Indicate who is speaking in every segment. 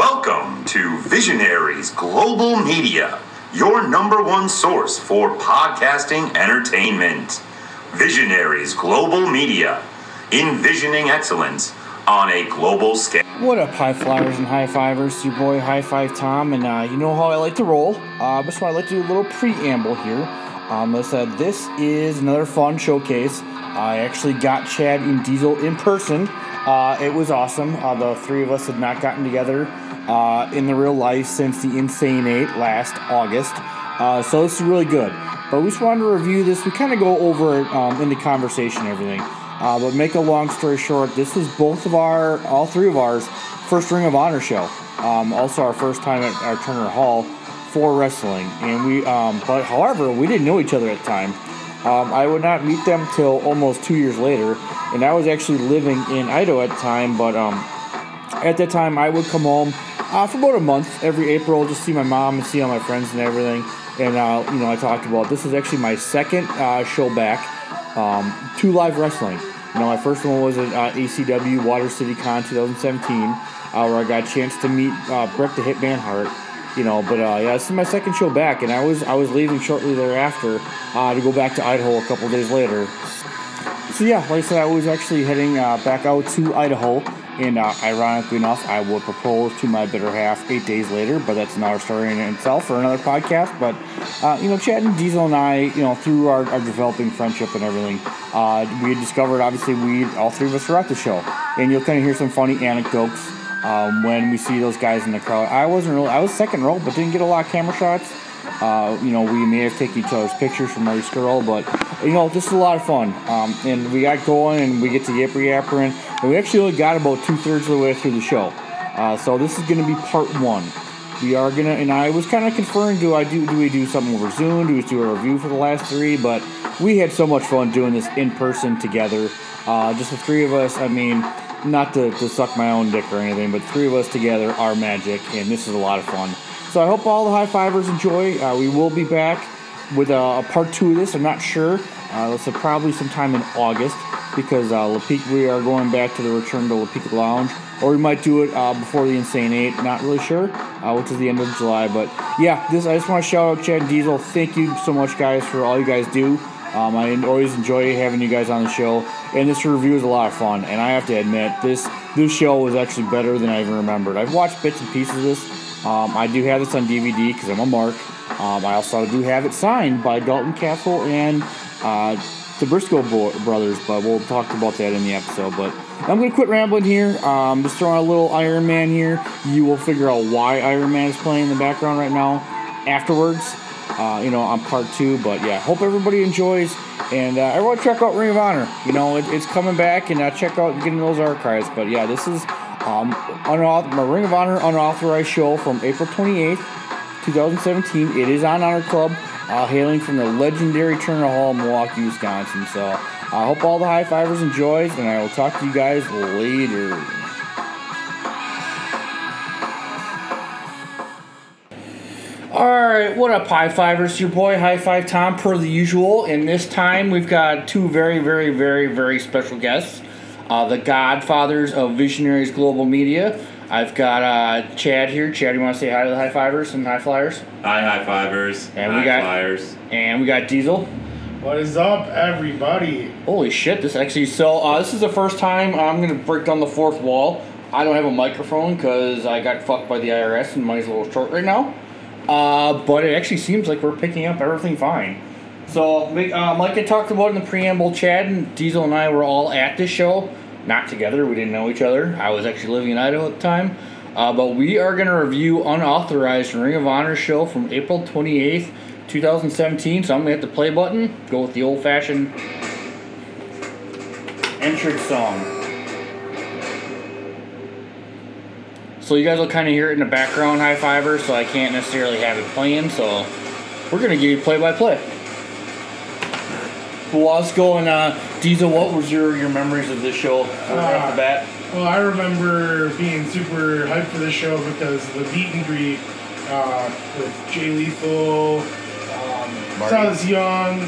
Speaker 1: Welcome to Visionaries Global Media, your number one source for podcasting entertainment. Visionaries Global Media, envisioning excellence on a global scale.
Speaker 2: What up, high flyers and high fivers? Your boy High Five Tom, and uh, you know how I like to roll. Uh, that's why I like to do a little preamble here. Um, let's, uh, this is another fun showcase. I actually got Chad and Diesel in person. Uh, it was awesome. Uh, the three of us had not gotten together uh, in the real life since the Insane Eight last August. Uh, so this is really good. But we just wanted to review this. We kind of go over it um, in the conversation and everything. Uh, but make a long story short, this was both of our, all three of ours, first Ring of Honor show. Um, also our first time at our Turner Hall for wrestling. And we, um, but however, we didn't know each other at the time. Um, I would not meet them till almost two years later, and I was actually living in Idaho at the time. But um, at that time, I would come home uh, for about a month every April, just see my mom and see all my friends and everything. And uh, you know, I talked about this was actually my second uh, show back um, to live wrestling. You know, my first one was at uh, ACW Water City Con 2017, uh, where I got a chance to meet uh, Brett the Hitman Hart you know. But uh, yeah, this is my second show back, and I was I was leaving shortly thereafter uh, to go back to Idaho a couple days later. So yeah, like I said, I was actually heading uh, back out to Idaho, and uh, ironically enough, I would propose to my better half eight days later. But that's another story in itself for another podcast. But uh, you know, Chad and Diesel and I, you know, through our, our developing friendship and everything, uh, we had discovered obviously we all three of us were at the show, and you'll kind of hear some funny anecdotes um, when we see those guys in the crowd. I wasn't really, I was second row, but didn't get a lot of camera shots. Uh, you know, we may have taken each other's pictures from every girl, but you know, this is a lot of fun. Um, and we got going, and we get to yapper yappering, and we actually only got about two thirds of the way through the show. Uh, so this is going to be part one. We are gonna, and I was kind of confirmed. Do I do? Do we do something over Zoom? Do we do a review for the last three? But we had so much fun doing this in person together. Uh, just the three of us. I mean, not to, to suck my own dick or anything, but three of us together are magic, and this is a lot of fun. So I hope all the high fivers enjoy. Uh, we will be back with a, a part two of this. I'm not sure. Uh, so probably sometime in August because uh, Lapeak, we are going back to the return to Lapeak Lounge, or we might do it uh, before the Insane Eight. Not really sure, uh, which is the end of July. But yeah, this I just want to shout out Chad and Diesel. Thank you so much, guys, for all you guys do. Um, I always enjoy having you guys on the show, and this review is a lot of fun. And I have to admit, this this show was actually better than I even remembered. I've watched bits and pieces of this. Um, I do have this on DVD because I'm a mark. Um, I also do have it signed by Dalton Castle and uh, the Briscoe bo- brothers, but we'll talk about that in the episode. But I'm going to quit rambling here. Um, just throwing a little Iron Man here. You will figure out why Iron Man is playing in the background right now afterwards uh, you know, on part two. But yeah, hope everybody enjoys. And uh, everyone check out Ring of Honor. You know, it, it's coming back, and uh, check out getting those archives. But yeah, this is um, unauth- my Ring of Honor unauthorized show from April 28th, 2017. It is on Honor Club, uh, hailing from the legendary Turner Hall, Milwaukee, Wisconsin. So I hope all the high fivers enjoys, and I will talk to you guys later. All right, what up, high fivers? Your boy, High Five Tom, per the usual. And this time, we've got two very, very, very, very special guests. Uh, the Godfathers of Visionaries Global Media. I've got uh, Chad here. Chad, you want to say hi to the high fivers and high flyers?
Speaker 3: Hi, high fivers.
Speaker 2: And we
Speaker 3: high
Speaker 2: got-
Speaker 3: flyers.
Speaker 2: And we got Diesel.
Speaker 4: What is up, everybody?
Speaker 2: Holy shit! This actually so. Uh, this is the first time I'm gonna break down the fourth wall. I don't have a microphone because I got fucked by the IRS and money's a little short right now. Uh, but it actually seems like we're picking up everything fine. So, we- um, like I talked about in the preamble, Chad and Diesel and I were all at this show, not together. We didn't know each other. I was actually living in Idaho at the time. Uh, but we are gonna review unauthorized Ring of Honor show from April twenty eighth, two thousand seventeen. So I'm gonna hit the play button. Go with the old fashioned entrance song. So you guys will kind of hear it in the background, high fiver. So I can't necessarily have it playing. So we're gonna give you play by play. Well, let's go and uh, Diesel. What was your your memories of this show right off the bat?
Speaker 4: Well, I remember being super hyped for this show because the meet and greet uh, with Jay Lethal, um,
Speaker 2: Marty.
Speaker 4: Silas Young,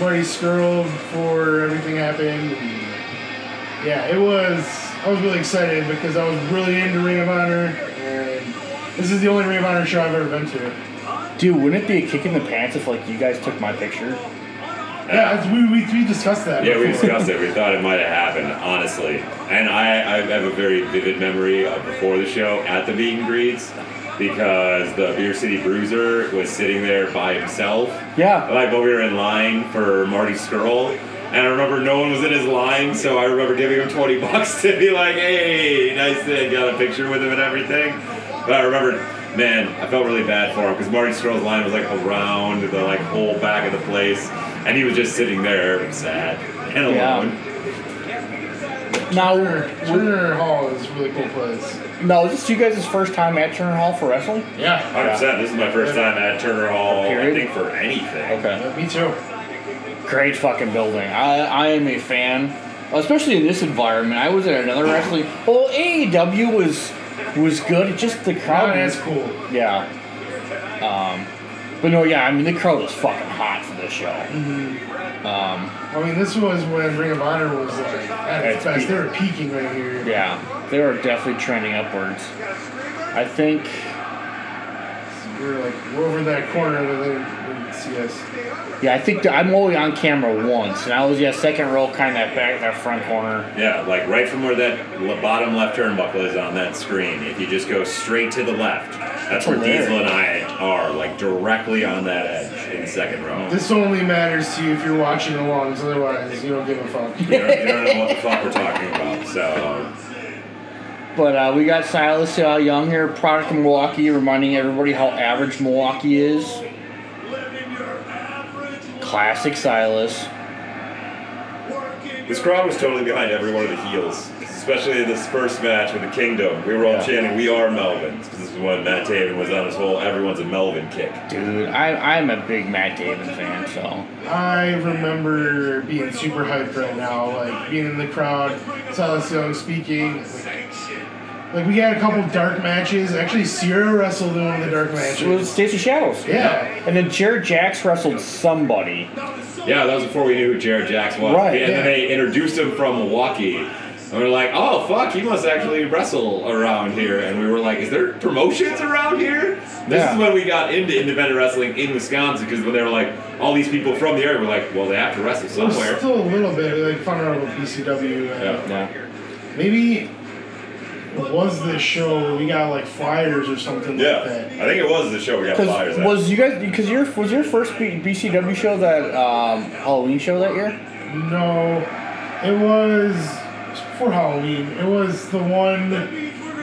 Speaker 4: Marty Skrull before everything happened. and yeah, it was. I was really excited because I was really into Ring of Honor, and This is the only Ring of Honor show I've ever been to.
Speaker 2: Dude, wouldn't it be a kick in the pants if like you guys took my picture?
Speaker 4: Yeah, it's, we, we, we discussed that.
Speaker 3: Yeah, we
Speaker 4: before.
Speaker 3: discussed it. We thought it might have happened, honestly. And I, I have a very vivid memory of before the show at the meet and greets because the Beer City Bruiser was sitting there by himself.
Speaker 2: Yeah.
Speaker 3: Like while we were in line for Marty Skrull. And I remember no one was in his line, so I remember giving him 20 bucks to be like, hey, nice thing. Got a picture with him and everything. But I remember, man, I felt really bad for him because Marty Skrull's line was like around the like whole back of the place. And he was just sitting there, sad and
Speaker 2: Yeah.
Speaker 3: alone.
Speaker 2: Now,
Speaker 4: Turner Hall is a really cool place.
Speaker 2: no, is this you guys' first time at Turner Hall for wrestling?
Speaker 4: Yeah.
Speaker 3: 100%. This is my first time at Turner Hall, I
Speaker 2: Period.
Speaker 3: think, for anything.
Speaker 2: Okay.
Speaker 4: Me too.
Speaker 2: Great fucking building. I, I am a fan, especially in this environment. I was at another wrestling. Well, AEW was was good. it's Just the crowd.
Speaker 4: Not
Speaker 2: was-
Speaker 4: as cool.
Speaker 2: Yeah. Um, but no, yeah. I mean, the crowd was fucking hot for this show.
Speaker 4: I mean, this was when Ring of Honor was like at
Speaker 2: It's
Speaker 4: its best.
Speaker 2: peak.
Speaker 4: They were peaking right here.
Speaker 2: Yeah, they were definitely trending upwards. I think.
Speaker 4: We were like we're over that corner and they didn't see us.
Speaker 2: Yeah, I think that I'm only on camera once, and I was yeah second row, kind of back that front corner.
Speaker 3: Yeah, like right from where that le- bottom left turnbuckle is on that screen. If you just go straight to the left, that's where
Speaker 2: Hilarious.
Speaker 3: Diesel and I are, like directly on that edge in the second row.
Speaker 4: This only matters to you if you're watching along, 'cause otherwise you don't give a fuck.
Speaker 3: You don't, you don't know what the fuck we're talking about. So,
Speaker 2: But uh, we got Silas uh, Young here, product of Milwaukee, reminding everybody how average Milwaukee is. Classic Silas.
Speaker 3: this crowd was totally behind every one of the heels, especially in this first match with the Kingdom. We were all
Speaker 2: Yeah.
Speaker 3: chanting, "We are Melvin," because this is when Matt Taven was on his whole "Everyone's a Melvin" kick.
Speaker 2: Dude, I, I'm a big Matt Damon fan, so.
Speaker 4: I remember being super hyped right now, like being in the crowd, Silas Young speaking. Like we had a couple dark matches. Actually, Sierra wrestled in one of the dark
Speaker 2: It was
Speaker 4: matches.
Speaker 2: Stacey Shadows.
Speaker 4: Yeah.
Speaker 2: And then Jared Jax wrestled somebody.
Speaker 3: Yeah, that was before we knew who Jared Jax was.
Speaker 2: Right,
Speaker 3: And
Speaker 4: yeah.
Speaker 3: then they introduced him from Milwaukee. And we were like, oh, fuck, he must actually wrestle around here. And we were like, is there promotions around here? This
Speaker 2: Yeah.
Speaker 3: is when we got into independent wrestling in Wisconsin because when they were like, all these people from the area were like, well, they have to wrestle
Speaker 4: It was
Speaker 3: somewhere.
Speaker 4: still a little bit like fun out with BCW. And
Speaker 3: Yeah.
Speaker 2: Yeah.
Speaker 4: Maybe it was this show where we got like flyers or something
Speaker 3: Yeah,
Speaker 4: like that.
Speaker 3: I think it was the show we got flyers
Speaker 2: Because
Speaker 3: at.
Speaker 2: was you guys because your was your first B- BCW show that um, Halloween show that year?
Speaker 4: No, it was for Halloween. It was the one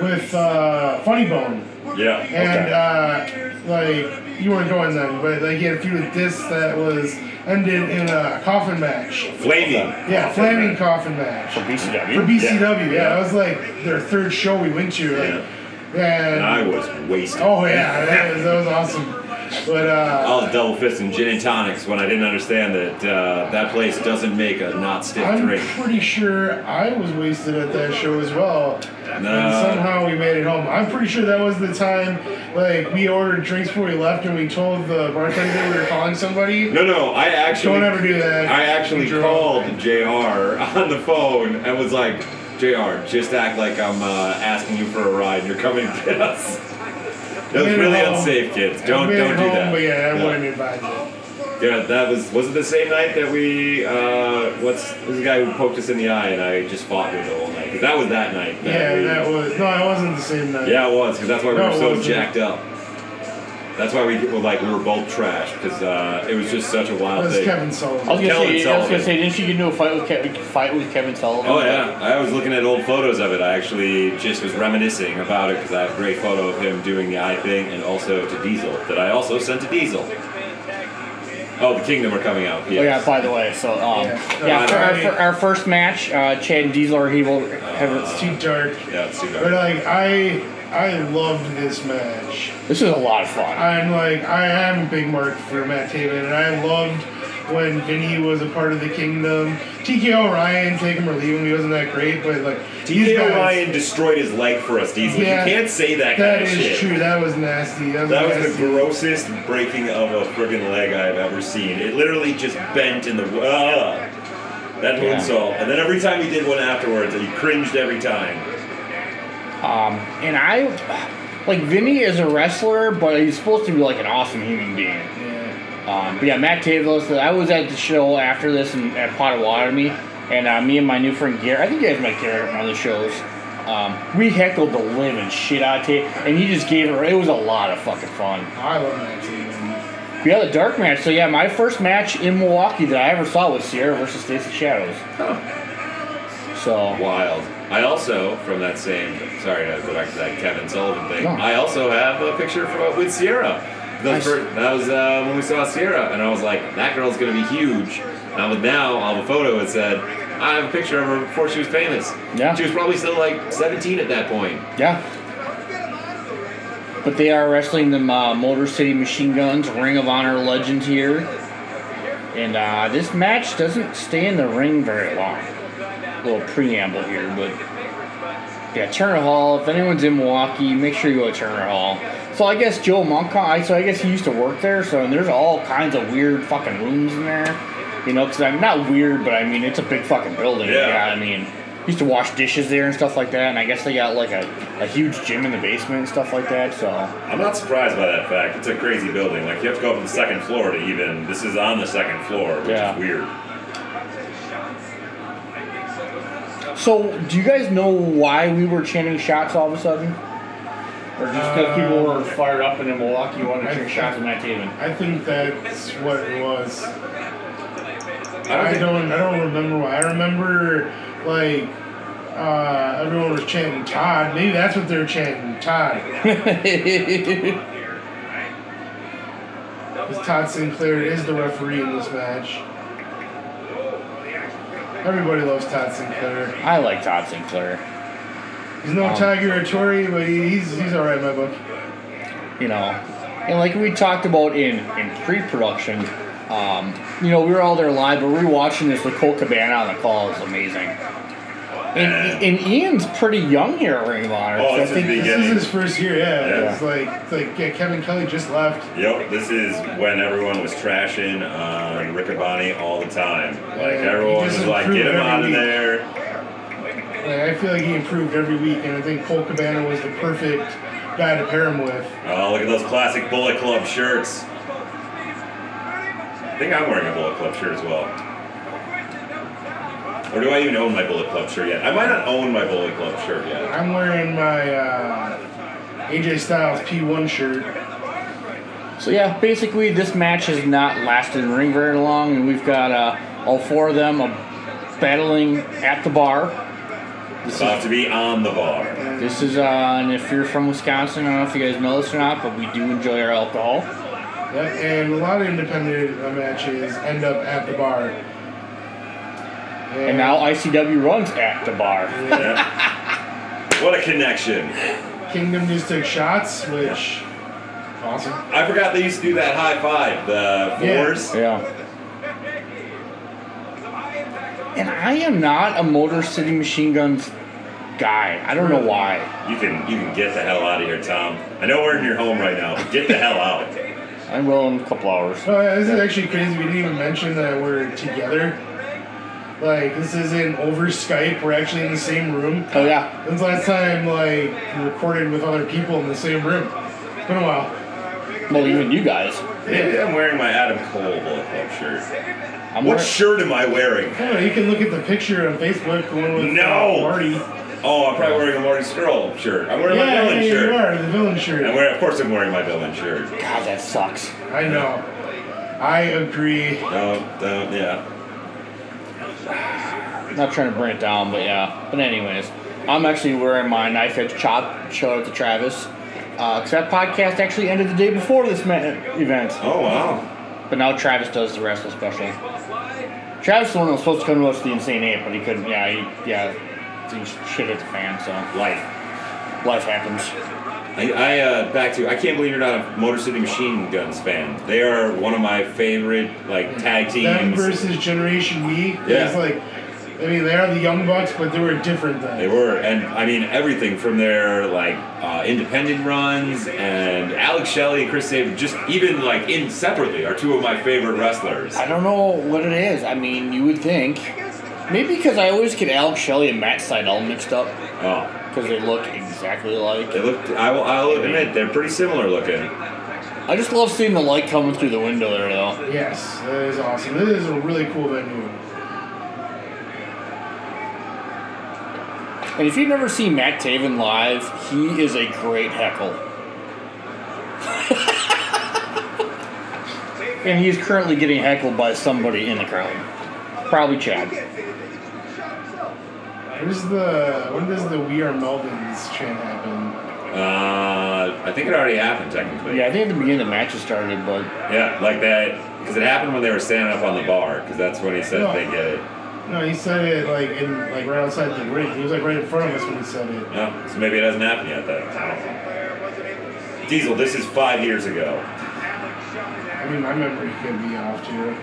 Speaker 4: with uh, Funny Bone.
Speaker 3: yeah.
Speaker 4: And
Speaker 2: Okay.
Speaker 4: uh, like you weren't going then, but like you had a few with this that was ended in a coffin match.
Speaker 3: Flaming.
Speaker 4: Yeah, flaming coffin match for
Speaker 2: BCW.
Speaker 4: BCW. Yeah, that was like their third show we went to. Like,
Speaker 3: And I
Speaker 4: and
Speaker 3: was wasted.
Speaker 4: oh yeah, that was, that was awesome. But uh,
Speaker 3: I was double fisting gin and tonics when I didn't understand that uh, that place doesn't make a not stiff
Speaker 4: I'm
Speaker 3: drink.
Speaker 4: pretty sure I was wasted at that show as well. And
Speaker 3: Nah.
Speaker 4: somehow we made it home. I'm pretty sure that was the time like we ordered drinks before we left and we told the bartender we were calling somebody.
Speaker 3: No, no, I actually
Speaker 4: Don't ever do that.
Speaker 3: I actually
Speaker 4: You're
Speaker 3: called
Speaker 4: drunk.
Speaker 3: Jr. on the phone and was like, Jr. Just act like I'm uh, asking you for a ride. and You're coming to get us. That was
Speaker 4: Made it
Speaker 3: really
Speaker 4: home.
Speaker 3: unsafe, kids. Don't
Speaker 4: We made
Speaker 3: don't do
Speaker 4: it home,
Speaker 3: that.
Speaker 4: But yeah, I
Speaker 3: No.
Speaker 4: wouldn't advise it.
Speaker 3: Yeah, that was was it the same night that we uh, what's who's the guy who poked us in the eye and I just fought with the whole night 'Cause that was that night.
Speaker 4: Yeah,
Speaker 3: we-
Speaker 4: that was no, it wasn't the same night.
Speaker 3: yeah, it was because that's why we
Speaker 4: No,
Speaker 3: were
Speaker 4: it
Speaker 3: so
Speaker 4: wasn't.
Speaker 3: jacked up. That's why we were like we were both trashed because uh, it was just such a
Speaker 4: that
Speaker 3: wild
Speaker 4: was
Speaker 3: thing.
Speaker 4: Kevin
Speaker 2: I was
Speaker 4: Sullivan.
Speaker 2: gonna
Speaker 3: Kellen
Speaker 2: say I was
Speaker 3: Sullivan.
Speaker 2: gonna say didn't she get into a fight with Ke- fight with Kevin Sullivan?
Speaker 3: Oh yeah, I was looking at old photos of it. I actually just was reminiscing about it because I have a great photo of him doing the eye thing, and also to Diesel that I also sent to Diesel. Oh, the Kingdom are coming out.
Speaker 2: Oh yeah,
Speaker 3: Yes.
Speaker 2: by the way, so um,
Speaker 4: Yeah.
Speaker 2: yeah, for our, for our first match, uh, Chad and Diesel are evil. Have,
Speaker 4: It's too dark.
Speaker 3: yeah, it's too
Speaker 4: But
Speaker 3: dark.
Speaker 4: like I, I loved this match.
Speaker 2: this is a lot of fun.
Speaker 4: I'm like I am a big mark for Matt Taven, and I loved when Vinny was a part of the Kingdom. TKO Ryan, take him or leave him, he wasn't that great, but like these
Speaker 3: Diesel
Speaker 4: guys-
Speaker 3: Ryan destroyed his leg for us, Diesel.
Speaker 4: Yeah.
Speaker 3: you can't say that,
Speaker 4: That
Speaker 3: kind of shit.
Speaker 4: is true. That was nasty. That was,
Speaker 3: That was the
Speaker 4: nasty.
Speaker 3: grossest breaking of a friggin' leg I've ever seen. It literally just bent in the. Uh, that
Speaker 2: Yeah.
Speaker 3: moonsault. And then every time he did one afterwards, he cringed every time.
Speaker 2: And I, like Vinny is a wrestler, but he's supposed to be like an awesome human being.
Speaker 4: Yeah.
Speaker 2: Um, but yeah, Matt Tavelos. I was at the show after this and at Potawatomi, and uh, me and my new friend Garrett. I think you guys met Garrett at one of the shows. Um, we heckled the living shit out of Tape, and he just gave her. It was a lot of fucking fun.
Speaker 4: I love that team.
Speaker 2: Yeah, the dark match. So yeah, my first match in Milwaukee that I ever saw was Sierra versus Stacey Shadows. So
Speaker 3: Wild. I also, from that same, sorry to go back to that Kevin Sullivan thing,
Speaker 2: No.
Speaker 3: I also have a picture from, with Sierra. The
Speaker 2: Nice.
Speaker 3: fir- that was uh, when we saw Sierra, and I was like, that girl's gonna be huge. And I was now, on the photo, it said, I have a picture of her before she was famous.
Speaker 2: Yeah.
Speaker 3: She was probably still like 17 at that point.
Speaker 2: yeah. But they are wrestling them uh, Motor City Machine Guns, Ring of Honor legend here, and uh, this match doesn't stay in the ring very long. little preamble here, but yeah, Turner Hall. If anyone's in Milwaukee, make sure you go to Turner Hall. So I guess Joe Monk. I so I guess he used to work there. So and there's all kinds of weird fucking rooms in there, you know. Because I'm not weird, but I mean it's a big fucking building.
Speaker 3: Yeah.
Speaker 2: I mean used to wash dishes there and stuff like that. And I guess they got like a, a huge gym in the basement and stuff like that. So
Speaker 3: I'm not surprised by that fact. It's a crazy building. Like, you have to go up to the second floor to even, this is on the second floor, which
Speaker 2: is Yeah.
Speaker 3: weird.
Speaker 2: so do you guys know why we were chanting shots all of a sudden? Or just
Speaker 3: Uh,
Speaker 2: because people were fired up and in Milwaukee wanted to
Speaker 4: I-
Speaker 2: chant shots with Matt Taven?
Speaker 4: I think that's what it was.
Speaker 3: don't
Speaker 4: I
Speaker 3: think-
Speaker 4: don't. I don't remember why. I remember like uh, everyone was chanting Todd. Maybe that's what they were chanting Todd.
Speaker 2: yeah,
Speaker 4: Because Todd Sinclair is the referee in this match. Everybody loves Todd Sinclair.
Speaker 2: I like Todd Sinclair.
Speaker 4: He's no
Speaker 2: Um,
Speaker 4: Tiger or Tory, but he- he's he's all right in my book.
Speaker 2: You know, and like we talked about in in pre-production, um, you know, we were all there live, but we were watching this with Cole Cabana on the call. It's amazing. And, and Ian's pretty young here at Ring of Honor.
Speaker 3: Oh,
Speaker 2: so I
Speaker 3: it's a
Speaker 2: think
Speaker 3: big-
Speaker 4: This
Speaker 3: Beginning.
Speaker 4: is his first year. Yeah,
Speaker 3: Yeah.
Speaker 4: it's like it's like yeah, Kevin Kelly just left.
Speaker 3: Yep, this is when everyone was trashing uh, on Riccaboni all the time. Like
Speaker 4: Yeah,
Speaker 3: everyone
Speaker 4: he just
Speaker 3: was like,
Speaker 4: improved
Speaker 3: "Get him
Speaker 4: every
Speaker 3: out of
Speaker 4: week."
Speaker 3: there!"
Speaker 4: Like, I feel like he improved every week, and I think Cole Cabana was the perfect guy to pair him with.
Speaker 3: Oh, look at those classic Bullet Club shirts. I think I'm wearing a Bullet Club shirt as well. Or do I even own my Bullet Club shirt yet? I might not own my Bullet Club shirt yet.
Speaker 4: I'm wearing my uh, AJ Styles P1 shirt.
Speaker 2: So yeah, basically this match has not lasted in the ring very long, and we've got uh, all four of them uh, battling at the bar. This
Speaker 3: About to be on the bar.
Speaker 2: This is, uh, and if you're from Wisconsin, I don't know if you guys know this or not, but we do enjoy our alcohol.
Speaker 4: Yep, and a lot of independent uh, matches end up at the bar.
Speaker 2: And now ICW runs at the bar.
Speaker 3: Yeah. what a connection!
Speaker 4: Kingdom just took shots, which awesome.
Speaker 3: I forgot they used to do that high five, the
Speaker 4: Yeah.
Speaker 3: fours.
Speaker 2: Yeah. And I am not a Motor City Machine Guns guy. I don't know why.
Speaker 3: You can you can get the hell out of here, Tom. I know we're in your home right now. But get the hell out.
Speaker 2: I will in a couple hours.
Speaker 4: Oh, yeah, this is actually crazy. We didn't even mention that we're together. Like this isn't over Skype. We're actually in the same room.
Speaker 2: Oh yeah.
Speaker 4: When's the last time like we recorded with other people in the same room? It's been a while.
Speaker 2: Well, even you guys.
Speaker 3: Maybe I'm wearing my Adam Cole Bullet Club shirt.
Speaker 2: I'm
Speaker 3: What
Speaker 2: wearing-
Speaker 3: shirt am I wearing?
Speaker 4: Oh, you can look at the picture on Facebook. The one with uh,
Speaker 3: No!
Speaker 4: Marty.
Speaker 3: Oh, I'm probably wearing a Marty Skrull shirt. I'm wearing my
Speaker 4: yeah, yeah,
Speaker 3: villain
Speaker 4: you
Speaker 3: shirt.
Speaker 4: are the villain shirt.
Speaker 3: And wearing, of course, I'm wearing my villain shirt.
Speaker 2: God, that sucks.
Speaker 4: I know. I agree.
Speaker 3: No, no, yeah.
Speaker 2: Not trying to bring it down, but yeah. But anyways, I'm actually wearing my knife edge chop. Shout out to Travis. Because that podcast actually ended the day before this ma- event.
Speaker 3: Oh wow.
Speaker 2: But now Travis does the wrestle special. Travis is the one that was supposed to come to us the Insane Ape, but he couldn't. Yeah, he, yeah, he shit at the fan. So
Speaker 3: Life.
Speaker 2: life happens.
Speaker 3: I, I uh, back to I can't believe you're not a Motor City Machine Guns fan. They are one of my favorite like tag
Speaker 4: Them
Speaker 3: teams.
Speaker 4: versus Generation Me.
Speaker 3: Yeah.
Speaker 4: It's like, I mean, they are the Young Bucks, but they were different then.
Speaker 3: They were, and I mean everything from their like uh, independent runs and Alex Shelley and Chris Sabin, just even like in separately are two of my favorite wrestlers.
Speaker 2: I don't know what it is. I mean, you would think maybe because I always get Alex Shelley and Matt Seidel mixed up
Speaker 3: Oh,
Speaker 2: because they look exactly exactly alike.
Speaker 3: They look. I will. I'll admit they're pretty similar looking.
Speaker 2: I just love seeing the light coming through the window there, though.
Speaker 4: Yes, that is awesome. This is a really cool venue.
Speaker 2: And if you've never seen Matt Taven live, he is a great heckle. and he's currently getting heckled by somebody in the crowd. Probably Chad.
Speaker 4: Where's the when does the We Are Melvins chant happen?
Speaker 3: Uh, I think it already happened technically.
Speaker 2: Yeah, I think at the beginning the match has started, but
Speaker 3: Yeah, like that because it happened when they were standing up on the bar because that's when he said
Speaker 4: No.
Speaker 3: they get it.
Speaker 4: No, he said it like in like right outside the ring. He was like right in front of us when he said it.
Speaker 3: No, so maybe it hasn't happened yet then. I don't know. Diesel, this is five years ago.
Speaker 4: I mean, my memory could be off too.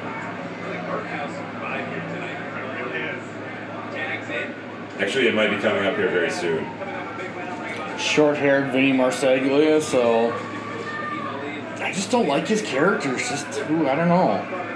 Speaker 3: Actually, it might be coming up here very soon.
Speaker 2: short-haired Vinny Marsaglia, so I just don't like his characters. Just ooh, I don't know.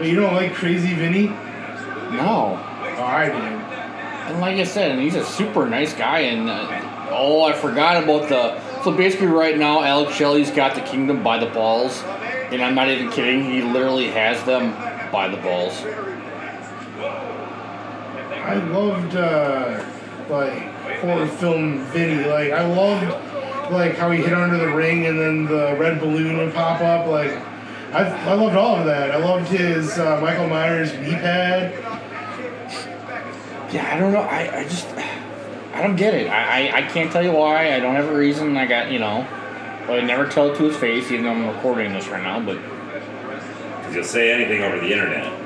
Speaker 4: Wait, you don't like Crazy Vinny?
Speaker 2: No,
Speaker 4: Oh, I do.
Speaker 2: and like I said, and he's a super nice guy. And uh, oh, I forgot about the. So basically, right now, Alex Shelley's got the kingdom by the balls, and I'm not even kidding. He literally has them by the balls.
Speaker 4: I loved uh, like horror film Vinny. Like I loved like how he hit under the ring and then the red balloon would pop up. Like I, I loved all of that. I loved his uh, Michael Myers knee pad.
Speaker 2: Yeah, I don't know. I, I just I don't get it. I, I I can't tell you why. I don't have a reason. I got you know. Well, I never tell it to his face, even though I'm recording this right now. But
Speaker 3: 'Cause you'll say anything over the internet.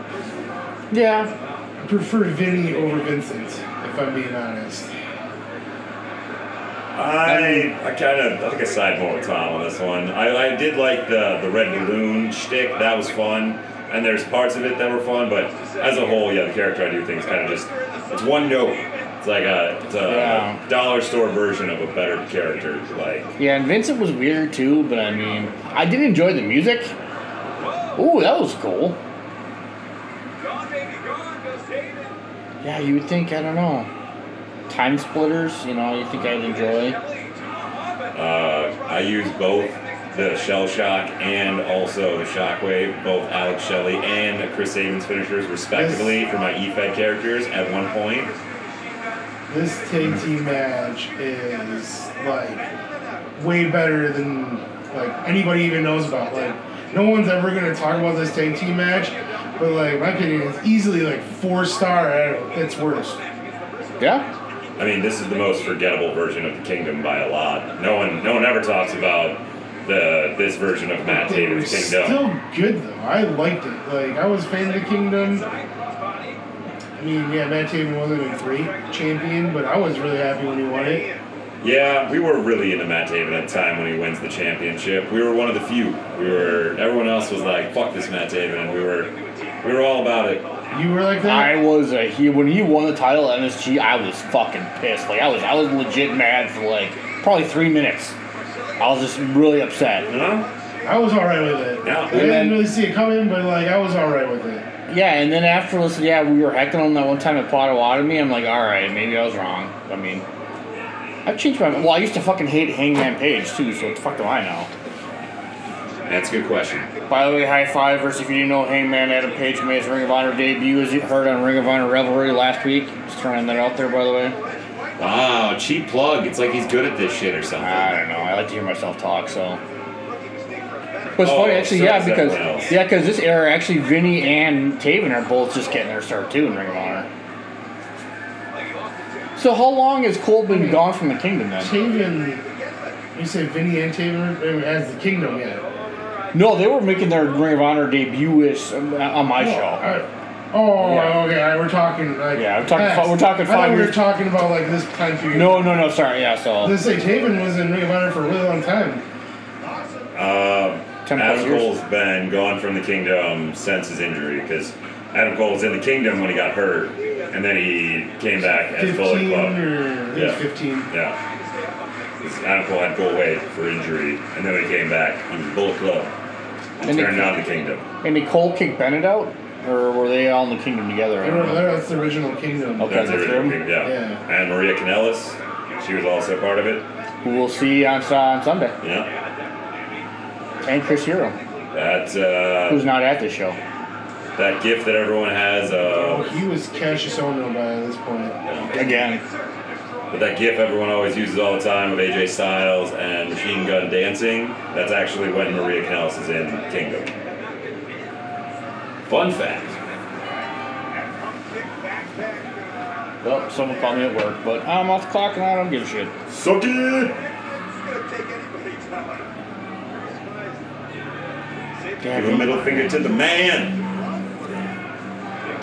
Speaker 2: yeah,
Speaker 4: I prefer Vinny over Vincent, if I'm being honest.
Speaker 3: I I kind of I think I side more with Tom on this one. I, I did like the the red balloon shtick. That was fun, and there's parts of it that were fun. But as a whole, yeah, the character I do think is kind of just it's one note. It's like a, it's a
Speaker 2: Yeah.
Speaker 3: dollar store version of a better character. Like
Speaker 2: Yeah, and Vincent was weird too, but I mean, I did enjoy the music. Ooh, that was cool. Yeah, you would think, I don't know. Time splitters, you know, you think I'd enjoy.
Speaker 3: Uh, I use both the shell shock and also the shockwave, both Alex Shelley and Chris Saban's finishers, respectively, for my E-Fed characters at one point.
Speaker 4: This tag team match is like way better than like anybody even knows about. Like no one's ever gonna talk about this tag team match, but like my opinion is easily like four star at its worst.
Speaker 2: Yeah?
Speaker 3: I mean, this is the most forgettable version of the Kingdom by a lot. No one, no one ever talks about the this version of Matt
Speaker 4: They were
Speaker 3: David's Kingdom.
Speaker 4: still good though. I liked it. Like I was a fan of the Kingdom. I mean, yeah, Matt Taven wasn't a great champion, but I was really happy when he won it.
Speaker 3: Yeah, we were really into Matt Damon at the time when he wins the championship. We were one of the few. We were. Everyone else was like, "Fuck this Matt Damon," and we were, we were all about it.
Speaker 4: You were like that.
Speaker 2: I was a he when he won the title at MSG, I was fucking pissed. Like I was I was legit mad for like probably three minutes. I was just really upset.
Speaker 3: You know?
Speaker 4: I was alright with it.
Speaker 3: Yeah.
Speaker 4: I
Speaker 3: And
Speaker 2: then-
Speaker 4: didn't really see it coming, but like I was alright with it.
Speaker 2: Yeah, and then after listen, yeah, we were heckling him that one time at Potawatomi. I'm like, all right, maybe I was wrong. I mean, I've changed my. Well, I used to fucking hate Hangman Page too, so what the fuck do I know?
Speaker 3: That's a good question.
Speaker 2: By the way, high fivers. If you didn't know, Hangman Adam Page made his Ring of Honor debut, as you heard on Ring of Honor Revelry last week. Just throwing that out there, by the way.
Speaker 3: Wow, cheap plug. It's like he's good at this shit or something.
Speaker 2: I don't know. I like to hear myself talk, so. But it's
Speaker 3: Oh,
Speaker 2: funny, actually,
Speaker 3: so
Speaker 2: yeah,
Speaker 3: is
Speaker 2: because
Speaker 3: everyone else.
Speaker 2: yeah, because this era, actually, Vinny and Taven are both just getting their start too in Ring of Honor. So how long has Cole been gone from the Kingdom then?
Speaker 4: Taven, you said Vinny and Taven were- as the Kingdom, yeah.
Speaker 2: No, they were making their Ring of Honor debut ish on on my show.
Speaker 4: Alright. Oh,
Speaker 2: Yeah.
Speaker 4: okay. alright, We're talking. Like,
Speaker 2: Yeah, we're talking fi- we're talking
Speaker 4: I thought
Speaker 2: five
Speaker 4: we were
Speaker 2: years-
Speaker 4: talking about like this time period.
Speaker 2: No, no, no. Sorry, yeah. So
Speaker 4: Let's say Taven was in Ring of Honor for a really long time.
Speaker 3: Uh,
Speaker 2: Ten
Speaker 3: Adam
Speaker 2: plus years.
Speaker 3: Cole's been gone from the kingdom since his injury because Adam Cole was in the kingdom when he got hurt, and then he came back as Bullet
Speaker 4: Fifteen
Speaker 3: Club.
Speaker 4: or
Speaker 3: Yeah.
Speaker 4: yeah. fifteen.
Speaker 3: Yeah. 'Cause Adam Cole had to go away for injury, and then when he came back, he was Bullet Club. And,
Speaker 2: And he-
Speaker 3: turned on the kingdom.
Speaker 2: and did Cole kick Bennett out, or were they all in the Kingdom together? I
Speaker 4: They
Speaker 2: don't
Speaker 4: were-
Speaker 2: know.
Speaker 4: That's the original Kingdom.
Speaker 2: Okay.
Speaker 3: That's
Speaker 2: that's
Speaker 3: everything.
Speaker 2: him?
Speaker 3: Yeah.
Speaker 4: Yeah.
Speaker 3: And Maria Canellis. She was also part of it.
Speaker 2: who we'll see on, on Sunday,
Speaker 3: Yeah.
Speaker 2: and Chris Hero,
Speaker 3: That uh,
Speaker 2: who's not at this show.
Speaker 3: that gift that everyone has
Speaker 4: Oh,
Speaker 3: of
Speaker 4: he was Cassius Ono by this point.
Speaker 2: Again,
Speaker 3: But that gif everyone always uses all the time of AJ Styles and Machine Gun dancing, that's actually when Maria Canales is in Kingdom. Fun fact.
Speaker 2: well, someone called me at work, but I'm off the clock and I don't give a shit.
Speaker 3: Suck it! Give a
Speaker 2: Dad,
Speaker 3: middle finger to the man!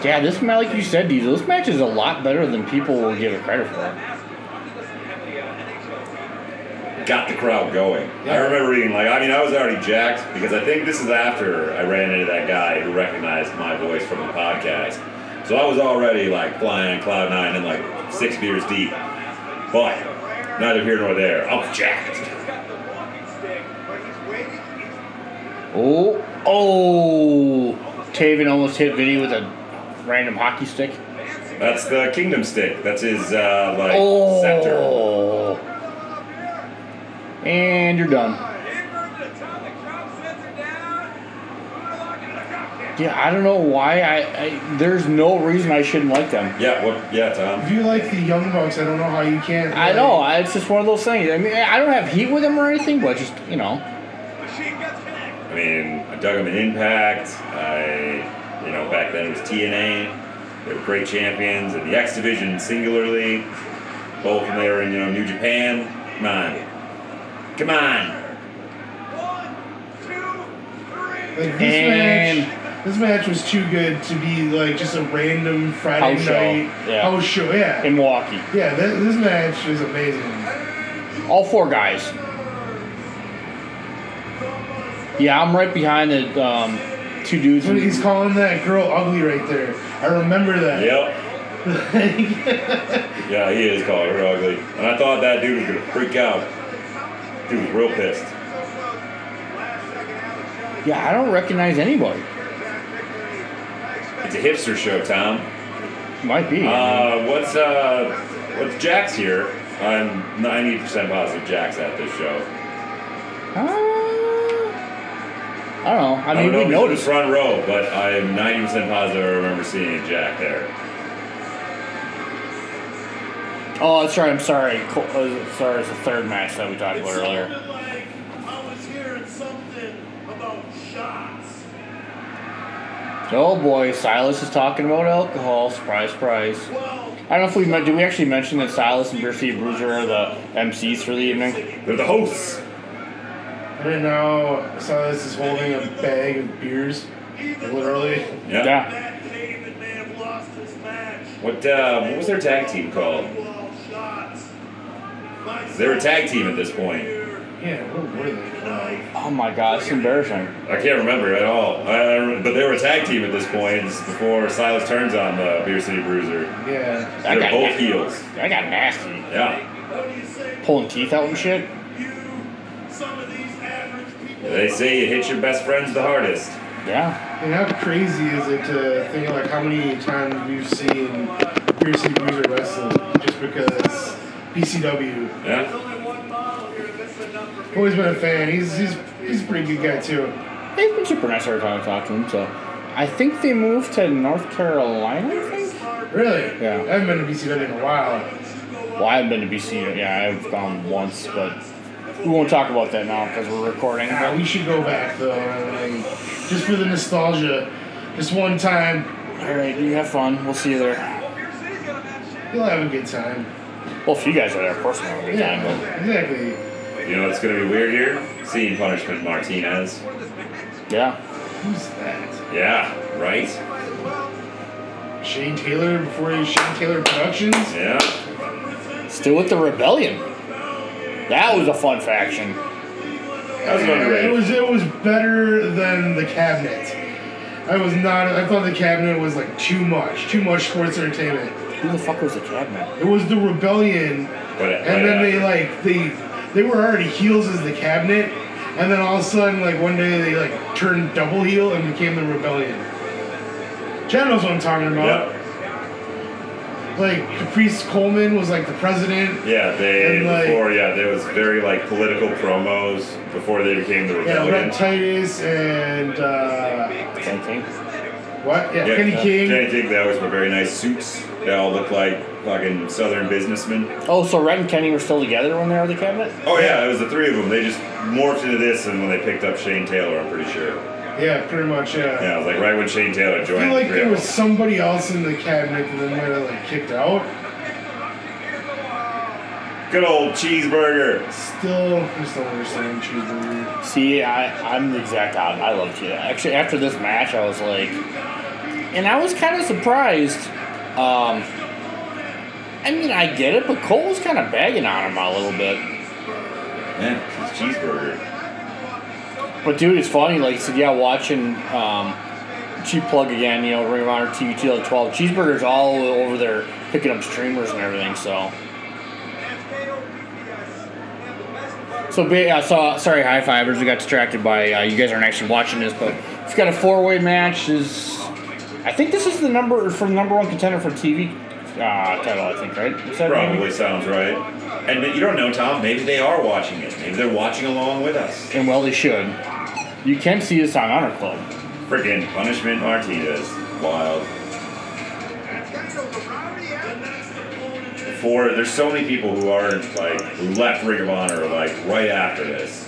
Speaker 2: yeah, this match, like you said, Diesel, this match is a lot better than people will give it credit for.
Speaker 3: Got the crowd going. I remember reading, like, I mean, I was already jacked because I think this is after I ran into that guy who recognized my voice from the podcast. So I was already, like, flying on Cloud Nine and, like, six beers deep. But neither here nor there. I was jacked.
Speaker 2: Oh, oh! Taven almost hit Vinny with a random hockey stick.
Speaker 3: That's the kingdom stick. That's his uh, like scepter.
Speaker 2: Oh! And you're done. Yeah, I don't know why. I, I there's no reason I shouldn't like them.
Speaker 3: Yeah. What? Yeah, Tom.
Speaker 4: If you like the Young Bucks, I don't know how you can't.
Speaker 2: I
Speaker 4: like-
Speaker 2: know. I, it's just one of those things. I mean, I don't have heat with him or anything, but just you know,
Speaker 3: I mean, I dug him in Impact. I, you know, back then it was TNA. They were great champions, and the X Division singularly. Both when they were in, you know, New Japan. Come on. Come on.
Speaker 4: Like, this
Speaker 2: And-
Speaker 4: match, this match was too good to be like just a random Friday
Speaker 2: House show,
Speaker 4: night
Speaker 2: yeah.
Speaker 4: house show. Yeah,
Speaker 2: in Milwaukee,
Speaker 4: yeah. This, this match is amazing.
Speaker 2: all four guys. Yeah, I'm right behind the um, two dudes.
Speaker 4: When he's
Speaker 2: in-
Speaker 4: calling that girl ugly right there, I remember that.
Speaker 3: Yep. Yeah, he is calling her ugly, and I thought that dude was gonna freak out. Dude was real pissed.
Speaker 2: Yeah, I don't recognize anybody.
Speaker 3: It's a hipster show, Tom.
Speaker 2: Might be.
Speaker 3: Uh, what's uh, what's Jack's here? I'm 90% positive Jack's at this show.
Speaker 2: Uh, I don't know. I mean, we
Speaker 3: don't know if he's in the
Speaker 2: noticed.
Speaker 3: front row, but I'm 90% positive I remember seeing Jack there.
Speaker 2: Oh, that's right. I'm sorry. Co- uh, sorry, it's the third match that we talked about earlier. Oh boy, Silas is talking about alcohol. Surprise, surprise. I don't know if we met. Did we actually mention that Silas and Beer Bruiser are the MCs for the evening?
Speaker 3: They're the hosts.
Speaker 4: Right now, Silas is holding a bag of beers, literally.
Speaker 3: Yeah. What uh, what was their tag team called? They were a tag team at this point.
Speaker 4: Yeah, what were they? called?
Speaker 2: Oh my god, it's embarrassing.
Speaker 3: I can't remember at all. I, I, but they were a tag team at this point. This is before Silas turns on the Beer City Bruiser.
Speaker 4: Yeah.
Speaker 2: I
Speaker 3: They're
Speaker 2: got
Speaker 3: both
Speaker 2: na-
Speaker 3: heels.
Speaker 2: I got nasty.
Speaker 3: Yeah.
Speaker 2: Pulling teeth out and shit.
Speaker 3: They say you hit your best friends the hardest.
Speaker 2: Yeah.
Speaker 4: And how crazy is it to think like how many times we've seen Piercy Bruiser wrestle just because BCW.
Speaker 3: Yeah.
Speaker 4: I've Always been a fan. He's he's he's a pretty good guy too.
Speaker 2: They've been super nice every time I talk to them, so. I think they moved to North Carolina, I think?
Speaker 4: Really?
Speaker 2: Yeah.
Speaker 4: I haven't been to BCW in a while.
Speaker 2: Well, I haven't been to BC. Yeah, I've gone once, but we won't talk about that now because we're recording.
Speaker 4: Nah, we should go back though, like, just for the nostalgia. Just one time,
Speaker 2: All right, you have fun. We'll see you there.
Speaker 4: you'll have a good time.
Speaker 2: Well, if you guys are there, of course we'll have a good time. But
Speaker 4: Yeah, exactly.
Speaker 3: You know what's gonna be weird here? Seeing Punishment Martinez.
Speaker 2: yeah,
Speaker 4: Who's that?
Speaker 3: Yeah, right?
Speaker 4: Shane Taylor before he was Shane Taylor Productions.
Speaker 3: Yeah.
Speaker 2: still with the rebellion. That was a fun faction.
Speaker 3: That was
Speaker 4: It
Speaker 3: underrated.
Speaker 4: was it was better than the cabinet. I was not. I thought the cabinet was like too much, too much sports entertainment.
Speaker 2: Who the fuck was the cabinet?
Speaker 4: It was the rebellion,
Speaker 3: But it-
Speaker 4: and then
Speaker 3: but,
Speaker 4: they
Speaker 3: uh,
Speaker 4: like they they were already heels as the cabinet, and then all of a sudden like one day they like turned double heel and became the rebellion. Jen knows what I'm talking about.
Speaker 3: Yep.
Speaker 4: like Caprice Coleman was like the president.
Speaker 3: Yeah, they
Speaker 4: And, like-
Speaker 3: before yeah, there was very like political promos before they became the
Speaker 4: Yeah,
Speaker 3: rebellion.
Speaker 4: Brett Titus and uh,
Speaker 2: Same thing.
Speaker 4: what? Yeah, Kenny King.
Speaker 3: Kenny King. They always were very nice suits. They all look like fucking southern businessmen.
Speaker 2: Oh, so Rhett and Kenny were still together when they were the cabinet?
Speaker 3: Oh yeah, it was the three of them. They just morphed into this, and when they picked up Shane Taylor, I'm pretty sure.
Speaker 4: Yeah, pretty much. Yeah.
Speaker 3: Yeah, it was like right when Shane Taylor
Speaker 4: I
Speaker 3: joined.
Speaker 4: feel like
Speaker 3: the three
Speaker 4: there
Speaker 3: of
Speaker 4: was
Speaker 3: them.
Speaker 4: somebody else in the cabinet that they might have like kicked out.
Speaker 3: good old cheeseburger.
Speaker 4: Still, I just don't understand cheeseburger.
Speaker 2: See, I, I'm the exact opposite. I love Cheetah. Actually, after this match, I was like, and I was kind of surprised. Um, I mean, I get it, but Cole was kind of bagging on him a little bit.
Speaker 3: Yeah, it's cheeseburger.
Speaker 2: But dude, it's funny. Like he said, yeah, watching um, cheap plug again. You know, Ring of Honor TV 2012. Cheeseburgers all over there picking up streamers and everything. So. So, ba- yeah, so sorry, high fivers. We got distracted by uh, you guys aren't actually watching this, but it's got a four way match. Is I think this is the number for the number one contender for TV uh, title. I think right. Is that maybe-
Speaker 3: Probably sounds right. And you don't know, Tom. Maybe they are watching it. Maybe they're watching along with us.
Speaker 2: And well, they should. You can see this on Honor Club.
Speaker 3: Freaking punishment Martinez. Wild. For there's so many people who aren't like who left Ring of Honor like right after this.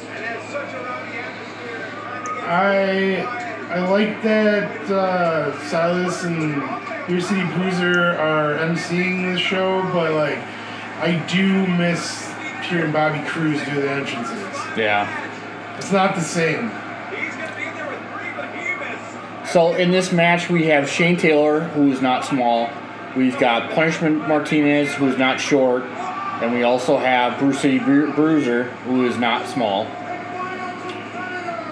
Speaker 4: I I like that uh, Silas and Your City Bruiser are emceeing the show, but like I do miss hearing Bobby Cruz do the entrances.
Speaker 2: Yeah.
Speaker 4: It's not the same.
Speaker 2: So in this match, we have Shane Taylor, who is not small. We've got Punishment Martinez, who is not short, and we also have Bruce City Bru- Bruiser, who is not small,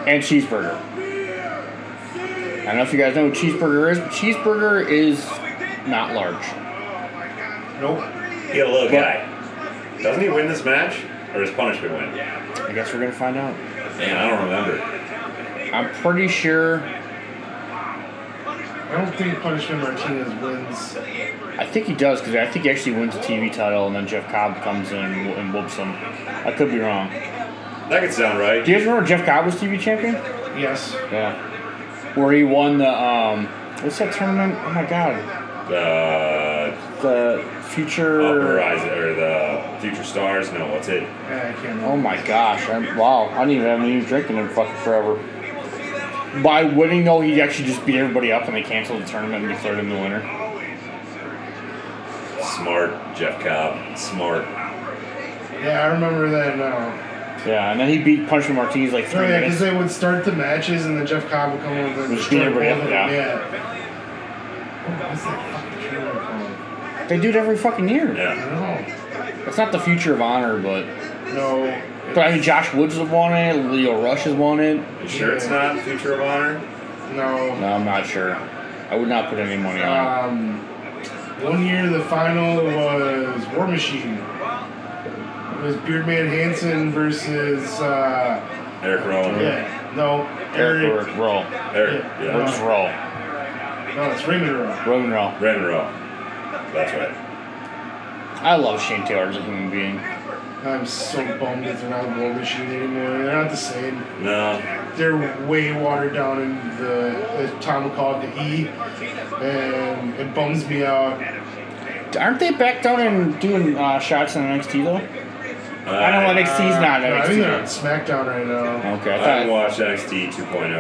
Speaker 2: and Cheeseburger. I don't know if you guys know what Cheeseburger is. but Cheeseburger is not large.
Speaker 4: Nope.
Speaker 3: He a little guy. Doesn't he win this match? Or does punishment win? Yeah.
Speaker 2: I guess we're gonna find out.
Speaker 3: Man, I don't remember.
Speaker 2: I'm pretty sure.
Speaker 4: I don't think Punishment Martinez wins.
Speaker 2: I think he does because I think he actually wins the TV title, and then Jeff Cobb comes in and, and whoops him. I could be wrong.
Speaker 3: That could sound right.
Speaker 2: Do you guys remember Jeff Cobb was TV champion?
Speaker 4: Yes.
Speaker 2: Yeah. Where he won the um what's that tournament? Oh my god.
Speaker 3: Uh,
Speaker 2: The
Speaker 3: Upper
Speaker 2: future
Speaker 3: Horizon or the Future Stars? No, what's it?
Speaker 4: Eh, I can't. remember.
Speaker 2: Oh my gosh. I'm, wow, I didn't even have any drinking in fucking forever. By winning though, he actually just beat everybody up and they canceled the tournament and declared him the winner.
Speaker 3: Smart Jeff Cobb. Smart.
Speaker 4: Yeah, I remember that now.
Speaker 2: Yeah, and then he beat Punch Martinez like
Speaker 4: Oh
Speaker 2: three
Speaker 4: yeah,
Speaker 2: minutes.
Speaker 4: because they would start the matches and then Jeff Cobb would come over and
Speaker 2: Would beat everybody up,
Speaker 4: destroy
Speaker 2: yeah.
Speaker 4: both of them, Yeah. Oh, what's that fucking channel called?
Speaker 2: They do it every fucking year.
Speaker 3: Yeah.
Speaker 4: I
Speaker 2: It's not the future of honor, but
Speaker 4: don't know. No.
Speaker 2: but I mean Josh Woods has won it, Leo Rush has won it.
Speaker 3: You sure it's not Future of Honor?
Speaker 4: No.
Speaker 2: No, I'm not sure. I would not put any money on it.
Speaker 4: Um, one year the final was War Machine. It was Beardman Hansen versus uh,
Speaker 3: Eric Rowan.
Speaker 4: yeah no
Speaker 2: Eric,
Speaker 4: Eric.
Speaker 2: roll.
Speaker 3: Eric.
Speaker 4: Yeah.
Speaker 3: Yeah.
Speaker 2: Just roll.
Speaker 4: No, it's Raymond Rowe.
Speaker 2: Roman roll.
Speaker 3: Raymond Rowe. That's right.
Speaker 2: I love Shane Taylor as a human being.
Speaker 4: I'm so bummed that they're not War Machine anymore. They're not the same.
Speaker 3: No.
Speaker 4: They're way watered down in the, the Tom would call it the E, and it bums me out.
Speaker 2: Aren't they back down and doing uh, shots in NXT though? Uh, I know
Speaker 3: I,
Speaker 2: NXT's not
Speaker 4: No, I think they're on
Speaker 2: NXT.
Speaker 4: SmackDown right now.
Speaker 2: Okay,
Speaker 3: I
Speaker 2: I
Speaker 3: haven't
Speaker 2: thought.
Speaker 3: watched NXT 2.0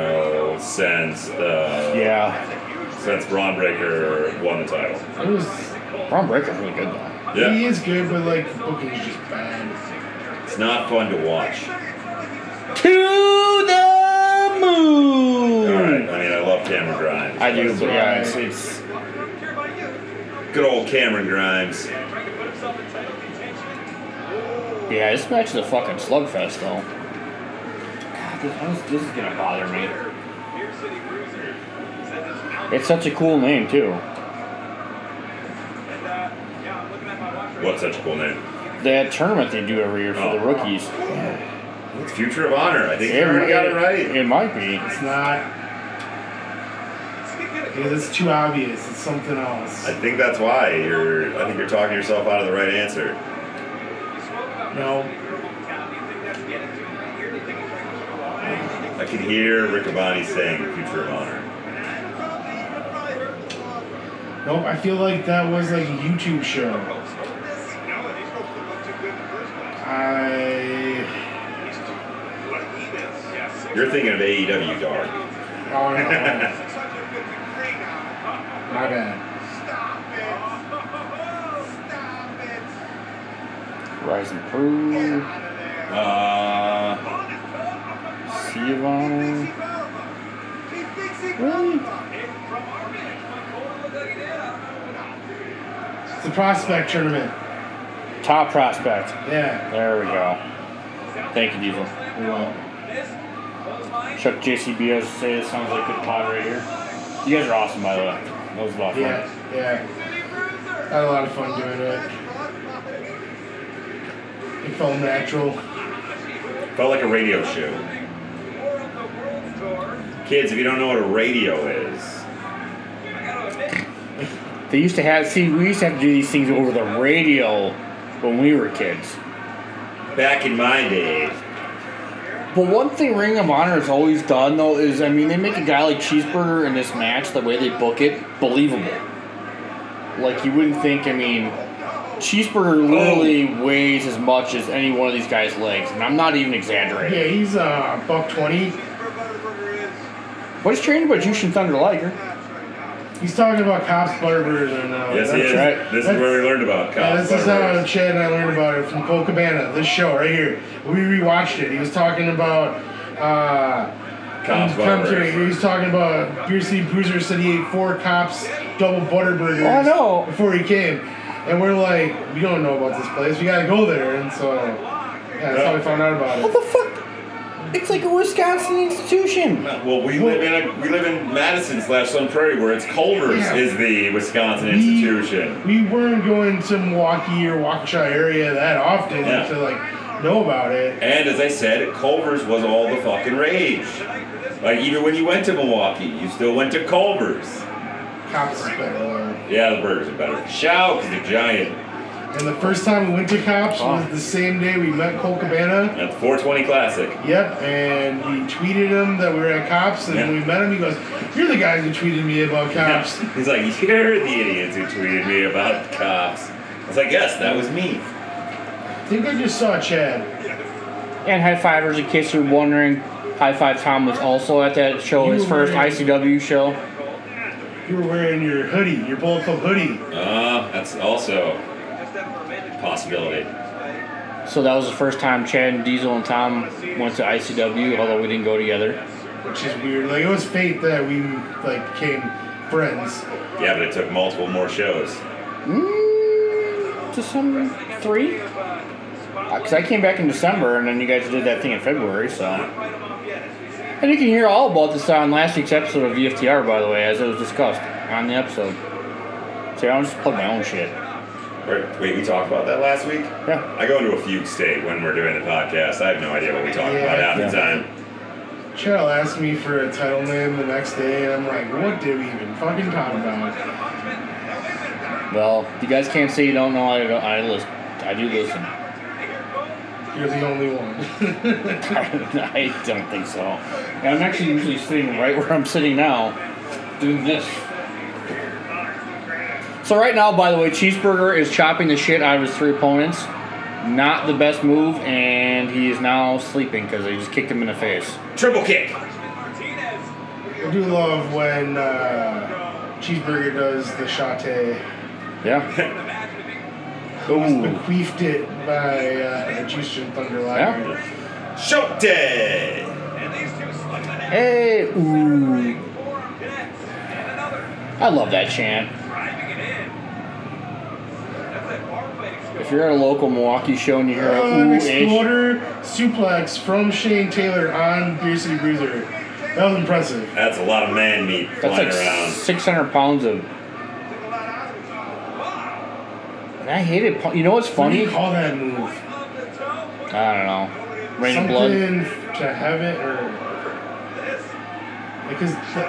Speaker 3: since the
Speaker 2: Yeah,
Speaker 3: since Braun Breaker won the title.
Speaker 4: It was,
Speaker 2: Braun Breaker's really good though.
Speaker 4: He
Speaker 3: Yeah.
Speaker 4: is good, but like the booking is just bad.
Speaker 3: It's not fun to watch.
Speaker 2: To the moon.
Speaker 3: All right. I mean, I love Cameron Grimes.
Speaker 2: I do,
Speaker 3: But
Speaker 2: but yeah, it's, it's
Speaker 3: Good old Cameron Grimes.
Speaker 2: yeah, this match is a fucking slugfest though. God, this, I'm- this is gonna bother me. It's such a cool name too.
Speaker 3: What's such a cool name?
Speaker 2: That tournament they do every year for the
Speaker 3: Oh.
Speaker 2: rookies.
Speaker 3: It's Future of Honor. I think you already got it right.
Speaker 2: It might be.
Speaker 4: It's not. Because it's too obvious. It's something else.
Speaker 3: I think that's why you're. I think you're talking yourself out of the right answer.
Speaker 4: No.
Speaker 3: I can hear Riccaboni saying "Future of Honor."
Speaker 4: Nope. I feel like that was like a YouTube show. I.
Speaker 3: You're thinking of E AEW Dark.
Speaker 4: Oh, no. My bad.
Speaker 2: Rise and Prove,
Speaker 3: Uh,
Speaker 2: Sea of Honor. Really?
Speaker 4: It's the prospect tournament.
Speaker 2: Top prospect.
Speaker 4: Yeah.
Speaker 2: There we go. Thank you, Diesel.
Speaker 4: You're welcome.
Speaker 2: Chuck JCB say this sounds like good pod right here. You guys are awesome, by the way. That was a lot of fun.
Speaker 4: Yeah, yeah. Had a lot of fun doing it. It felt natural.
Speaker 3: felt like a radio show. Kids, if you don't know what a radio is,
Speaker 2: They used to have, see, we used to have to do these things over the radio when we were kids.
Speaker 3: back in my day,
Speaker 2: But one thing Ring of Honor has always done, though, is I mean, they make a guy like Cheeseburger in this match, the way they book it, believable. Like, you wouldn't think, I mean, Cheeseburger literally weighs as much as any one of these guys' legs, and I'm not even exaggerating.
Speaker 4: Yeah, he's uh buck twenty.
Speaker 2: But he's trained by Jushin Thunder Liger.
Speaker 4: He's talking about cops uh, butterburgers right now.
Speaker 3: yes, it
Speaker 4: Oh, That's-
Speaker 3: is.
Speaker 2: right.
Speaker 3: This is where we learned about
Speaker 4: Yeah,
Speaker 3: cops.
Speaker 4: this is how Chad and I learned about it from Cole Cabana. This show right here. We rewatched it. He was talking about uh
Speaker 3: Cops
Speaker 4: commentary. He
Speaker 3: butterburgers.
Speaker 4: was talking about Beer City Bruiser said he ate four cops double butterburgers
Speaker 2: Oh, I know.
Speaker 4: before he came. And we're like, we don't know about this place. We gotta go there. And so yeah, that's how we found out about
Speaker 2: What
Speaker 4: it.
Speaker 2: the fuck? It's like a Wisconsin institution.
Speaker 3: Well, we live in a, we live in Madison slash Sun Prairie, where it's Culver's
Speaker 4: Yeah.
Speaker 3: is the Wisconsin
Speaker 4: We-
Speaker 3: institution.
Speaker 4: We, weren't going to Milwaukee or Waukesha area that often
Speaker 3: Yeah.
Speaker 4: to like know about it.
Speaker 3: And as I said, Culver's was all the fucking rage. Like even when you went to Milwaukee, you still went to Culver's.
Speaker 4: Cops is better. though.
Speaker 3: Yeah, the burgers are better. Shout, 'cause they're giant.
Speaker 4: And the first time we went to cops was the same day we met Cole Cabana.
Speaker 3: That's 420 classic.
Speaker 4: Yep, and we tweeted him that we were at cops, and when
Speaker 3: Yeah.
Speaker 4: we met him, he goes, "You're the guy who tweeted me about cops."
Speaker 3: He's like, you're the idiots who tweeted me about cops. I was like, yes, that was me.
Speaker 4: I think I just saw Chad.
Speaker 2: And high fivers, in case you're wondering, High Five Tom was also at that show,
Speaker 4: You
Speaker 2: his first
Speaker 4: were-
Speaker 2: ICW show.
Speaker 4: You were wearing your hoodie, your Bullet Club hoodie.
Speaker 3: Uh, that's also a possibility.
Speaker 2: So that was the first time Chad and Diesel and Tom went to ICW, although we didn't go together.
Speaker 4: which is weird. Like it was fate that we like became friends.
Speaker 3: Yeah, but it took multiple more shows.
Speaker 2: Mm, to some three? Because Uh, I came back in December, and then you guys did that thing in February, so. And you can hear all about this on last week's episode of VFTR, by the way, as it was discussed on the episode. So I'll just plug my own shit.
Speaker 3: Wait, wait, we talked about that last week?
Speaker 2: Yeah.
Speaker 3: I go into a fugue state when we're doing the podcast. I have no idea what we talk
Speaker 4: Yeah,
Speaker 3: about half
Speaker 2: yeah.
Speaker 3: the time.
Speaker 4: Chad asked me for a title name the next day, and I'm like, "What did we even fucking talk about?"
Speaker 2: Well, you guys can't say you don't know. I, I listen. I do listen.
Speaker 4: You're the only one.
Speaker 2: I don't think so. Yeah, I'm actually usually sitting right where I'm sitting now, doing this. So right now, by the way, Cheeseburger is chopping the shit out of his three opponents. Not the best move, and he is now sleeping because they just kicked him in the face.
Speaker 3: Triple kick.
Speaker 4: I do love when uh, Cheeseburger does the shate.
Speaker 2: Yeah.
Speaker 4: It was
Speaker 2: Ooh.
Speaker 4: bequeathed it by uh, Juice and Thunder Liger.
Speaker 3: Shote.
Speaker 2: Hey. Ooh. I love that chant. If you're at a local Milwaukee show and you hear a
Speaker 4: Uh, an
Speaker 2: ooh ish,
Speaker 4: exploder suplex from Shane Taylor on Beer City Bruiser. That was impressive.
Speaker 3: That's a lot of man meat
Speaker 2: That's
Speaker 3: flying
Speaker 2: like
Speaker 3: around.
Speaker 2: 600 pounds of. And I hate it. You know what's funny?
Speaker 4: What do you
Speaker 2: I
Speaker 4: call that move?
Speaker 2: don't know. Rain of
Speaker 4: Something
Speaker 2: blood.
Speaker 4: to heaven or because the,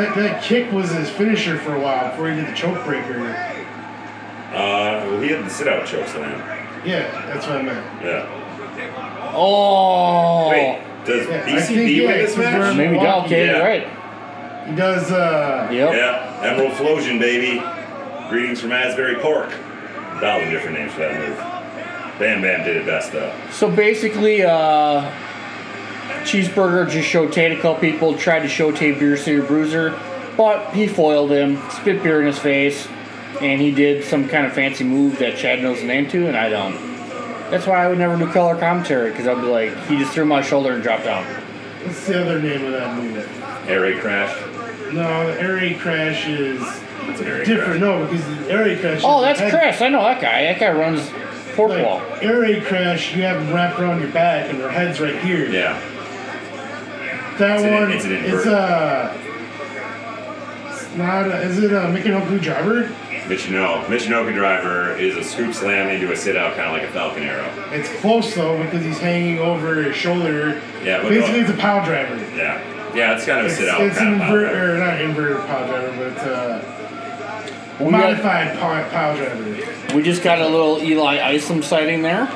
Speaker 4: That, that kick was his finisher for a while before he did the choke breaker.
Speaker 3: Uh, well, he had the sit out choke slam.
Speaker 4: Yeah, that's what I meant.
Speaker 3: Yeah.
Speaker 2: Oh.
Speaker 3: Wait, does
Speaker 4: Yeah, I
Speaker 3: BCB
Speaker 4: think,
Speaker 3: win
Speaker 4: yeah,
Speaker 3: this
Speaker 4: it's
Speaker 3: match?
Speaker 4: confirmed.
Speaker 2: Maybe not. Okay,
Speaker 3: Yeah.
Speaker 2: right.
Speaker 4: He does, uh,
Speaker 2: Yep.
Speaker 3: Yeah, Emerald Flosion, baby. Greetings from Asbury Park. A thousand different names for that move. Bam Bam did it best, though.
Speaker 2: So basically, uh, Cheeseburger just showed Tate a couple people, tried to show Tate Beer City Bruiser, but he foiled him, spit beer in his face, and he did some kind of fancy move that Chad knows the name to, and I don't. That's why I would never do color commentary, because I'd be like, he just threw my shoulder and dropped down.
Speaker 4: what's the other name of that move?
Speaker 3: Air raid crash.
Speaker 4: No, the air raid crash is
Speaker 3: That's an air raid
Speaker 4: different.
Speaker 3: crash.
Speaker 4: No, because the air raid crash.
Speaker 2: Oh,
Speaker 4: is
Speaker 2: that's
Speaker 4: head-
Speaker 2: Chris. I know that guy. That guy runs pork wall.
Speaker 4: Like, air raid crash, you have them wrapped around your back and their head's right here.
Speaker 3: Yeah.
Speaker 4: That
Speaker 3: It's an-
Speaker 4: one, it's,
Speaker 3: it's an invert.
Speaker 4: uh, it's not, a, is it a Mickey driver?
Speaker 3: Michinoku. Michinoku driver is a scoop slam into a sit out, kind of like a Falcon arrow.
Speaker 4: It's close though because he's hanging over his shoulder.
Speaker 3: Yeah, but
Speaker 4: basically
Speaker 3: no-
Speaker 4: it's a power driver.
Speaker 3: Yeah. Yeah, it's kind of a
Speaker 4: It's,
Speaker 3: sit out.
Speaker 4: it's an
Speaker 3: kind of
Speaker 4: invert,
Speaker 3: Falcon.
Speaker 4: or not inverted power driver, but it's a
Speaker 2: We got,
Speaker 4: modified power, power driver.
Speaker 2: we just got a little Eli Isom sighting there,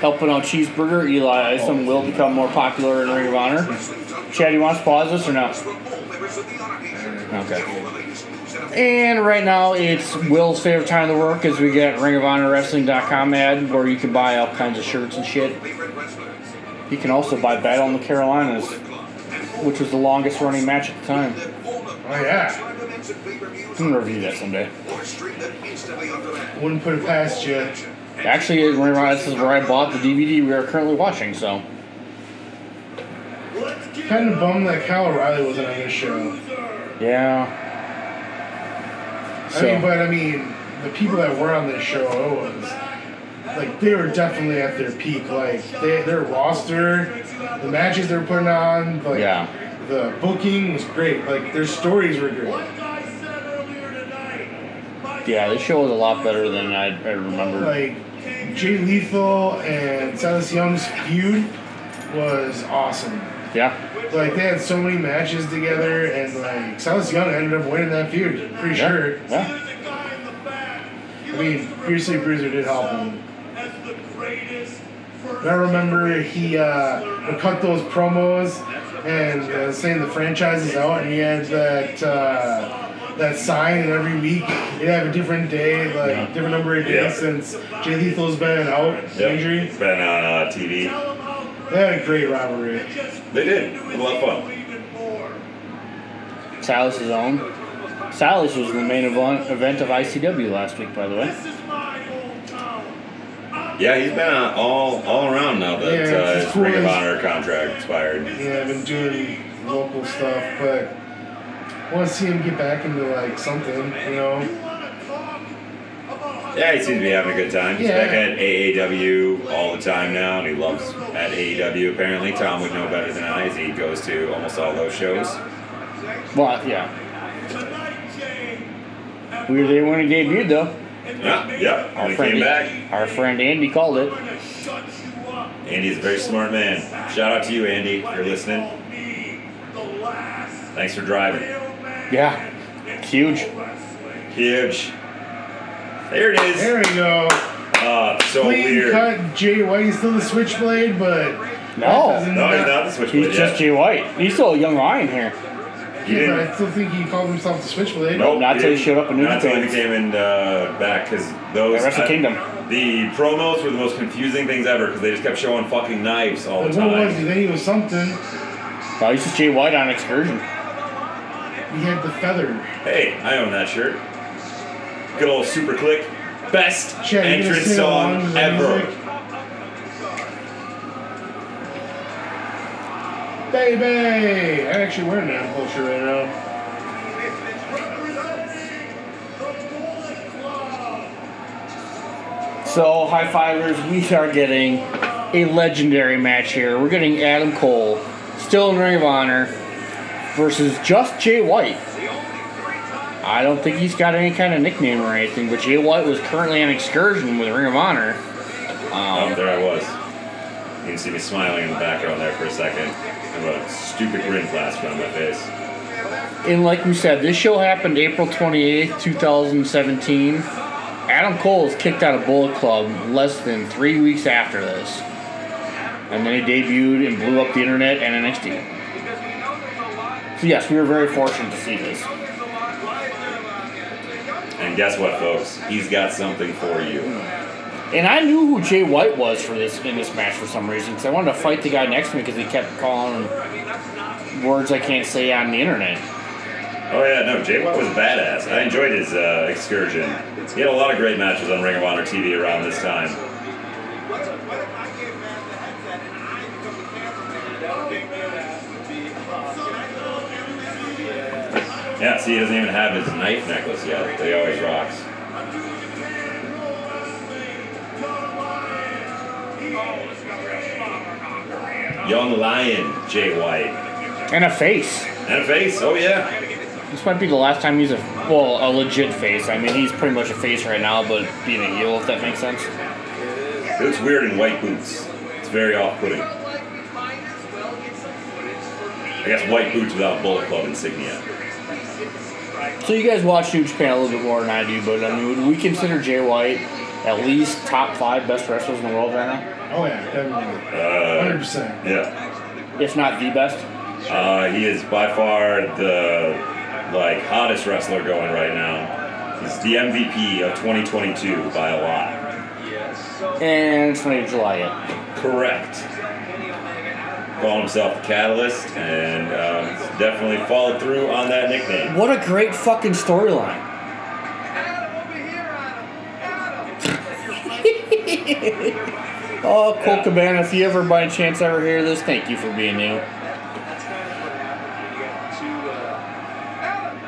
Speaker 2: helping out Cheeseburger. Eli Isom will become more popular in Ring of Honor. Chad, you want us to pause this or not? And right now, it's Will's favorite time to work is we get Ring of Honor Wrestling.com ad where you can buy all kinds of shirts and shit. You can also buy Battle in the Carolinas, which was the longest running match at the time.
Speaker 4: Oh yeah,
Speaker 2: I'm gonna review that someday.
Speaker 4: wouldn't put it past you.
Speaker 2: Actually, Ring of Honor, this is where I bought the DVD we are currently watching, so.
Speaker 4: Kind of bummed that Kyle O'Reilly wasn't on this show.
Speaker 2: Yeah.
Speaker 4: I mean,
Speaker 2: So,
Speaker 4: but I mean, the people that were on this show oh, it was like they were definitely at their peak. Like they, their roster, the matches they're putting on, like
Speaker 2: Yeah.
Speaker 4: the booking was great. Like their stories were great.
Speaker 2: yeah, this show was a lot better than uh, I, I remembered.
Speaker 4: like Jay Lethal and Silas Young's feud was awesome.
Speaker 2: Yeah.
Speaker 4: Like they had so many matches together, and like Silas Young ended up winning that feud. Pretty
Speaker 2: Yeah.
Speaker 4: sure.
Speaker 2: Yeah.
Speaker 4: I mean, Fiercely Bruiser did help him. And I remember he uh, would cut those promos and uh, saying the franchise is out, and he had that uh, that sign, and every week he'd have a different day, like different number of days
Speaker 3: Yeah.
Speaker 4: since Jay Lethal's been out with
Speaker 3: Yep.
Speaker 4: injury.
Speaker 3: It's been on uh, TV.
Speaker 4: They had a great rivalry.
Speaker 3: They did. It was a lot of fun.
Speaker 2: Silas's own. Silas was in the main event event of ICW last week, by the way.
Speaker 3: Yeah, he's been on all all around now that
Speaker 4: Yeah, it's
Speaker 3: uh, his
Speaker 4: cool.
Speaker 3: Ring of Honor contract expired.
Speaker 4: Yeah, I've been doing local stuff, but I want to see him get back into like something, you know?
Speaker 3: Yeah, he seems to be having a good time. He's
Speaker 4: Yeah.
Speaker 3: back at AAW all the time now, and he loves at AAW. Apparently, Tom would know better than I, as he goes to almost all those shows.
Speaker 2: Well, yeah. We were there when he debuted, though.
Speaker 3: Yeah, yeah. When he came back,
Speaker 2: Our friend Andy called it.
Speaker 3: Andy's a very smart man. Shout out to you, Andy, if you're listening. Thanks for driving.
Speaker 2: Yeah. It's huge.
Speaker 3: Huge. There it is.
Speaker 4: There we go.
Speaker 3: Uh, so
Speaker 4: Clean
Speaker 3: weird.
Speaker 4: cut. Jay White's still the Switchblade, but
Speaker 2: No.
Speaker 4: that doesn't-
Speaker 3: No, he's not the
Speaker 2: He's
Speaker 3: switchblade
Speaker 2: just
Speaker 3: yet.
Speaker 2: Jay White. He's still a young lion here.
Speaker 3: He
Speaker 4: Yeah, but
Speaker 3: didn't-
Speaker 4: I still think he called himself the Switchblade.
Speaker 3: Nope,
Speaker 2: Not till he
Speaker 3: didn't.
Speaker 2: showed up in New
Speaker 3: Not till he
Speaker 2: Japan.
Speaker 3: came and uh, back because those.
Speaker 2: At Wrestle
Speaker 3: I-
Speaker 2: Kingdom.
Speaker 3: The promos were the most confusing things ever because they just kept showing fucking knives all the
Speaker 4: Like, what was he?
Speaker 3: time.
Speaker 4: Then he was something.
Speaker 2: Oh, he's just Jay White on excursion.
Speaker 4: He had the feather.
Speaker 3: Hey, I own that shirt. Good old super click. Best
Speaker 4: Chad, you gonna
Speaker 3: entrance
Speaker 4: sing along
Speaker 3: song
Speaker 4: with the
Speaker 3: ever.
Speaker 4: music? Baby! I'm actually wearing that culture right now.
Speaker 2: So, high fivers, we are getting a legendary match here. We're getting Adam Cole, still in Ring of Honor, versus just Jay White. I don't think he's got any kind of nickname or anything, but Jay White was currently on excursion with Ring of Honor.
Speaker 3: Oh, there I was. You can see me smiling in the background there for a second. I have a stupid grin plastered on my face.
Speaker 2: And like we said, this show happened April 28th, 2017. Adam Cole was kicked out of Bullet Club less than three weeks after this. And then he debuted and blew up the internet and NXT. So, yes, we were very fortunate to see this.
Speaker 3: And guess what, folks? He's got something for you.
Speaker 2: And I knew who Jay White was for this in this match for some reason because I wanted to fight the guy next to me because he kept calling him words I can't say on the internet.
Speaker 3: Oh yeah, no, Jay White was a badass. I enjoyed his uh, excursion. He had a lot of great matches on Ring of Honor TV around this time. Yeah, see, he doesn't even have his knife necklace yet. They always rocks. Young Lion, Jay White.
Speaker 2: And a face.
Speaker 3: And a face, oh yeah.
Speaker 2: This might be the last time he's a well, a legit face. I mean, he's pretty much a face right now, but being a heel, if that makes sense.
Speaker 3: It looks weird in white boots. It's very off-putting. I guess white boots without Bullet Club insignia.
Speaker 2: So you guys watch New Japan a little bit more than I do, but I mean, would we consider Jay White at least top five best wrestlers in the world right now,
Speaker 4: Oh yeah, definitely.
Speaker 3: Uh,
Speaker 4: 100%.
Speaker 3: yeah,
Speaker 2: if not the best.
Speaker 3: uh, he is by far the like hottest wrestler going right now. He's the MVP of 2022 by a lot.
Speaker 2: And it's not even July yet.
Speaker 3: Correct. Calling himself the Catalyst, and um, he's definitely followed through on that nickname.
Speaker 2: What a great fucking storyline. oh, Cole Cabana, if you ever by chance ever hear this, thank you for being you.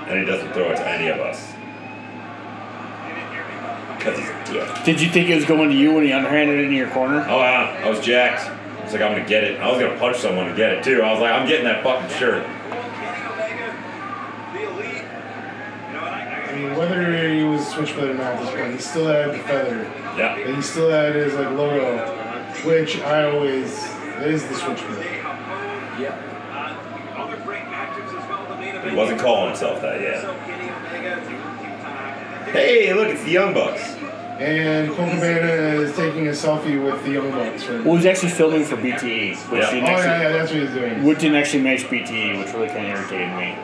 Speaker 3: And he doesn't throw it to any of us. Because he's a dick.
Speaker 2: Did you think it was going to you when he underhanded it in your corner?
Speaker 3: Oh yeah, I was jacked. I was like, I'm gonna get it. I was gonna punch someone to get it too. I was like, I'm getting that fucking shirt.
Speaker 4: I mean, whether he was Switchblade or not, at this point, he still had the feather.
Speaker 3: Yeah.
Speaker 4: And he still had his like logo, which I always that is the Switchblade.
Speaker 3: He wasn't calling himself that yet. Hey, look, it's the Young Bucks.
Speaker 4: And Cole Cabana is taking a selfie with the Young Bucks right now.
Speaker 2: Well, he was actually filming for BTE, which
Speaker 3: Yeah.
Speaker 4: Oh
Speaker 2: didn't
Speaker 4: yeah,
Speaker 2: actually,
Speaker 4: yeah, that's what he's doing.
Speaker 2: which didn't actually match BTE, which really kind of irritated me.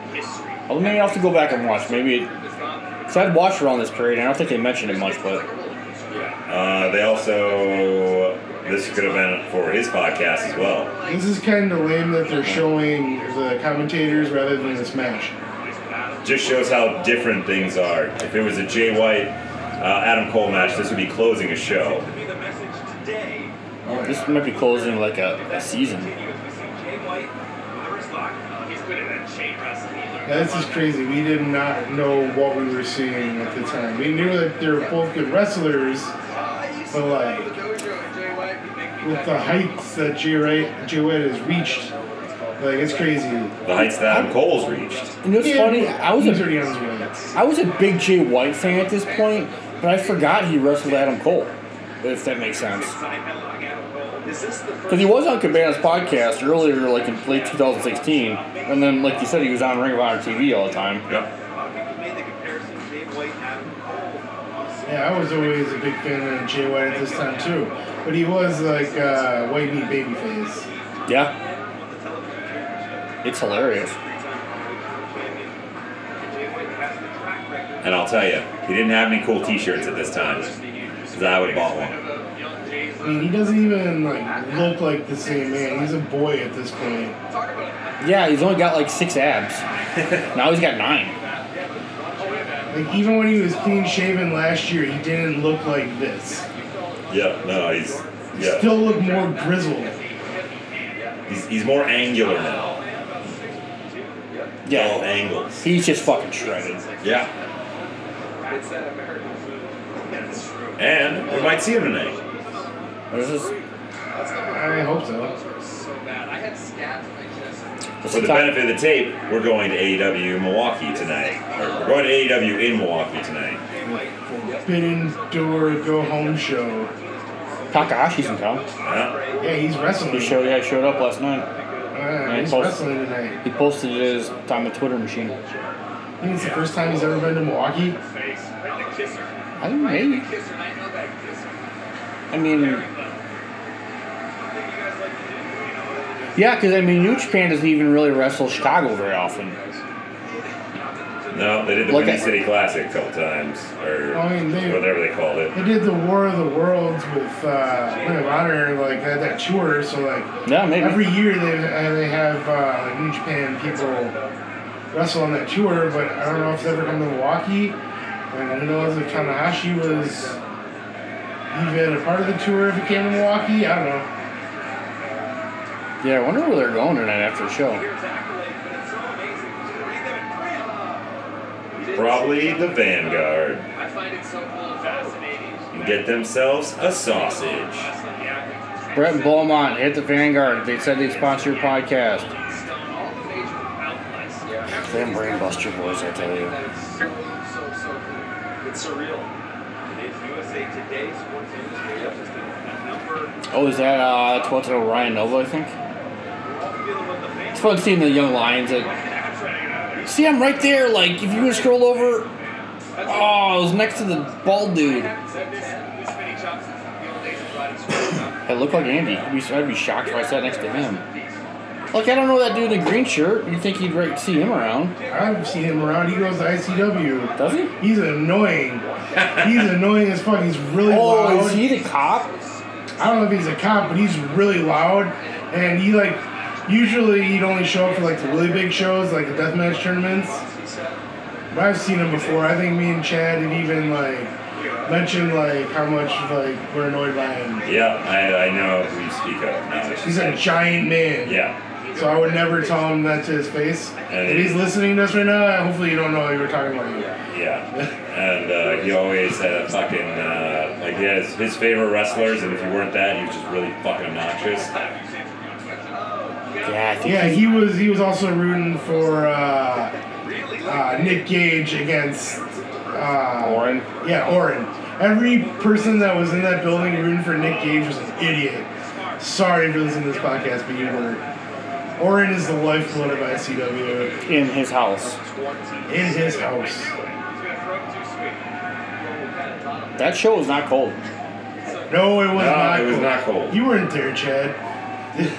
Speaker 2: Well, maybe I'll have to go back and watch. Maybe because I'd watched around this period, and I don't think they mentioned it much, but
Speaker 3: Uh, they also this could have been for his podcast as well.
Speaker 4: This is kind of lame that they're showing the commentators rather than the Smash.
Speaker 3: Just shows how different things are. If it was a Jay White, uh, Adam Cole match, this would be closing a show.
Speaker 2: this might be closing like a, a season.
Speaker 4: Yeah, this is crazy. We did not know what we were seeing at the time. We knew that they were both good wrestlers, but like with the heights that Jay Wright, Jay White has reached, like it's crazy.
Speaker 3: The heights that Adam Cole's reached.
Speaker 2: You know what's funny? I was
Speaker 4: he's
Speaker 2: a,
Speaker 4: already on his way.
Speaker 2: I was a big Jay White fan at this point, but I forgot he wrestled Adam Cole, if that makes sense. Because he was on Cabana's podcast earlier, like in late 2016, and then, like you said, he was on Ring of Honor TV all the time.
Speaker 3: Yep.
Speaker 4: Yeah, I was always a big fan of Jay White at this time too, but he was like uh, white meat babyface.
Speaker 2: Yeah. It's hilarious.
Speaker 3: And I'll tell you, he didn't have any cool T-shirts at this time, 'cause I would have bought one.
Speaker 4: I mean, he doesn't even like look like the same man. He's a boy at this point.
Speaker 2: Yeah, he's only got like six abs. now he's got nine.
Speaker 4: Like even when he was clean shaven last year, he didn't look like this.
Speaker 3: Yeah, no, he's yeah,
Speaker 4: Still looked more grizzled.
Speaker 3: he's, he's more angular now. all Oh,
Speaker 2: Yeah.
Speaker 3: angles.
Speaker 2: He's just fucking shredded.
Speaker 3: Yeah, and we might see him tonight.
Speaker 2: This is,
Speaker 4: I hope so.
Speaker 2: this
Speaker 3: For
Speaker 2: is
Speaker 3: the
Speaker 2: top-
Speaker 3: benefit of the tape, we're going to AEW Milwaukee tonight. Or we're going to AEW in Milwaukee tonight.
Speaker 4: Forbidden door go home show.
Speaker 2: Takahashi's in town.
Speaker 3: Huh?
Speaker 4: Yeah, he's wrestling.
Speaker 2: He showed, yeah, he showed up last night.
Speaker 4: Oh, man, he's
Speaker 2: Post-
Speaker 4: wrestling tonight.
Speaker 2: He posted it his time at Twitter machine.
Speaker 4: I think it's the first time he's ever been to Milwaukee.
Speaker 2: I think maybe. I mean, yeah, because I mean, New Japan doesn't even really wrestle Chicago very often.
Speaker 3: No, they did the
Speaker 2: Look
Speaker 3: Windy
Speaker 2: at-
Speaker 3: City Classic a couple times, or
Speaker 4: I mean, they-
Speaker 3: whatever they called it.
Speaker 4: They did the War of the Worlds with uh, Ring of Honor, like had that tour. So like
Speaker 2: Yeah, maybe.
Speaker 4: every year they uh, they have uh, like New Japan people wrestle on that tour, but I don't know if they ever come to Milwaukee. And who knows if Tanahashi was even a part of the tour if he came to Milwaukee? I don't know.
Speaker 2: yeah, I wonder where they're going tonight after the show.
Speaker 3: Probably the Vanguard.
Speaker 5: I find it so cool and fascinating.
Speaker 3: And get themselves a sausage.
Speaker 2: Brett Beaumont hit the Vanguard. They said they sponsor your podcast. Damn brainbuster boys, I tell you.
Speaker 5: It's surreal. Today's USA Today sports industry. That number,
Speaker 2: Oh, is that uh, that's what's over Ryan Nova? I think. It's fun seeing the young lions. Like, see, I'm right there. Like, if you would scroll over, oh, I was next to the bald dude. I look like Andy. I'd be, I'd be shocked if I sat next to him. Like, I don't know that dude in the green shirt. You think he'd right, see him around?
Speaker 4: I've seen him around. He goes to ICW.
Speaker 2: Does he?
Speaker 4: He's annoying. He's annoying as fuck. He's really loud.
Speaker 2: Oh, is he the cop?
Speaker 4: I don't know if he's a cop, but he's really loud, and he like usually he'd only show up for like the really big shows, like the deathmatch tournaments. But I've seen him before. I think me and Chad had even like mentioned like how much like we're annoyed by him.
Speaker 3: Yeah, I, I know who you speak of now. It's
Speaker 4: He's
Speaker 3: just-
Speaker 4: a giant man.
Speaker 3: Yeah,
Speaker 4: So I would never tell him that to his face. If he's listening to us right now, hopefully you don't know you were talking about you.
Speaker 3: yeah. And uh, he always had a fucking, uh, like, he has his favorite wrestlers, and if you weren't that, he was just really fucking obnoxious.
Speaker 2: Yeah, I think
Speaker 4: Yeah, he was he was also rooting for uh, uh, Nick Gage against uh,
Speaker 2: Warren.
Speaker 4: Yeah, Oren. Every person that was in that building rooting for Nick Gage was an idiot. Sorry if you're listening to this podcast, but you were. Oren is the lifeblood of ICW
Speaker 2: in his house.
Speaker 4: in his house.
Speaker 2: That show is not cold.
Speaker 4: No, it was
Speaker 3: No,
Speaker 4: not.
Speaker 3: it was
Speaker 4: cool.
Speaker 3: not cool.
Speaker 4: You weren't there, Chad.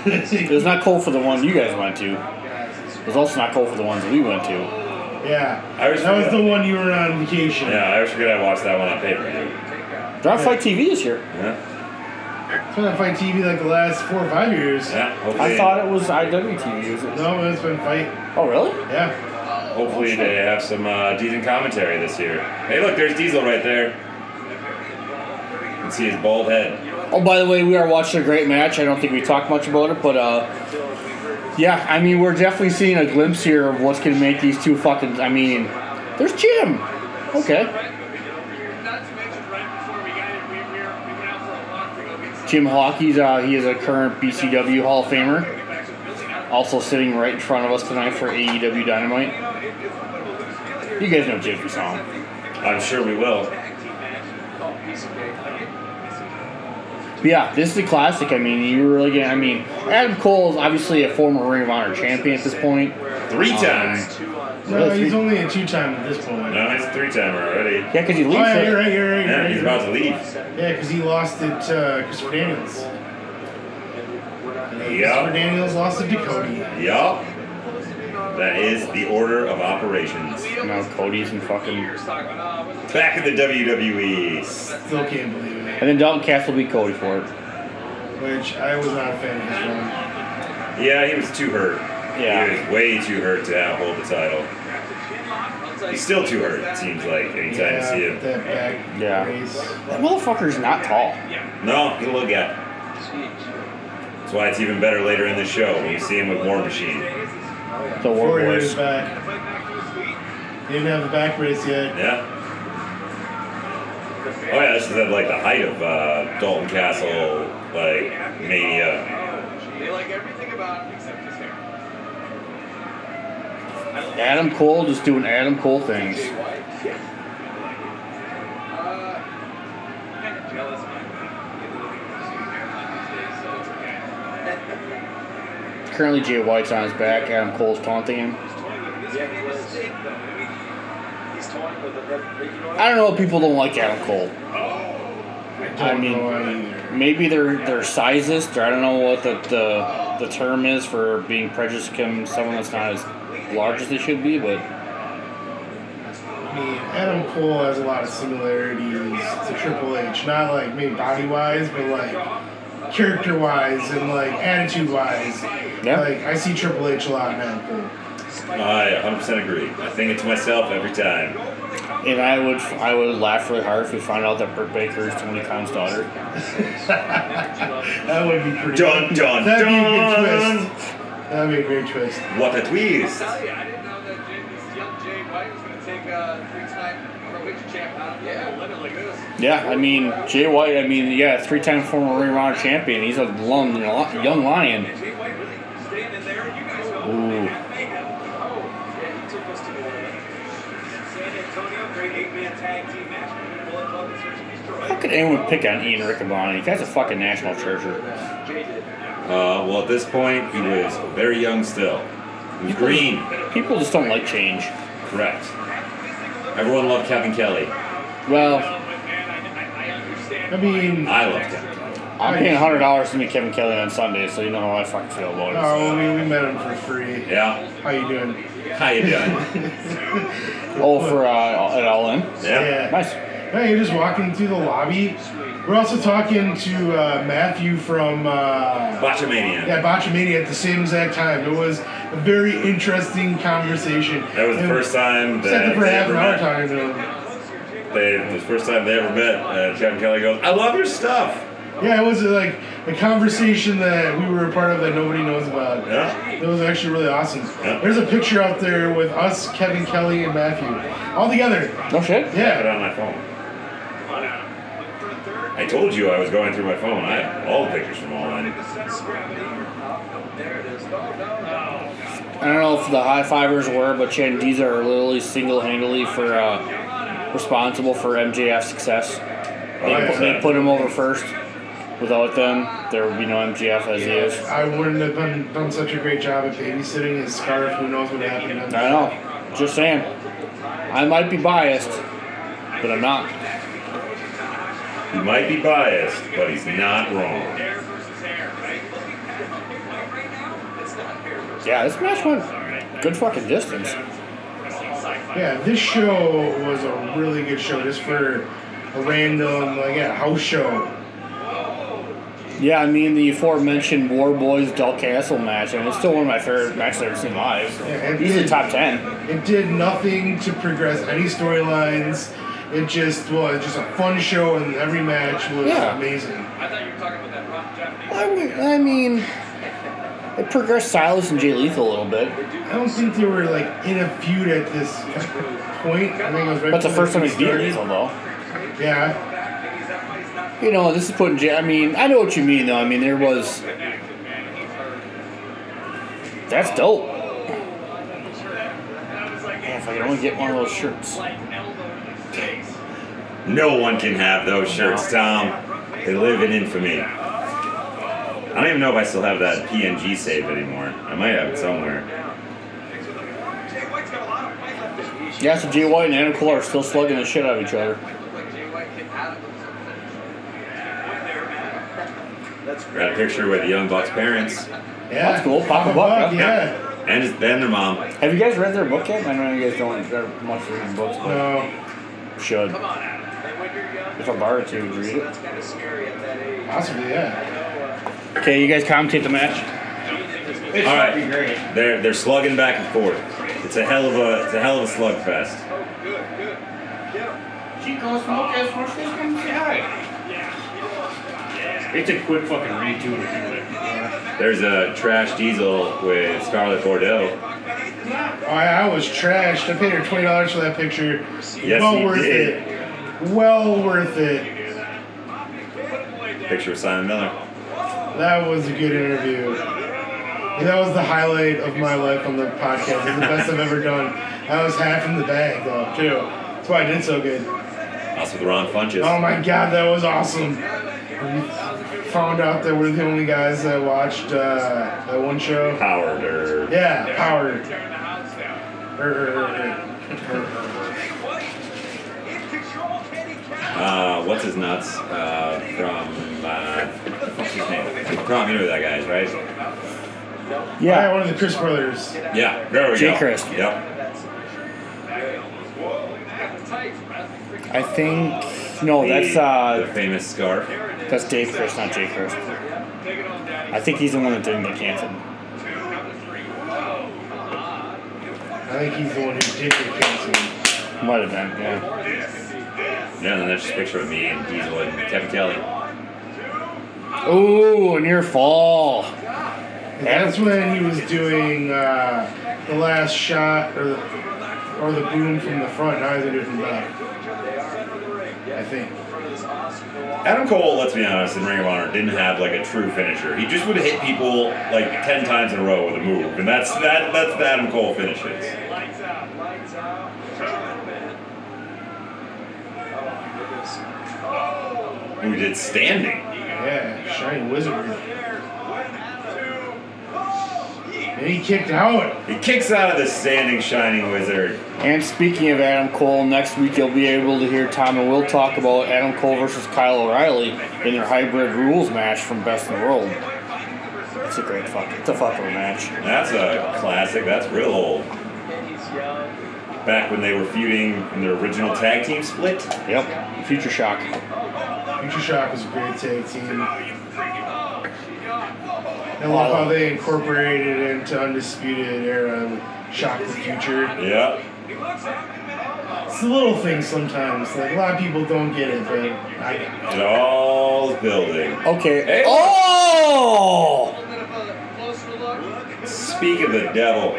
Speaker 2: It was not cold for the one you guys went to. It was also not cold for the ones we went to.
Speaker 4: yeah,
Speaker 3: I was-
Speaker 4: that was the one you were on vacation.
Speaker 3: Yeah, I always forget I watched that one on paper.
Speaker 2: They're on Fight TV this year.
Speaker 3: Yeah,
Speaker 4: It's been on Fight TV like the last four or five years.
Speaker 3: yeah. Hopefully,
Speaker 2: I thought it was IWTV. Is it?
Speaker 4: No, it's been Fight.
Speaker 2: Oh, really?
Speaker 4: Yeah.
Speaker 3: hopefully they have some uh, decent commentary this year. Hey, look, there's Diesel right there. You can see his bald head.
Speaker 2: Oh, by the way, we are watching a great match. I don't think we talked much about it, but uh, yeah, I mean, we're definitely seeing a glimpse here of what's gonna make these two fucking. I mean, there's Jim. Okay, Jim Hockey's uh, he is a current BCW Hall of Famer. Also sitting right in front of us tonight for AEW Dynamite. You guys know Jim, if you saw him.
Speaker 3: I'm sure we will.
Speaker 2: Yeah, this is a classic. I mean, you really get. I mean, Adam Cole is obviously a former Ring of Honor champion at this point.
Speaker 3: Three times.
Speaker 4: No,
Speaker 2: Really?
Speaker 4: he's only a two-time at this point.
Speaker 3: No, he's a three timer already.
Speaker 2: Yeah, because he
Speaker 4: Oh,
Speaker 2: leaves.
Speaker 4: yeah,
Speaker 2: it.
Speaker 4: you're right, you're right, you're
Speaker 3: Yeah,
Speaker 4: right.
Speaker 3: he's about to leave.
Speaker 4: Yeah, because he lost it to Christopher Daniels. Christopher
Speaker 3: Yup.
Speaker 4: Daniels lost it to Cody.
Speaker 3: Yup. That is the order of operations.
Speaker 2: Now Cody's in fucking. And
Speaker 3: Back in the E. WWE.
Speaker 4: Still can't believe it.
Speaker 2: then Dalton Castle beat Cody for it.
Speaker 4: Which I was not a fan of this one.
Speaker 3: Yeah, he was too hurt.
Speaker 2: Yeah.
Speaker 3: He was way too hurt to have- hold the title. He's still too hurt, it seems like, anytime you see him.
Speaker 4: that back
Speaker 2: Yeah.
Speaker 4: race.
Speaker 2: That motherfucker's not tall.
Speaker 3: No, he'll look at. That's why it's even better later in the show when you see him with War Machine.
Speaker 2: The
Speaker 4: Four
Speaker 2: War Boys.
Speaker 4: years back. They didn't have a back race yet.
Speaker 3: Yeah. Oh yeah, this is at like the height of uh, Dalton Castle like mania.
Speaker 5: They like everything about him except his hair.
Speaker 2: Adam Cole just doing Adam Cole things.
Speaker 5: Kind of jealous, man. Get a little bit of a hairline these days, so it's okay.
Speaker 2: Currently, Jay White's on his back. Adam Cole's taunting him.
Speaker 5: Yeah, he was. He's torn with the.
Speaker 2: I don't know if people don't like Adam Cole.
Speaker 4: Don't
Speaker 2: I mean-
Speaker 4: know why either.
Speaker 2: Maybe they're they're sizist, or I don't know what the the, the term is for being prejudiced against someone that's not as large as they should be. But
Speaker 4: I mean, Adam Cole has a lot of similarities to Triple H. Not like maybe body wise, but like character wise and like attitude wise.
Speaker 2: Yeah.
Speaker 4: Like I see Triple H a lot in Adam Cole.
Speaker 3: I 100% agree. I think it to myself every time.
Speaker 2: and I would I would laugh really hard if we found out that Britt Baker is Tony Khan's daughter.
Speaker 4: That would be pretty.
Speaker 3: Dun dun
Speaker 4: That'd be a
Speaker 3: dun!
Speaker 4: big twist. That'd be a great twist.
Speaker 3: What a twist!
Speaker 5: Tell you, I didn't know that Jay, this young Jay White was going to take uh, a three-time pro H champ out of the limit like this.
Speaker 2: Yeah, I mean Jay White. I mean, yeah, three-time former Ring of Honor champion. He's a long, young lion.
Speaker 5: Jay White really standing there. You guys go.
Speaker 2: Ooh.
Speaker 5: Oh, yeah, he took us to the limit. San Antonio, great eight-man tag team match. Bullet Club and Search and Destroy.
Speaker 2: How could anyone pick on Ian Riccaboni? Guy's a fucking national treasure.
Speaker 5: Jay did.
Speaker 3: Uh, well, at this point, he was very young still. He was green.
Speaker 2: People just don't like change.
Speaker 3: Correct. Everyone loved Kevin Kelly.
Speaker 2: Well,
Speaker 4: I mean,
Speaker 3: I loved Kevin Kelly.
Speaker 2: I'm paying hundred dollars to meet Kevin Kelly on Sunday, so you know how I fucking feel about
Speaker 4: oh, we, we met him for free.
Speaker 3: Yeah.
Speaker 4: How you doing?
Speaker 3: How you doing?
Speaker 2: it. Oh, for uh, at all in.
Speaker 3: Yeah.
Speaker 2: Nice.
Speaker 4: Hey, you're just walking through the lobby. We're also talking to uh, Matthew from uh,
Speaker 3: Botchamania.
Speaker 4: yeah, Botchamania at the same exact time. It was a very interesting conversation.
Speaker 3: That was the
Speaker 4: And-
Speaker 3: first time
Speaker 4: Except
Speaker 3: that
Speaker 4: for
Speaker 3: they
Speaker 4: half
Speaker 3: ever
Speaker 4: an hour
Speaker 3: met.
Speaker 4: talking to him.
Speaker 3: They, the first time they ever met, uh, Kevin Kelly goes, I love your stuff.
Speaker 4: Yeah, it was uh, like a conversation that we were a part of that nobody knows about.
Speaker 3: Yeah.
Speaker 4: It was actually really awesome.
Speaker 3: Yeah.
Speaker 4: There's a picture out there with us, Kevin Kelly, and Matthew all together.
Speaker 2: No shit.
Speaker 3: I have it
Speaker 4: Yeah.
Speaker 3: on my phone. I told you I was going through my phone. I have all the pictures from all in.
Speaker 2: I don't know if the high fivers were, but Chandiza are literally single-handedly for uh, responsible for MJF's success. They,
Speaker 3: yeah.
Speaker 2: put, they put him over first. Without them, there would be no MJF as he is.
Speaker 4: I wouldn't have done, done such a great job at babysitting his scarf. Who knows what happened to him.
Speaker 2: I know. Just saying. I might be biased, but I'm not.
Speaker 3: He might be biased, but he's not wrong.
Speaker 2: Yeah, this match went good fucking distance.
Speaker 4: Yeah, this show was a really good show just for a random, like, yeah, house show.
Speaker 2: Yeah, I mean the aforementioned War Boys Del Castle match, and it's still one of my favorite matches I've ever seen live. Easily top ten.
Speaker 4: It did nothing to progress any storylines. It just was just a fun show, and every match was
Speaker 2: Yeah.
Speaker 4: amazing.
Speaker 2: I, would- I mean, it progressed Silas and Jay Lethal a little bit.
Speaker 4: I don't think they were like in a feud at this point. I think it was right.
Speaker 2: That's the
Speaker 4: before
Speaker 2: first time he's beaten
Speaker 4: started.
Speaker 2: Lethal, though.
Speaker 4: Yeah,
Speaker 2: You know, this is putting Jay. I mean, I know what you mean, though. I mean, there was. That's dope. Man, if I could only get one of those shirts.
Speaker 3: No one can have those shirts, Tom. They live in infamy. I don't even know if I still have that PNG save anymore. I might have it somewhere.
Speaker 2: Yeah, so Jay White and Adam Cole are still slugging the shit out of each other.
Speaker 3: Got a picture with the Young Bucks parents
Speaker 4: yeah.
Speaker 2: That's cool. Papa Buck, huh?
Speaker 4: Yeah.
Speaker 3: and his, and their mom.
Speaker 2: Have you guys read their book yet? I know you guys don't read much of their books, but
Speaker 4: No,
Speaker 2: should. If I borrowed to, read it.
Speaker 4: possibly yeah.
Speaker 2: Okay, you guys commentate the match.
Speaker 3: All right, they're they're slugging back and forth. It's a hell of a it's a hell of a slugfest.
Speaker 6: It's a quick fucking read too. It's
Speaker 3: There's a trash diesel with Scarlet Bordeaux.
Speaker 4: Oh, I, I was trashed. I paid her twenty dollars for that picture.
Speaker 3: Yes,
Speaker 4: well
Speaker 3: you
Speaker 4: worth
Speaker 3: did.
Speaker 4: it. Well worth it.
Speaker 3: Picture of Simon Miller.
Speaker 4: That was a good interview. That was the highlight of my life on the podcast. It's the best I've ever done. I was half in the bag though too. That's why I did so good.
Speaker 3: Also with Ron Funches.
Speaker 4: Oh my god, that was awesome. found out that we're the only guys that watched uh, that one show.
Speaker 3: Howard or
Speaker 4: Yeah, Power.
Speaker 5: Turn the house down.
Speaker 4: Er, er, er, er.
Speaker 5: Hey, what? In control, Kenny Cavill.
Speaker 3: uh, what's his nuts uh, from uh, what's his name? From you know who that guy is, right?
Speaker 4: Yeah,
Speaker 2: Yeah.
Speaker 4: one of the Chris brothers.
Speaker 3: Yeah, there we
Speaker 2: Jay
Speaker 3: go.
Speaker 2: Crisp.
Speaker 3: Yep.
Speaker 2: I think. No, that's
Speaker 3: The-
Speaker 2: uh,
Speaker 3: the famous scarf.
Speaker 2: that's Dave Chris, not Jay Chris. I think he's the one that didn't get canceled.
Speaker 4: I think he's the one who did get canceled.
Speaker 2: Might have been. Yeah.
Speaker 3: Yeah, and then there's just a picture of me and Diesel and Kevin Kelly.
Speaker 2: Ooh, near fall.
Speaker 4: And that's when he was doing uh, the last shot or the, or the boom from the front. Now he's doing it from the back. I think.
Speaker 3: Adam Cole, let's be honest, in Ring of Honor didn't have like a true finisher. He just would hit people like ten times in a row with a move, and that's that. That's the Adam Cole finishes.
Speaker 5: Lights out, lights out.
Speaker 3: We did standing.
Speaker 4: Yeah, shiny wizard. And he kicked out.
Speaker 3: He kicks out of the standing shining wizard.
Speaker 2: And speaking of Adam Cole, next week you'll be able to hear Tom and Will talk about Adam Cole versus Kyle O'Reilly in their hybrid rules match from Best in the World. It's a great fuck. It's a fucking match.
Speaker 3: That's a classic. That's real old. Back when they were feuding in their original tag team split.
Speaker 2: Yep. Future Shock.
Speaker 4: Future Shock was a great tag team. I love how they incorporated it into Undisputed Era with Shock the Future.
Speaker 3: Yeah.
Speaker 4: It's the little things sometimes. Like a lot of people don't get it, but I got it.
Speaker 3: It all's building.
Speaker 2: Okay.
Speaker 3: Hey.
Speaker 2: Oh!
Speaker 3: Speak of the devil.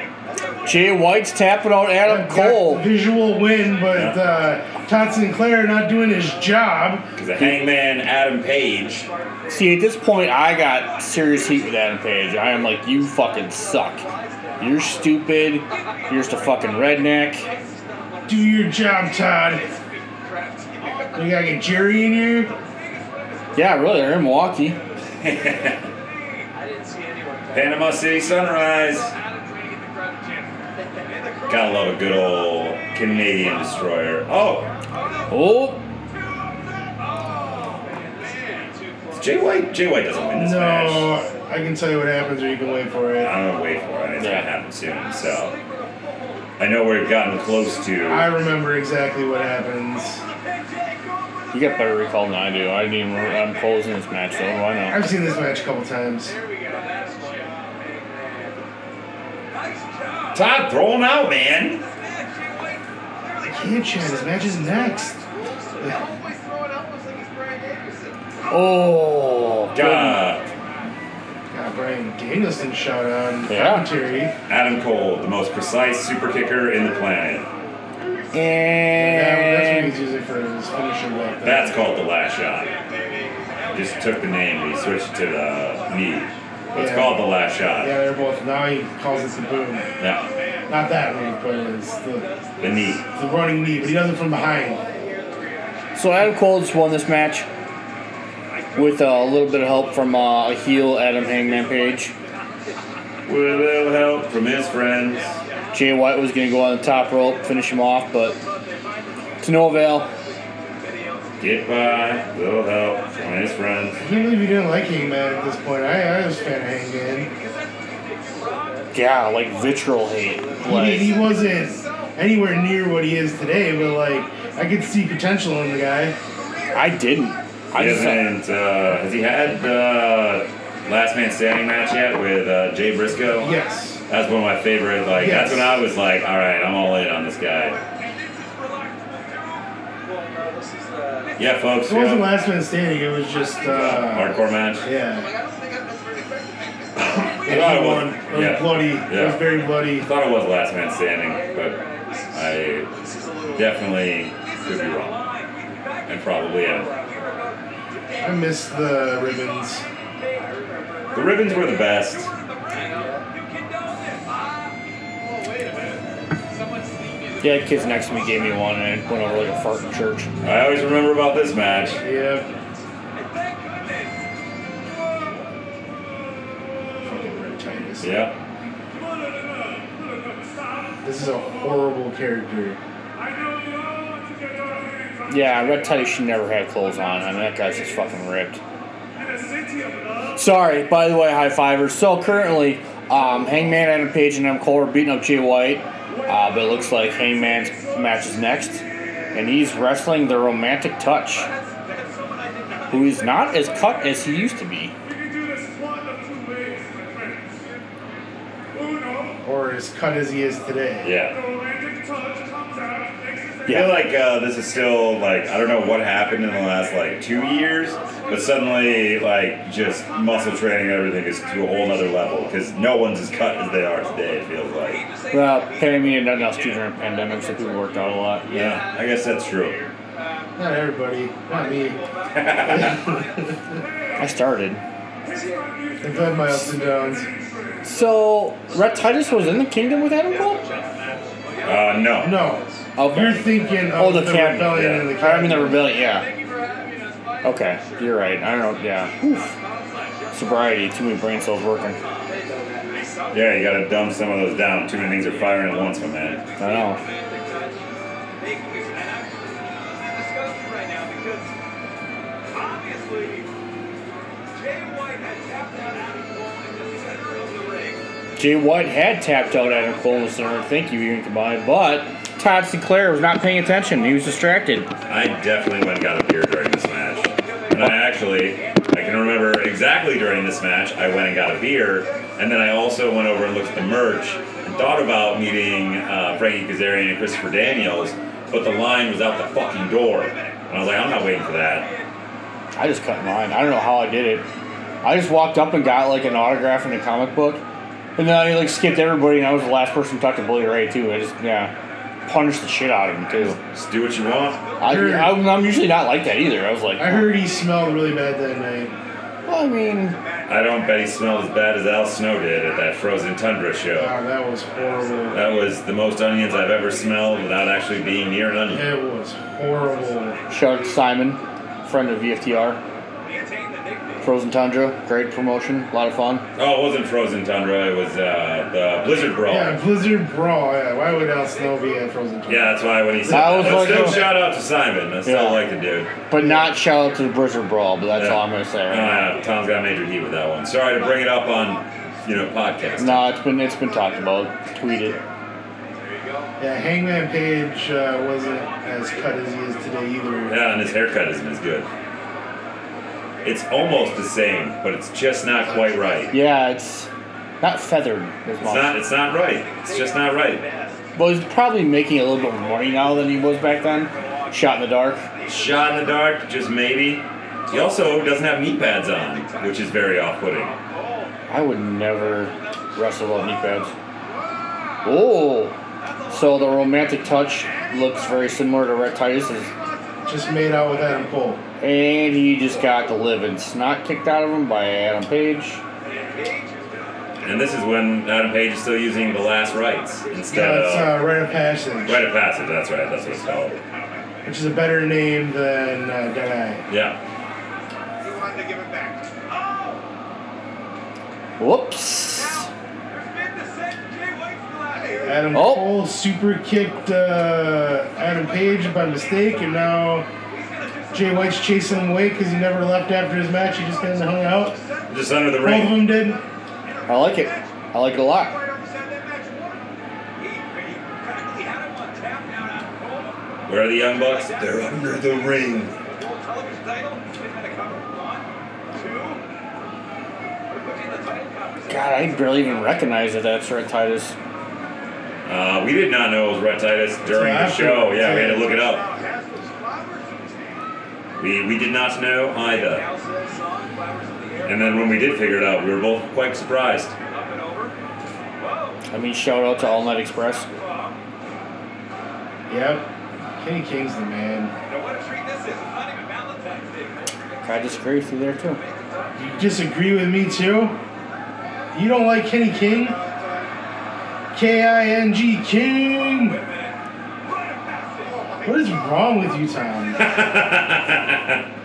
Speaker 2: Jay White's tapping out Adam
Speaker 4: Got
Speaker 2: Cole.
Speaker 4: Visual win, but uh, Todd Sinclair not doing his job.
Speaker 3: Because the hangman Adam Page.
Speaker 2: See, at this point, I got serious heat with Adam Page. I am like, you fucking suck. You're stupid. You're just a fucking redneck.
Speaker 4: Do your job, Todd. You gotta get Jerry in here.
Speaker 2: Yeah, really, they're in Milwaukee.
Speaker 3: Panama City Sunrise. Gotta love a good old Canadian destroyer. Oh,
Speaker 2: Oh,
Speaker 3: Jay White. Jay White doesn't win this match.
Speaker 4: No, I can tell you what happens, or you can wait for it.
Speaker 3: I'm gonna wait for it. It's
Speaker 2: Yeah.
Speaker 3: gonna happen soon. So I know we've gotten close to.
Speaker 4: I remember exactly what happens.
Speaker 2: you got better recall than I do. I didn't even remember Adam Cole's in this match, so why not?
Speaker 4: I've seen this match a couple times.
Speaker 3: Todd thrown out, man.
Speaker 4: I can't Chad. This match is next.
Speaker 2: Oh, good.
Speaker 3: God.
Speaker 4: Got Brian Danielson shot on
Speaker 2: Yeah.
Speaker 4: commentary.
Speaker 3: Adam Cole, the most precise super kicker in the planet.
Speaker 4: Yeah, that's what
Speaker 2: And
Speaker 4: he's using for his finisher back there.
Speaker 3: That's called the last shot. Just took the name and he switched it to the knee. But it's
Speaker 4: Yeah.
Speaker 3: called the last shot.
Speaker 4: Yeah, they're both. Now he calls it the boom.
Speaker 3: Yeah.
Speaker 4: Not that move, but it's the,
Speaker 3: The knee.
Speaker 4: the running knee, but he does it from behind.
Speaker 2: so Adam Cole just won this match with uh, a little bit of help from uh, a heel Adam Hangman Page.
Speaker 3: With a little help from his friends.
Speaker 2: Jay White was going to go on the top rope, finish him off, but to no avail.
Speaker 3: Get by, little help from his friends.
Speaker 4: I can't believe you didn't like Hangman at this point. I, I was a fan of Hangman.
Speaker 2: Yeah, like vitriol hate.
Speaker 4: He, he
Speaker 2: Like,
Speaker 4: wasn't anywhere near what he is today, but like I could see potential in the guy.
Speaker 2: I didn't. I
Speaker 3: He
Speaker 2: just
Speaker 3: hasn't, uh, has he had the last man standing match yet with uh, Jay Briscoe?
Speaker 4: Yes.
Speaker 3: That's one of my favorite. Like that's
Speaker 4: Yes.
Speaker 3: when I was like, all right, I'm all in on this guy. Yeah, folks.
Speaker 4: It wasn't
Speaker 3: yeah.
Speaker 4: last man standing, it was just uh,
Speaker 3: Hardcore match.
Speaker 4: yeah.
Speaker 3: I thought it was.
Speaker 4: It was
Speaker 3: yeah.
Speaker 4: bloody. It was
Speaker 3: Yeah.
Speaker 4: very bloody.
Speaker 3: I thought it was last man standing, but I definitely could be wrong, and probably am.
Speaker 4: I miss the ribbons.
Speaker 3: The ribbons were the best.
Speaker 2: said, yeah, kids next to me gave me one and it went over like a fart in church.
Speaker 3: I always remember about this match.
Speaker 4: Yep.
Speaker 3: Yeah.
Speaker 4: This is a horrible character.
Speaker 2: Yeah, Red Teddy should never have clothes on. I mean, that guy's just fucking ripped. Sorry, by the way, high fivers. So currently, um, Hangman Adam Page and M. Cole are beating up Jay White, uh, but it looks like Hangman's match is next, and he's wrestling the Romantic Touch, who is not as cut as he used to be.
Speaker 4: Or as cut as he is today.
Speaker 3: Yeah. I feel
Speaker 2: Yeah,
Speaker 3: like uh, this is still like I don't know what happened in the last like two years, but suddenly like just muscle training and everything is to a whole nother level because no one's as cut as they are today. It feels like.
Speaker 2: well, pandemic and nothing else too during the pandemic, so people worked out a lot.
Speaker 3: Yeah, I guess that's true.
Speaker 4: Not everybody. Not me.
Speaker 3: Uh,
Speaker 2: I started.
Speaker 4: I've had my ups and downs.
Speaker 2: So, Red Titus was in the kingdom with Adam Cole?
Speaker 3: Uh, no.
Speaker 4: No.
Speaker 2: Okay.
Speaker 4: You're thinking of
Speaker 2: Oh, the
Speaker 4: the
Speaker 2: cabinet,
Speaker 4: rebellion
Speaker 3: yeah.
Speaker 4: and the
Speaker 2: I mean, the
Speaker 4: cabinet.
Speaker 2: rebellion, yeah. Okay, you're right. I don't know, yeah. Oof. Sobriety, too many brain cells working.
Speaker 3: Yeah, you gotta dumb some of those down. Too many things are firing at once, my man.
Speaker 2: I know. Jay White had tapped out Adam Cole in the center. Thank you, Ian Kabai. But Todd Sinclair was not paying attention. He was distracted.
Speaker 3: I definitely went and got a beer during this match, and I actually I can remember exactly during this match I went and got a beer, and then I also went over and looked at the merch and thought about meeting uh, Frankie Kazarian and Christopher Daniels, but the line was out the fucking door, and I was like, I'm not waiting for that.
Speaker 2: I just cut mine. I don't know how I did it. I just walked up and got like an autograph in a comic book, and then I like skipped everybody, and I was the last person to talk to Bully Ray too. I just yeah, punished the shit out of him too.
Speaker 3: Just do what you want.
Speaker 2: I, I, I'm usually not like that either. I was like,
Speaker 4: I heard he smelled really bad that night.
Speaker 2: well, I mean,
Speaker 3: I don't bet he smelled as bad as Al Snow did at that Frozen Tundra show.
Speaker 4: Wow, that was horrible.
Speaker 3: That was the most onions I've ever smelled without actually being near an onion.
Speaker 4: It was horrible.
Speaker 2: shout out to Simon, friend of VFTR, Frozen Tundra, great promotion, a lot of fun.
Speaker 3: Oh, it wasn't Frozen Tundra. It was uh, the Blizzard Brawl.
Speaker 4: Yeah,
Speaker 3: Yeah.
Speaker 4: Blizzard Brawl. Yeah, why would Al Snow be at Frozen Tundra?
Speaker 3: that's why when he said
Speaker 2: That
Speaker 3: that,
Speaker 2: was
Speaker 3: but
Speaker 2: like
Speaker 3: still
Speaker 2: a-
Speaker 3: shout out to Simon. I still
Speaker 2: Yeah.
Speaker 3: like the dude.
Speaker 2: But not shout out to the Blizzard Brawl, but that's
Speaker 3: Yeah.
Speaker 2: all I'm gonna say. Right now.
Speaker 3: Uh, Tom's got major heat with that one. Sorry to bring it up on, you know, podcast.
Speaker 2: No, it's been it's been talked about, tweeted.
Speaker 4: Yeah, Hangman Page uh, wasn't as cut as he is today either.
Speaker 3: Yeah, and his haircut isn't as good. It's almost the same, but it's just not quite right.
Speaker 2: Yeah, it's not feathered as
Speaker 3: It's
Speaker 2: much.
Speaker 3: not. It's not right. It's just not right.
Speaker 2: Well, he's probably making a little bit more money now than he was back then. Shot in the dark.
Speaker 3: Shot in the dark, just maybe. He also doesn't have knee pads on, which is very off-putting.
Speaker 2: I would never wrestle on knee pads. Oh, so the romantic touch looks very similar to Red Titus's,
Speaker 4: Just made out with Adam Cole.
Speaker 2: and he just got the living snot kicked out of him by Adam Page.
Speaker 3: And this is when Adam Page is still using the last rites instead
Speaker 4: Yeah, it's
Speaker 3: of
Speaker 4: uh, Rite of Passage,
Speaker 3: Rite of Passage, that's right, that's what it's called.
Speaker 4: which is a better name than uh, Dead Eye.
Speaker 3: Yeah.
Speaker 2: Whoops.
Speaker 4: Adam
Speaker 2: Oh.
Speaker 4: Cole super kicked uh, Adam Page by mistake, and now Jay White's chasing him away because he never left after his match. He just kind of hung out.
Speaker 3: Just under the
Speaker 4: Both of them
Speaker 3: ring.
Speaker 4: did.
Speaker 2: I like it. I like it a lot.
Speaker 3: Where are the Young Bucks? They're under the ring.
Speaker 2: God, I barely even recognize that that's Red Titus.
Speaker 3: Uh, we did not know it was Red Titus during the show. Yeah, we had to look it up. We, we did not know either. And then when we did figure it out, we were both quite surprised.
Speaker 2: I mean, shout out to All Night Express.
Speaker 4: Yep. Kenny King's the man.
Speaker 2: I disagree with you there too.
Speaker 4: You disagree with me too? You don't like Kenny King? K I N G King. What is wrong with you, Tom? like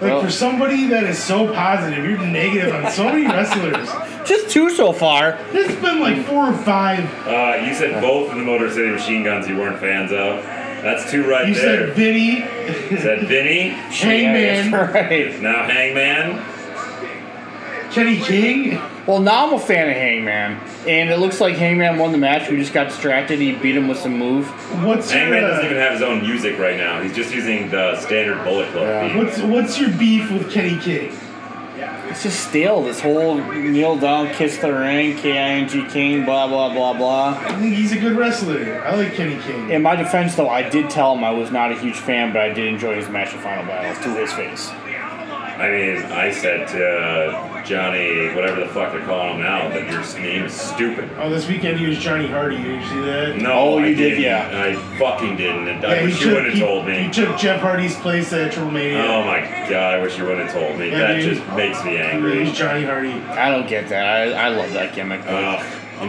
Speaker 2: Well-
Speaker 4: for somebody that is so positive, you're negative on so many wrestlers.
Speaker 2: Just two so far.
Speaker 4: It's been like four or five.
Speaker 3: Uh, you said both of the Motor City Machine Guns you weren't fans of. That's two right
Speaker 4: You
Speaker 3: there.
Speaker 4: said Vinny,
Speaker 3: said Vinny.
Speaker 4: Hangman,
Speaker 2: Right.
Speaker 3: Now Hangman.
Speaker 4: Kenny King.
Speaker 2: Well, now I'm a fan of Hangman, and it looks like Hangman won the match. We just got distracted. He beat him with some move.
Speaker 4: What's
Speaker 3: Hangman
Speaker 4: your, uh,
Speaker 3: doesn't even have his own music right now. He's just using the standard Bullet Club
Speaker 2: Yeah.
Speaker 3: theme.
Speaker 4: what's what's your beef with Kenny King?
Speaker 2: It's just stale. This whole kneel down, kiss the ring, K I N G King, blah blah blah blah.
Speaker 4: I think he's a good wrestler. I like Kenny King.
Speaker 2: In my defense, though, I did tell him I was not a huge fan, but I did enjoy his match in Final Battle to his face.
Speaker 3: I mean, I said to uh, Johnny, whatever the fuck they're calling him now, that your name is stupid.
Speaker 4: Oh, this weekend he was Johnny Hardy. Did you see that?
Speaker 3: No,
Speaker 2: Oh,
Speaker 3: I
Speaker 2: you did,
Speaker 3: didn't.
Speaker 2: yeah.
Speaker 3: I fucking didn't. And I
Speaker 4: Yeah,
Speaker 3: wish you would have
Speaker 4: he,
Speaker 3: told me.
Speaker 4: He took Jeff Hardy's place at Triple Mania.
Speaker 3: Oh my god, I wish you would have told me.
Speaker 4: Yeah,
Speaker 3: that
Speaker 4: dude.
Speaker 3: just makes me
Speaker 4: It
Speaker 3: angry.
Speaker 4: was Johnny Hardy.
Speaker 2: I don't get that. I, I love that gimmick. but-
Speaker 3: Ugh,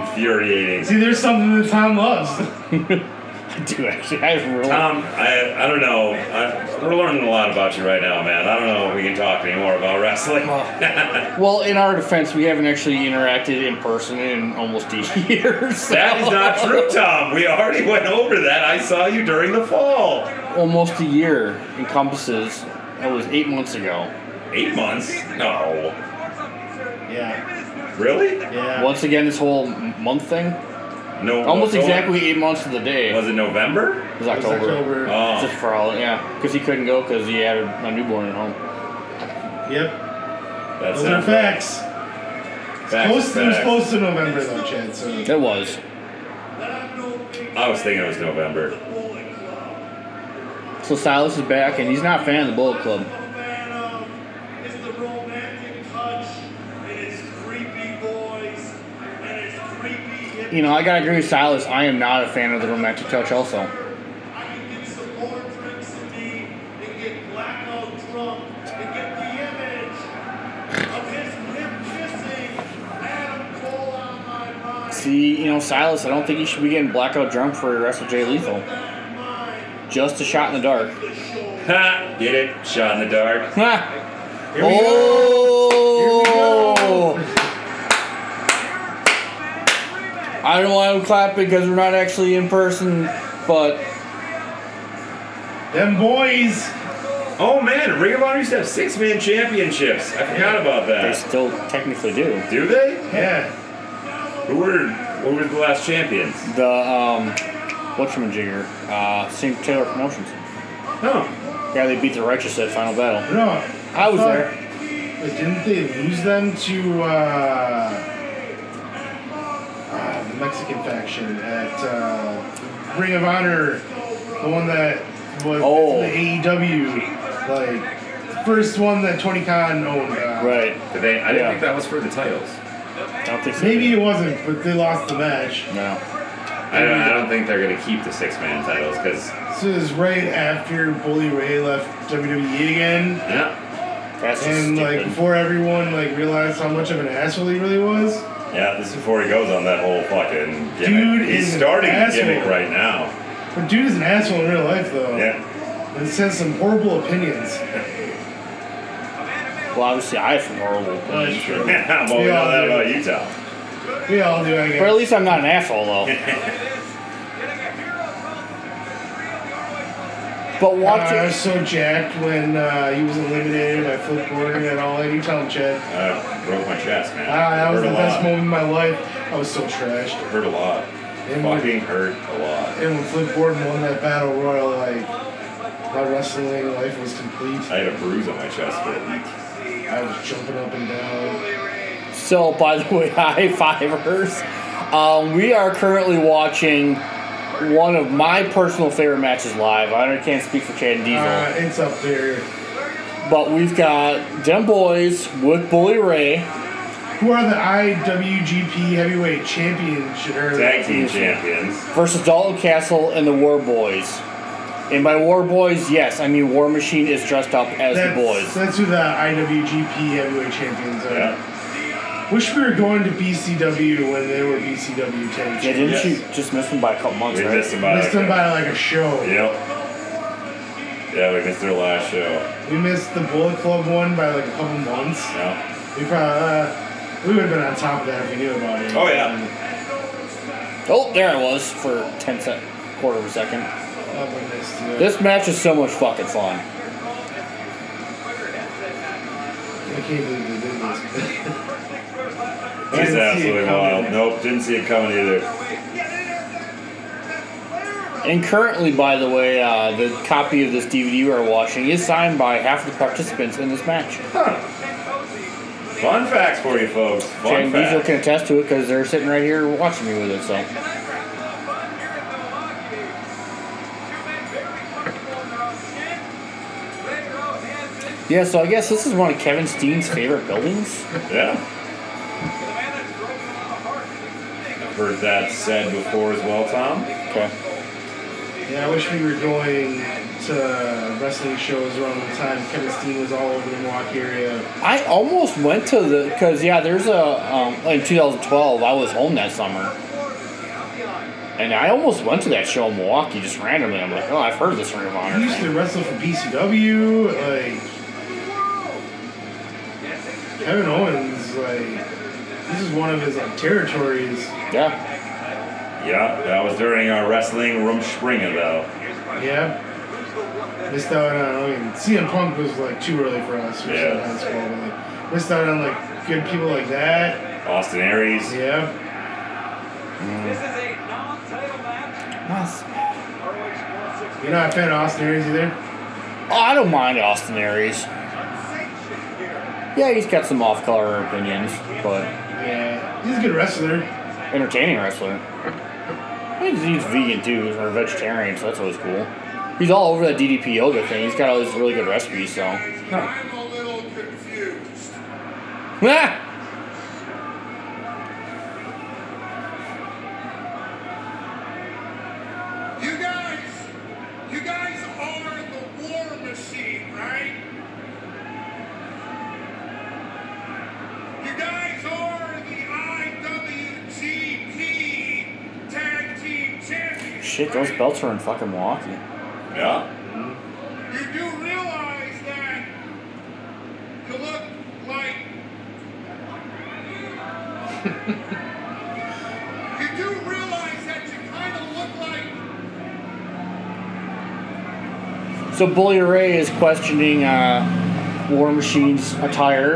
Speaker 3: infuriating.
Speaker 4: See, there's something that Tom loves.
Speaker 2: I do actually. I really.
Speaker 3: Uh, Tom, Um, I, I don't know. I, we're learning a lot about you right now, man. I don't know if we can talk anymore about wrestling.
Speaker 2: Well, in our defense, we haven't actually interacted in person in almost a year. So.
Speaker 3: that is not true, Tom. We already went over that. I saw you during the fall.
Speaker 2: Almost a year encompasses. That was eight months ago.
Speaker 3: Eight months? No.
Speaker 4: yeah,
Speaker 3: Really?
Speaker 4: yeah.
Speaker 2: Once again, this whole m- month thing.
Speaker 3: No.
Speaker 2: Almost
Speaker 3: no-
Speaker 2: exactly eight months to the day.
Speaker 3: Was it November?
Speaker 2: it was
Speaker 4: It was
Speaker 2: October.
Speaker 4: October.
Speaker 3: Oh.
Speaker 2: Just for all, yeah, because he couldn't go because he had a, a newborn at home.
Speaker 4: Yep.
Speaker 3: Oh. That's
Speaker 4: Those are
Speaker 3: not-
Speaker 4: facts.
Speaker 3: Facts,
Speaker 4: Close, it was
Speaker 3: facts.
Speaker 4: close to November though, Chad. So
Speaker 2: It was.
Speaker 3: I was thinking it was November.
Speaker 2: So Silas is back, and he's not a fan of the Bullet Club.
Speaker 7: It's the romantic touch, and it's creepy boys, and it's creepy.
Speaker 2: You know, I gotta agree with Silas. I am not a fan of the romantic touch. Also,
Speaker 7: I can get some more drinks in me and get blackout drunk and get the image of his lip kissing Adam Cole on my mind.
Speaker 2: see, you know, Silas. I don't think he should be getting blackout drunk for Wrestle J Lethal.
Speaker 7: That mind,
Speaker 2: Just a shot in the dark.
Speaker 7: the show.
Speaker 3: Ha! Get it? Shot in the dark.
Speaker 2: Ha!
Speaker 4: here we go.
Speaker 2: Oh! I don't know why I'm clapping because we're not actually in person, but
Speaker 4: Them boys.
Speaker 3: Oh man, Ring of Honor used to have six man championships. I forgot about
Speaker 2: they
Speaker 3: that.
Speaker 2: still technically do.
Speaker 3: Do they?
Speaker 4: Yeah.
Speaker 3: Who were who were the last champions?
Speaker 2: The um, whatchamajigger, uh, St. Taylor Promotions.
Speaker 3: Oh.
Speaker 2: Yeah, they beat the Righteous at Final Battle.
Speaker 4: No.
Speaker 2: I was
Speaker 4: thought-
Speaker 2: there.
Speaker 4: But didn't they lose them to uh, uh, the Mexican faction at uh, Ring of Honor, the one that was
Speaker 2: Oh.
Speaker 4: the AEW, like first one that Tony Khan owned. Uh,
Speaker 2: Right.
Speaker 3: Did they? I didn't
Speaker 2: Yeah.
Speaker 3: think that was for the titles.
Speaker 2: I don't think so.
Speaker 4: Maybe it wasn't, but they lost the match.
Speaker 2: No.
Speaker 3: I don't, I don't think they're gonna keep the six man titles because
Speaker 4: So it was right after Bully Ray left WWE again,
Speaker 3: yeah,
Speaker 2: That's just
Speaker 4: and like
Speaker 2: stupid.
Speaker 4: before everyone like realized how much of an asshole he really was.
Speaker 3: yeah. This is before he goes on that whole fucking gimmick.
Speaker 4: Dude
Speaker 3: He's
Speaker 4: is an
Speaker 3: starting a
Speaker 4: asshole.
Speaker 3: gimmick right now.
Speaker 4: But dude is an asshole in real life though.
Speaker 3: Yeah.
Speaker 4: And says some horrible opinions.
Speaker 2: Well, obviously, I have some horrible
Speaker 3: Oh,
Speaker 2: opinions.
Speaker 4: true.
Speaker 3: well, we know that about Utah.
Speaker 4: We all do, I guess.
Speaker 2: But at least I'm not an asshole, though. But
Speaker 4: Uh,
Speaker 2: watch
Speaker 4: I was
Speaker 2: it.
Speaker 4: so jacked when uh, he was eliminated by Flip Gordon at All Any Town Chat.
Speaker 3: I Uh, broke my chest, man.
Speaker 4: Ah, that was
Speaker 3: hurt
Speaker 4: the
Speaker 3: a
Speaker 4: best
Speaker 3: lot.
Speaker 4: moment of my life. I was so trashed.
Speaker 3: Hurt a lot.
Speaker 4: And when-
Speaker 3: Fucking hurt a lot.
Speaker 4: And when Flip Gordon won that battle royal, like my wrestling life was complete.
Speaker 3: I had a bruise on my chest for a week.
Speaker 4: I was jumping up and down.
Speaker 2: So, by the way, high fivers. Um, we are currently watching one of my personal favorite matches live. I don't- can't speak for Chad and Diesel.
Speaker 4: Uh, it's up there.
Speaker 2: But we've got Dem Boys with Bully Ray.
Speaker 4: Who are the IWGP Heavyweight Championship? or-
Speaker 3: Tag team champions.
Speaker 2: versus Dalton Castle and the War Boys. And by War Boys, yes, I mean War Machine is dressed up as
Speaker 4: That's,
Speaker 2: the boys.
Speaker 4: that's who the IWGP Heavyweight Champions are.
Speaker 3: Yeah.
Speaker 4: Wish we were going to BCW when they were BCW
Speaker 2: Yeah,
Speaker 4: Tag Champions.
Speaker 2: didn't
Speaker 3: Yes.
Speaker 2: you just miss them by a couple months,
Speaker 3: We
Speaker 2: right?
Speaker 3: missed them by
Speaker 4: missed
Speaker 3: like
Speaker 4: them by like a show.
Speaker 3: a- Yep. Yeah, we missed their last show.
Speaker 4: We missed the Bullet Club one by like a couple months.
Speaker 3: Yeah.
Speaker 4: We probably uh, We would have been on top of that if we knew about it.
Speaker 3: Oh, yeah.
Speaker 2: Oh, there I was for 10 sec, quarter of a second.
Speaker 4: Up in this, too.
Speaker 2: This match is so much fucking fun.
Speaker 4: I can't believe they did this.
Speaker 3: He's
Speaker 4: see it
Speaker 3: absolutely wild.
Speaker 4: coming.
Speaker 3: Nope, didn't see it coming either.
Speaker 2: And currently, by the way, uh, the copy of this DVD we are watching is signed by half the participants in this match.
Speaker 3: Fun facts for you folks. Fun
Speaker 2: And Diesel
Speaker 3: facts.
Speaker 2: can attest to it because they're sitting right here watching me with it. So yeah, so I guess this is one of Kevin Steen's favorite buildings.
Speaker 3: Yeah. I've heard that said before as well, Tom.
Speaker 2: Okay.
Speaker 4: yeah, I wish we were going to wrestling shows around the time Kevin Steen was all over the Milwaukee area.
Speaker 2: I almost went to the because yeah, there's a um, in 2012 I was home that summer, and I almost went to that show in Milwaukee just randomly. I'm like, oh, I've heard of this Ring of Honor.
Speaker 4: He used
Speaker 2: thing.
Speaker 4: to wrestle for PCW. Like Kevin Owens, like this is one of his like territories.
Speaker 2: Yeah,
Speaker 3: Yeah, that was during our wrestling room springer though.
Speaker 4: Yeah. Missed out on, I mean, CM Punk was like too early for us. which is
Speaker 3: Yeah.
Speaker 4: not his fault, but, like, missed out on like good people like that.
Speaker 3: Austin Aries.
Speaker 4: Yeah.
Speaker 2: Nice.
Speaker 4: You're not a fan of Austin Aries either?
Speaker 2: Oh, I don't mind Austin Aries. Yeah, he's got some off-color opinions, but
Speaker 4: Yeah. He's a good wrestler.
Speaker 2: entertaining wrestler. He's, he's vegan too, or vegetarian, so that's always cool. He's all over that DDP yoga thing. He's got all these really good recipes, so.
Speaker 7: I'm a little confused.
Speaker 2: Ah!
Speaker 7: You guys, you guys are the war machine, right? You guys are the IWGP Tag Team Champions.
Speaker 2: Shit, those
Speaker 7: right?
Speaker 2: belts are in fucking Milwaukee.
Speaker 3: Yeah.
Speaker 7: You do realize that you look like. you do realize that you kind of look like.
Speaker 2: So Bully Ray is questioning uh, War Machine's attire,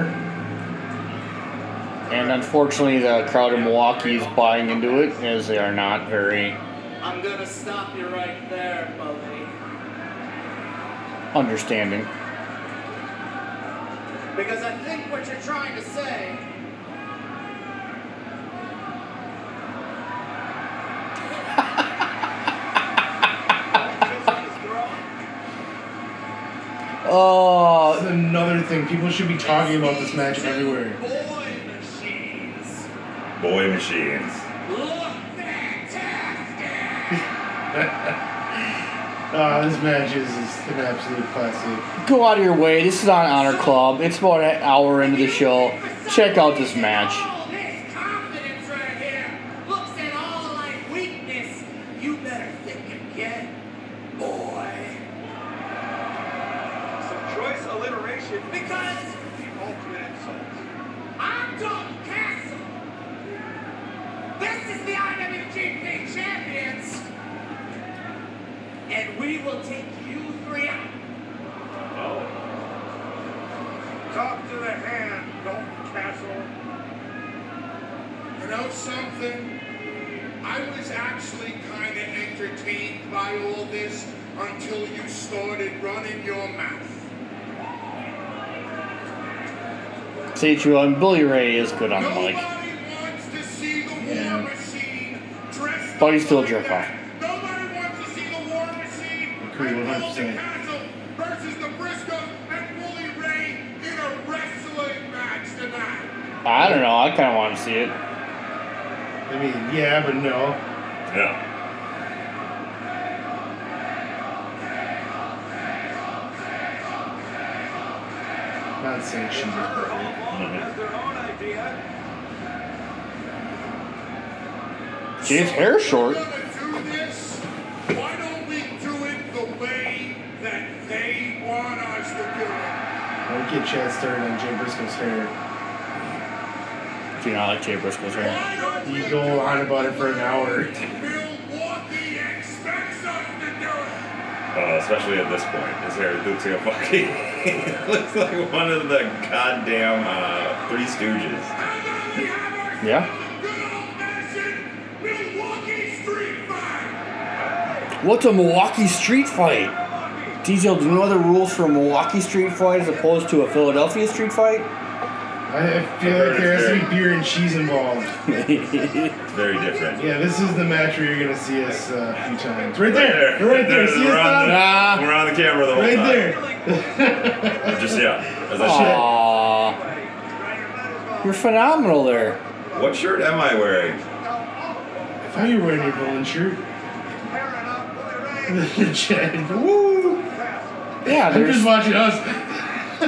Speaker 2: and unfortunately, the crowd in Milwaukee is buying into it, as they are not very
Speaker 7: I'm gonna stop you right there, Bully.
Speaker 2: understanding.
Speaker 7: Because I think what you're trying to say.
Speaker 2: Oh, Oh,
Speaker 4: That's another thing. People should be talking about this match everywhere.
Speaker 7: Boy machines
Speaker 3: Boy machines.
Speaker 7: look fantastic!
Speaker 4: Ah, this match is, is an absolute classic.
Speaker 2: go out of your way. This is on Honor Club. It's about an hour into the show. Check out this match.
Speaker 7: All this confidence right here looks at all like weakness. You better think again, boy.
Speaker 5: Some choice alliteration.
Speaker 7: Because
Speaker 5: The ultimate insult.
Speaker 7: I'm Don Castle. This is the IWGP Champions. And we will take you three out.
Speaker 5: Talk to the hand, Dalton Castle.
Speaker 7: You know something? I was actually kind of entertained by all this until you started running your mouth.
Speaker 2: Seiichiro and Bully Ray is good on the
Speaker 7: Nobody
Speaker 2: mic.
Speaker 7: wants to see the war
Speaker 4: Yeah.
Speaker 7: machine dressed
Speaker 2: But he's
Speaker 7: up
Speaker 2: still a
Speaker 7: like
Speaker 2: jerk
Speaker 7: that.
Speaker 2: off.
Speaker 7: Nobody wants to see the war machine
Speaker 4: Agree
Speaker 7: and
Speaker 4: 100%.
Speaker 7: Dalton Castle versus the Briscoe and Willie Ray in a wrestling match tonight.
Speaker 2: I don't know. I kind of want to see it.
Speaker 4: I mean, yeah, but no.
Speaker 3: Yeah.
Speaker 4: Not sanctioned. but-
Speaker 5: Has their own idea.
Speaker 2: James' hair
Speaker 7: We're
Speaker 2: short.
Speaker 7: gonna do this. Why don't we do it the way that they want us to do it?
Speaker 4: Don't get Chad started on Jay Briscoe's hair.
Speaker 2: You know, I like Jay Briscoe's right.
Speaker 4: You go on about it for an hour.
Speaker 7: Milwaukee expects us to do it.
Speaker 3: Uh, especially at this point, his hair looks like a fucking. looks like one of the goddamn uh, Three Stooges.
Speaker 7: And then we have our
Speaker 2: Yeah.
Speaker 7: good old-fashioned Milwaukee Street Fight.
Speaker 2: What's a Milwaukee street fight? Diesel, do you know the rules for a Milwaukee street fight as opposed to a Philadelphia street fight?
Speaker 4: I I feel like there has to be beer and cheese involved.
Speaker 3: It's very different.
Speaker 4: Yeah, this is the match where you're gonna see us uh, a few times. Right
Speaker 3: Right
Speaker 4: there,
Speaker 3: there.
Speaker 4: right there. See us
Speaker 3: We're on, the,
Speaker 4: down
Speaker 2: Ah.
Speaker 3: we're on the camera the whole
Speaker 4: right
Speaker 3: time.
Speaker 4: there.
Speaker 3: Just yeah. As I
Speaker 2: Aww. You're phenomenal there.
Speaker 3: should. What shirt am I wearing?
Speaker 4: I thought you were wearing your villain shirt. Chad, woo!
Speaker 2: Yeah,
Speaker 4: I'm just
Speaker 2: there's,
Speaker 4: watching us.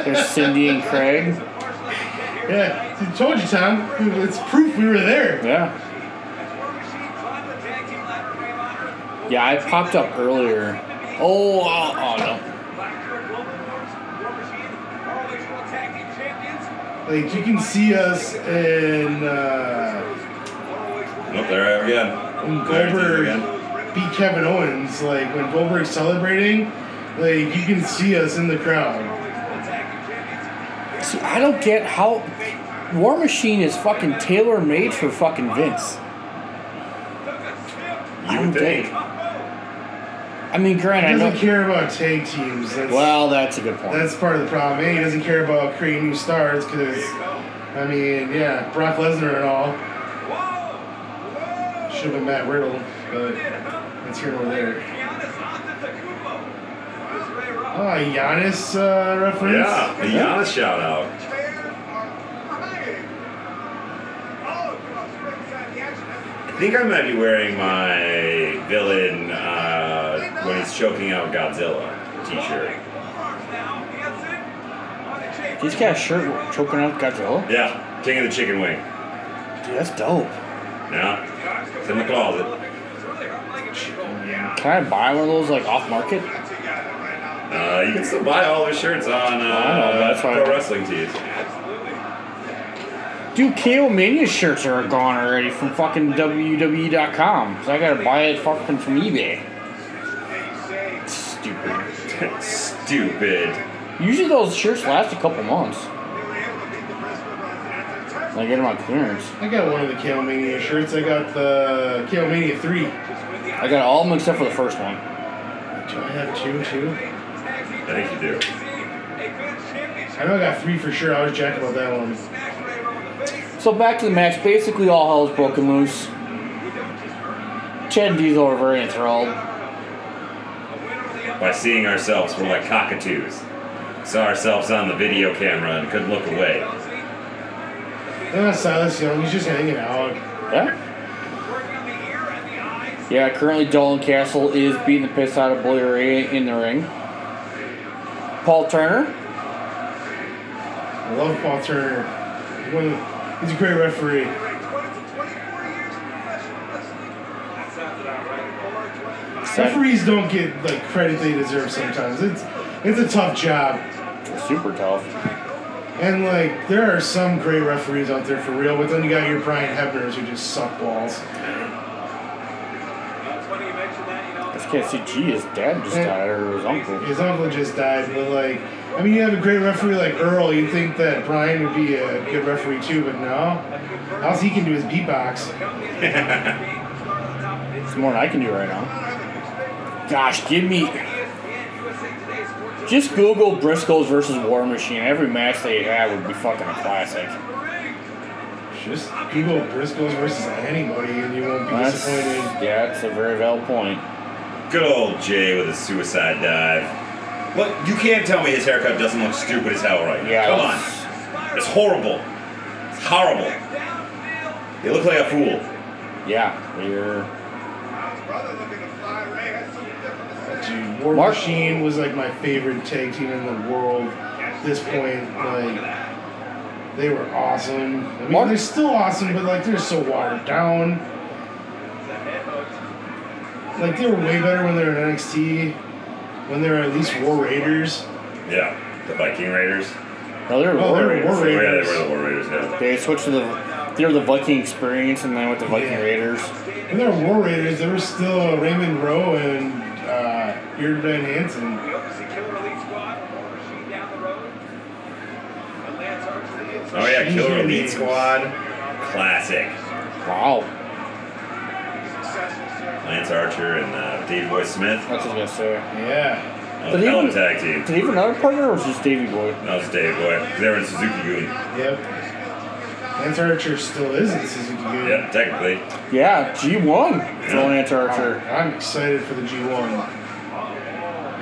Speaker 2: there's Cindy and Craig.
Speaker 4: Yeah, I told you, Tom. It's proof we were there.
Speaker 2: Yeah. Yeah, I popped up earlier. Oh, oh, oh no.
Speaker 4: Like you can see us in uh,
Speaker 3: Nope, there I am again.
Speaker 4: when
Speaker 3: There it is
Speaker 4: Goldberg beat Kevin Owens. Like when Goldberg's celebrating, like you can see us in the crowd.
Speaker 2: See, I don't get how War Machine is fucking tailor made for fucking Vince. I
Speaker 3: You
Speaker 2: don't
Speaker 3: would
Speaker 2: get
Speaker 3: think.
Speaker 2: it. I mean, Grant,
Speaker 4: He
Speaker 2: I
Speaker 4: doesn't
Speaker 2: know.
Speaker 4: care about tag teams. That's,
Speaker 2: Well, that's a good point.
Speaker 4: that's part of the problem. And he doesn't care about creating new stars because, I mean, yeah, Brock Lesnar and all should have been Matt Riddle, but it's here or there. Oh, a Giannis uh, reference?
Speaker 3: Yeah, the Giannis shout out. I think I might be wearing my villain uh, when he's choking out Godzilla t-shirt.
Speaker 2: He's got a shirt choking out Godzilla.
Speaker 3: Yeah, King of the Chicken Wing.
Speaker 2: Dude, that's dope.
Speaker 3: Yeah, it's in the closet.
Speaker 2: Can I buy one of those like off market?
Speaker 3: Uh, you can still buy all his shirts on
Speaker 2: I know,
Speaker 3: uh,
Speaker 2: that's
Speaker 3: Pro
Speaker 2: fine.
Speaker 3: Wrestling Tees.
Speaker 2: Dude, KO Mania shirts are gone already from fucking WWE.com. So I gotta buy it fucking from eBay. Stupid.
Speaker 3: Stupid.
Speaker 2: Usually those shirts last a couple months. I get them on clearance.
Speaker 4: I got one of the Kale Mania shirts. I got the Kale Mania 3. Do
Speaker 2: I got all of them except for the first one.
Speaker 4: I have two, too?
Speaker 3: I think you do.
Speaker 4: I know I got three for sure. I was jacked about that one.
Speaker 2: So back to the match. Basically, all hell's broken loose. Chad and Diesel are very enthralled.
Speaker 3: By seeing ourselves, we're like cockatoos. Saw ourselves on the video camera and couldn't look away.
Speaker 4: And that's Silas Young. He's just hanging out.
Speaker 2: Yeah. Yeah, currently Dolan Castle is beating the piss out of Bully Ray in the ring. Paul Turner.
Speaker 4: I love Paul Turner. He's, one of the- he's a great referee. Referees don't get like credit they deserve sometimes. It's it's a tough job.
Speaker 2: Super tough.
Speaker 4: And like there are some great referees out there for real, but then you got your Brian Hebners who just suck balls.
Speaker 2: I just can't see, gee, his dad just died, or his uncle.
Speaker 4: His uncle just died, but like, I mean, you have a great referee like Earl. You'd think that Brian would be a good referee too, but no. How's he can do his beatbox?
Speaker 2: It's more than I can do right now. Gosh, give me. Just Google Briscoes versus War Machine. Every match they had would be fucking a classic.
Speaker 4: Just Google Briscoes versus anybody, and you won't be
Speaker 2: That's,
Speaker 4: disappointed.
Speaker 2: yeah, it's a very valid point.
Speaker 3: Good old Jay with a suicide dive. Look, you can't tell me his haircut doesn't look stupid as hell right now.
Speaker 2: Yeah.
Speaker 3: Come
Speaker 2: that's-
Speaker 3: on. It's horrible. It's horrible. They look like a fool.
Speaker 2: Yeah, you're.
Speaker 4: Dude, War
Speaker 2: Mark-
Speaker 4: Machine was like my favorite tag team in the world. At this point, like, they were awesome. I mean,
Speaker 2: Mark-
Speaker 4: they're still awesome, but like, they're so watered down. Like, they were way better when they were in NXT. When they were at least War Raiders.
Speaker 3: Yeah. The Viking Raiders. Oh,
Speaker 2: No, they're
Speaker 4: Oh,
Speaker 2: War
Speaker 4: they're
Speaker 2: Raiders.
Speaker 4: War Raiders.
Speaker 3: Yeah, they were the War Raiders, yeah.
Speaker 2: They switched to the they were the Viking Experience, and then with the Viking
Speaker 4: Yeah.
Speaker 2: Raiders.
Speaker 4: When they were War Raiders, there was still Raymond Rowe and uh, Eerd Van Hansen.
Speaker 5: We hope to see Killer Elite Squad or Machine down the road. And Lance Archer to the inside.
Speaker 3: Oh yeah, Killer
Speaker 4: Usually
Speaker 3: Elite
Speaker 4: it's-
Speaker 3: Squad, classic.
Speaker 2: Wow,
Speaker 5: Successful, sir.
Speaker 3: Lance Archer and uh, Dave Boy Smith,
Speaker 2: that's what I was gonna say.
Speaker 4: Yeah.
Speaker 3: uh,
Speaker 2: Did he
Speaker 3: hell of a
Speaker 2: even-
Speaker 3: tag team.
Speaker 2: Did he have another partner, or was it just Davy Boy?
Speaker 3: That was Dave Boy. They were in Suzuki Goon.
Speaker 4: Yep. Lance Archer still is in Suzuki Gun.
Speaker 3: Yeah, technically.
Speaker 2: Yeah, G One. Lance Archer.
Speaker 4: I'm excited for the G1.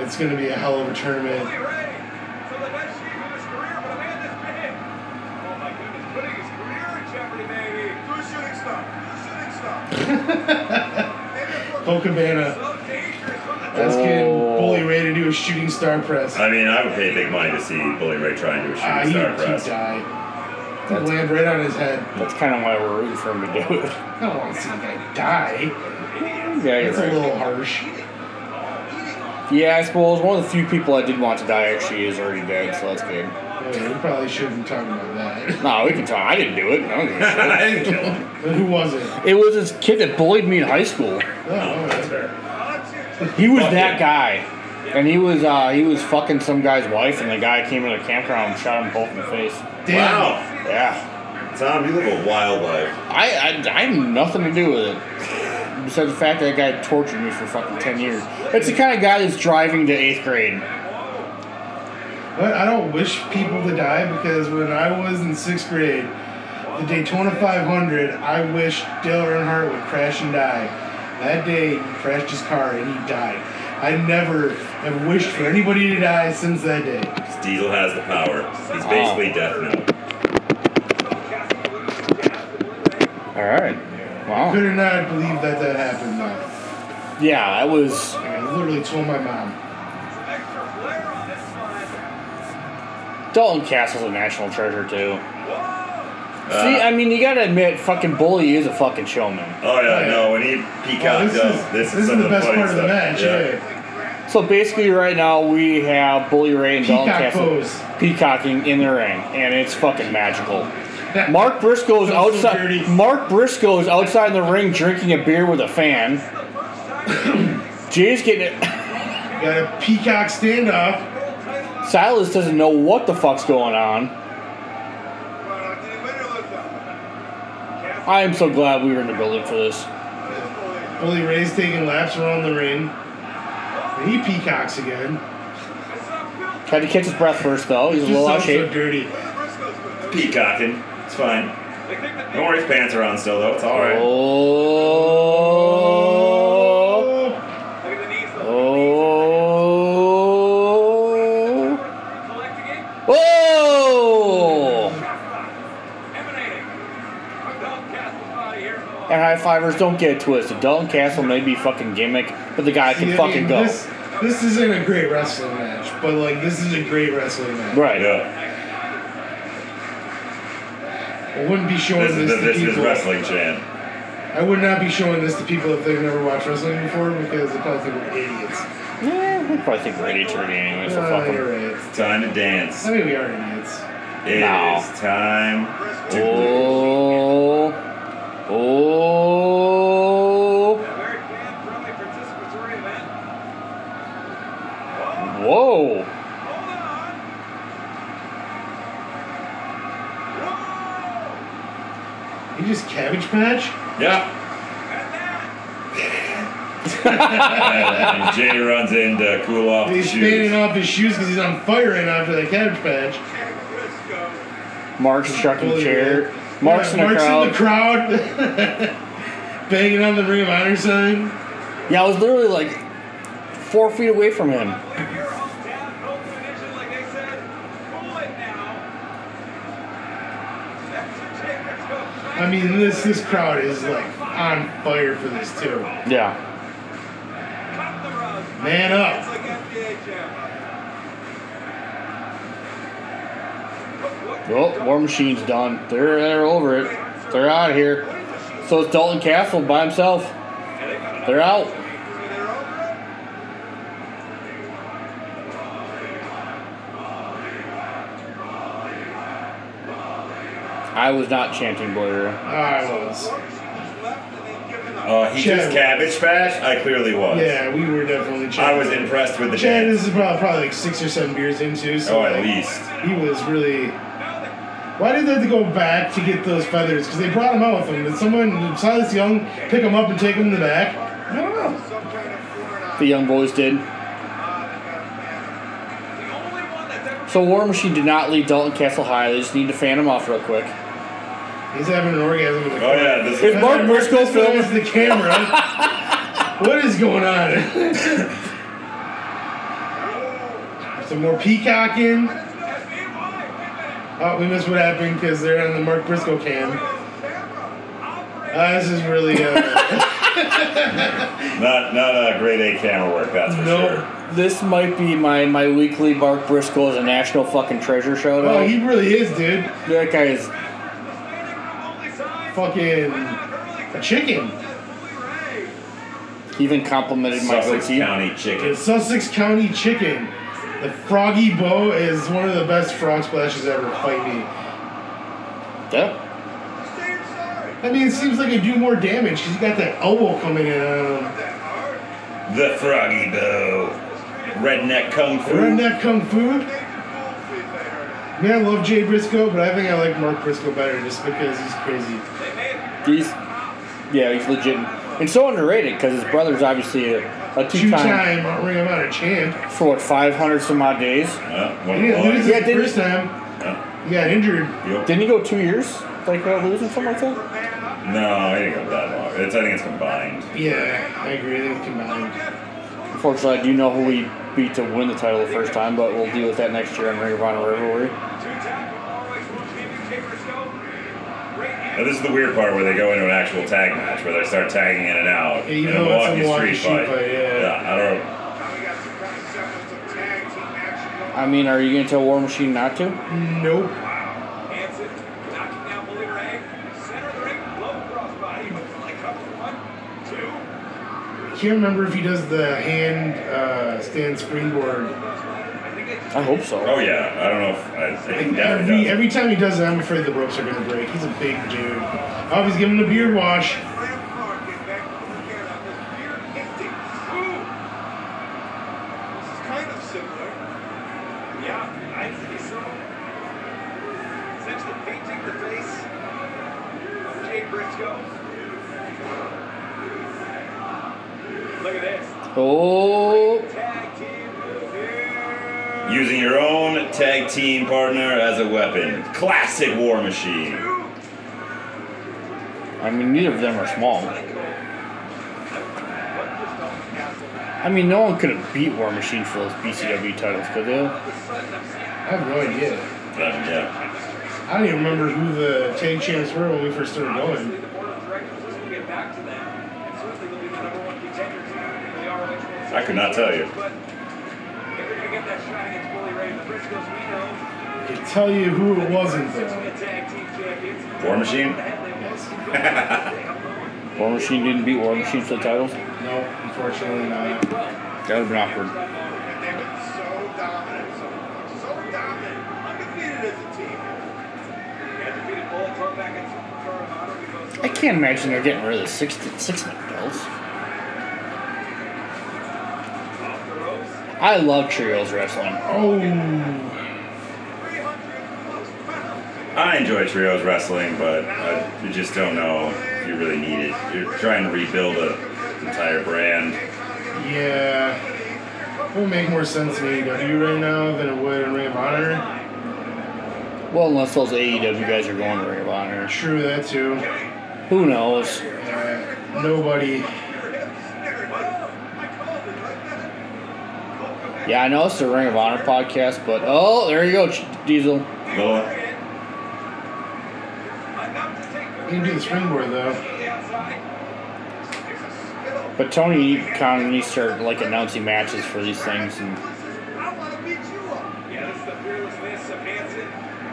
Speaker 4: It's going to be a hell of a tournament.
Speaker 5: For the best year of his career, but a man that's been hit. Oh my goodness, putting his career in jeopardy, baby.
Speaker 7: Do a shooting stop. Do a shooting stop.
Speaker 4: Cole Cabana,
Speaker 5: So dangerous from the
Speaker 4: that's getting
Speaker 2: Oh.
Speaker 4: Bully Ray to do a shooting star press.
Speaker 3: I mean, I would pay big money to see Bully Ray try and do a shooting
Speaker 4: Ah, he,
Speaker 3: star
Speaker 4: he
Speaker 3: press.
Speaker 4: died. He landed right on his head.
Speaker 2: That's kind of why we're rooting for him to do it.
Speaker 4: I don't want to see the guy die.
Speaker 2: Yeah, you're
Speaker 4: It's a
Speaker 2: right.
Speaker 4: little harsh.
Speaker 2: Yeah, I suppose one of the few people I did want to die actually is already dead, so that's good.
Speaker 4: Yeah, we probably shouldn't be talking about that.
Speaker 2: No, we can talk. I didn't do it. I don't give a shit.
Speaker 3: I didn't kill him.
Speaker 4: But who was it?
Speaker 2: It was this kid that bullied me in high school.
Speaker 4: Oh,
Speaker 3: No, that's
Speaker 4: alright.
Speaker 3: fair.
Speaker 2: He was
Speaker 3: Fuck
Speaker 2: that
Speaker 3: yeah.
Speaker 2: guy. And he was uh, he was fucking some guy's wife, and the guy came into the campground and shot him both in the face.
Speaker 4: Damn.
Speaker 3: Wow.
Speaker 2: Yeah,
Speaker 3: Tom, you live a wild life.
Speaker 2: I I, I had nothing to do with it. Besides the fact that guy tortured me for fucking ten years. It's the kind of guy that's driving to eighth grade.
Speaker 4: But I don't wish people to die because when I was in sixth grade, the Daytona 500, I wish Dale Earnhardt would crash and die. That day, he crashed his car and he died. I never have wished for anybody to die since that day.
Speaker 3: Diesel has the power. He's
Speaker 4: Oh.
Speaker 3: basically Death Note.
Speaker 2: All right.
Speaker 4: I
Speaker 2: Wow.
Speaker 4: could not believe that that happened though.
Speaker 2: Yeah, I was.
Speaker 4: Like, I literally told my mom. Oh,
Speaker 5: extra flare on this one.
Speaker 2: Dalton Castle's a national treasure too.
Speaker 4: Uh,
Speaker 2: See, I mean, you gotta admit, fucking Bully is a fucking showman.
Speaker 3: Oh yeah, no, when he
Speaker 4: "Wow,
Speaker 3: peacocked
Speaker 4: Oh, this,
Speaker 3: up,
Speaker 4: is,
Speaker 3: this,
Speaker 4: this is
Speaker 3: some
Speaker 4: the,
Speaker 3: of
Speaker 4: best
Speaker 3: funny
Speaker 4: part of the
Speaker 3: stuff.
Speaker 4: match.
Speaker 3: Yeah.
Speaker 4: Yeah.
Speaker 2: So basically, right now we have Bully Ray and Dalton
Speaker 4: Peacock
Speaker 2: Castle
Speaker 4: pose.
Speaker 2: peacocking in the ring, and it's fucking magical. Mark Briscoe is
Speaker 4: Sounds so
Speaker 2: outside.
Speaker 4: dirty.
Speaker 2: Mark Briscoe is outside the ring drinking a beer with a fan. Jay's getting it.
Speaker 4: Got a peacock standoff.
Speaker 2: Silas doesn't know what the fuck's going on. I am so glad we were in the building for this.
Speaker 4: Bully Ray's taking laps around the ring. And he peacocks again.
Speaker 2: Had to catch his breath first though. He's a
Speaker 4: Just
Speaker 2: little out
Speaker 4: sounds
Speaker 2: of
Speaker 4: so
Speaker 2: shape.
Speaker 4: dirty.
Speaker 3: Peacocking. It's fine. Don't worry, his pants are on still though. It's all right.
Speaker 2: Oh.
Speaker 5: Look at the knees though.
Speaker 2: Oh.
Speaker 5: Collecting it.
Speaker 2: Oh.
Speaker 5: Emanating. From Dalton Castle's body here.
Speaker 2: And high fivers don't get it twisted. Dalton Castle may be fucking gimmick, but the guy can
Speaker 4: See, I
Speaker 2: fucking
Speaker 4: mean,
Speaker 2: go.
Speaker 4: This, this isn't a great wrestling match, but like this is a great wrestling match.
Speaker 2: right.
Speaker 3: Yeah.
Speaker 4: I wouldn't be showing
Speaker 3: This
Speaker 4: Oh, this,
Speaker 3: is the,
Speaker 4: to
Speaker 3: this
Speaker 4: people.
Speaker 3: is wrestling chant.
Speaker 4: I would not be showing this to people if they've never watched wrestling before because they probably think we're idiots.
Speaker 2: Yeah, we probably think we're idiots already anyway, so
Speaker 4: Ah,
Speaker 2: fuck 'em.
Speaker 4: you're right.
Speaker 3: Time to dance.
Speaker 4: I mean, we are idiots.
Speaker 3: It
Speaker 2: No.
Speaker 3: is time.
Speaker 2: Oh. Oh.
Speaker 5: Very fan-friendly participatory event.
Speaker 2: Whoa.
Speaker 5: Hold on.
Speaker 4: You just cabbage patch?
Speaker 3: Yeah.
Speaker 5: And that.
Speaker 3: and Jay runs in to cool off the
Speaker 4: He's fanning
Speaker 3: shoes.
Speaker 4: off his shoes because he's on fire right now after that cabbage patch.
Speaker 2: Mark's trucking
Speaker 4: Bully
Speaker 2: chair.
Speaker 4: Ray.
Speaker 2: Mark's,
Speaker 4: Yeah,
Speaker 2: in, the
Speaker 4: Mark's
Speaker 2: crowd.
Speaker 4: in the crowd. Banging on the Ring of Honor sign.
Speaker 2: Yeah, I was literally like four feet away from him.
Speaker 5: Live your hometown, open edition, like they said. Cool it now. That's your Jacobs go.
Speaker 4: I mean, this this crowd is like on fire for this too.
Speaker 2: Yeah.
Speaker 5: Cut the rug.
Speaker 4: Man up.
Speaker 5: It's like NBA Jam.
Speaker 2: Well, War Machine's done. They're they're over it. They're out of here. So it's Dalton Castle by himself. They're out. I was not chanting Boy Era.
Speaker 4: I was.
Speaker 3: Uh, he
Speaker 4: Chad
Speaker 3: just cabbage patch. I clearly was.
Speaker 4: Yeah, we were definitely. Chad.
Speaker 3: I was impressed with the
Speaker 4: Chad
Speaker 3: dance.
Speaker 4: is about probably like six or seven beers into. So
Speaker 3: Oh, at
Speaker 4: like,
Speaker 3: least.
Speaker 4: he was really. Why did they have to go back to get those feathers? Because they brought them out with them. Did someone, Silas Young, pick them up and take them to the back? I don't know.
Speaker 2: The young boys did. So War Machine did not leave Dalton Castle High. They just need to fan him off real quick.
Speaker 4: He's having an orgasm in the
Speaker 3: Oh yeah, this
Speaker 2: Is Mark Briscoe
Speaker 4: film is
Speaker 2: filming?
Speaker 4: the camera. what is going on? Some more peacocking. Oh, we missed what happened because they're on the Mark Briscoe cam. Uh, this is really uh,
Speaker 3: not not a grade A camera work. That's for
Speaker 4: Nope.
Speaker 3: sure.
Speaker 2: This might be my, my weekly Mark Briscoe is a national fucking treasure shout out.
Speaker 4: oh, he really is, dude.
Speaker 2: that guy is
Speaker 4: Fucking a chicken.
Speaker 2: he even complimented my
Speaker 3: Sussex
Speaker 2: goatee.
Speaker 3: County chicken.
Speaker 4: It's Sussex County chicken. The froggy bow is one of the best frog splashes ever. Fight me.
Speaker 2: Yep.
Speaker 4: I mean, it seems like I do more damage because you got that elbow coming in. Uh,
Speaker 3: The Froggy Bow. Redneck Kung Fu.
Speaker 4: redneck kung fu. Man, I love Jay Briscoe, but I think I like Mark Briscoe better just because he's crazy.
Speaker 2: He's yeah, he's legit and so underrated because his brother's obviously a, a
Speaker 4: Two
Speaker 2: two-time
Speaker 4: time uh, Ring of Honor champ.
Speaker 2: for what 500 some odd days.
Speaker 3: Yeah, what
Speaker 4: He
Speaker 3: a
Speaker 4: didn't
Speaker 3: boy.
Speaker 4: lose
Speaker 2: Oh, Yeah,
Speaker 4: it the
Speaker 2: didn't-
Speaker 4: first time.
Speaker 3: Yeah,
Speaker 4: He got injured.
Speaker 3: yep.
Speaker 2: Didn't he go two years like without losing something like that?
Speaker 3: No, I didn't go that long. It's, I think it's combined.
Speaker 4: Yeah, I agree. They combined.
Speaker 2: Unfortunately, I do know who we beat to win the title the first time, but we'll deal with that next year on Ring of Honor Rivalry.
Speaker 3: Now, this is the weird part where they go into an actual tag match where they start tagging in and out.
Speaker 4: Yeah, you
Speaker 3: in
Speaker 4: know
Speaker 3: a
Speaker 4: it's a
Speaker 3: Milwaukee
Speaker 4: Milwaukee
Speaker 3: street,
Speaker 4: street
Speaker 3: fight.
Speaker 4: fight, yeah.
Speaker 3: I don't.
Speaker 2: I mean, are you gonna tell War Machine not to?
Speaker 4: Nope. Can't remember if he does the hand uh, stand springboard.
Speaker 2: I hope so.
Speaker 3: Oh yeah, I don't know if I, I think definitely
Speaker 4: Every,
Speaker 3: does.
Speaker 4: every time he does that, I'm afraid the ropes are gonna break. He's a big dude. Oh, he's giving him a beard wash.
Speaker 5: Look at this.
Speaker 2: Oh,
Speaker 5: Tag team. Here.
Speaker 3: Using your own tag team partner as a weapon. Classic war machine.
Speaker 2: I mean, neither of them are small. I mean, no one could have beat War Machine for those BCW titles, could they?
Speaker 4: I have no idea.
Speaker 3: Um, yeah.
Speaker 4: I don't even remember who the tag champs were when we first started going.
Speaker 5: I
Speaker 3: I could not tell you.
Speaker 4: I can tell you who it wasn't though.
Speaker 3: War Machine?
Speaker 2: War Machine didn't beat War Machine for the titles.
Speaker 4: No, unfortunately not.
Speaker 2: That would have been awkward. I can't imagine they're getting rid of the six six man belts. I love trios wrestling.
Speaker 4: Oh,
Speaker 3: I enjoy trios wrestling, but I you just don't know if you really need it. You're trying to rebuild a entire brand.
Speaker 4: yeah. It would make more sense in AEW right now than it would in Ring of Honor.
Speaker 2: Well, unless those AEW guys are going to Ring of Honor.
Speaker 4: True that too.
Speaker 2: Who knows?
Speaker 4: Uh, nobody.
Speaker 2: Yeah, I know it's the Ring of Honor podcast, but oh, there you go, Ch- Diesel.
Speaker 3: Little,
Speaker 4: You can do the springboard though.
Speaker 2: But Tony Khan needs to start like announcing matches for these things. And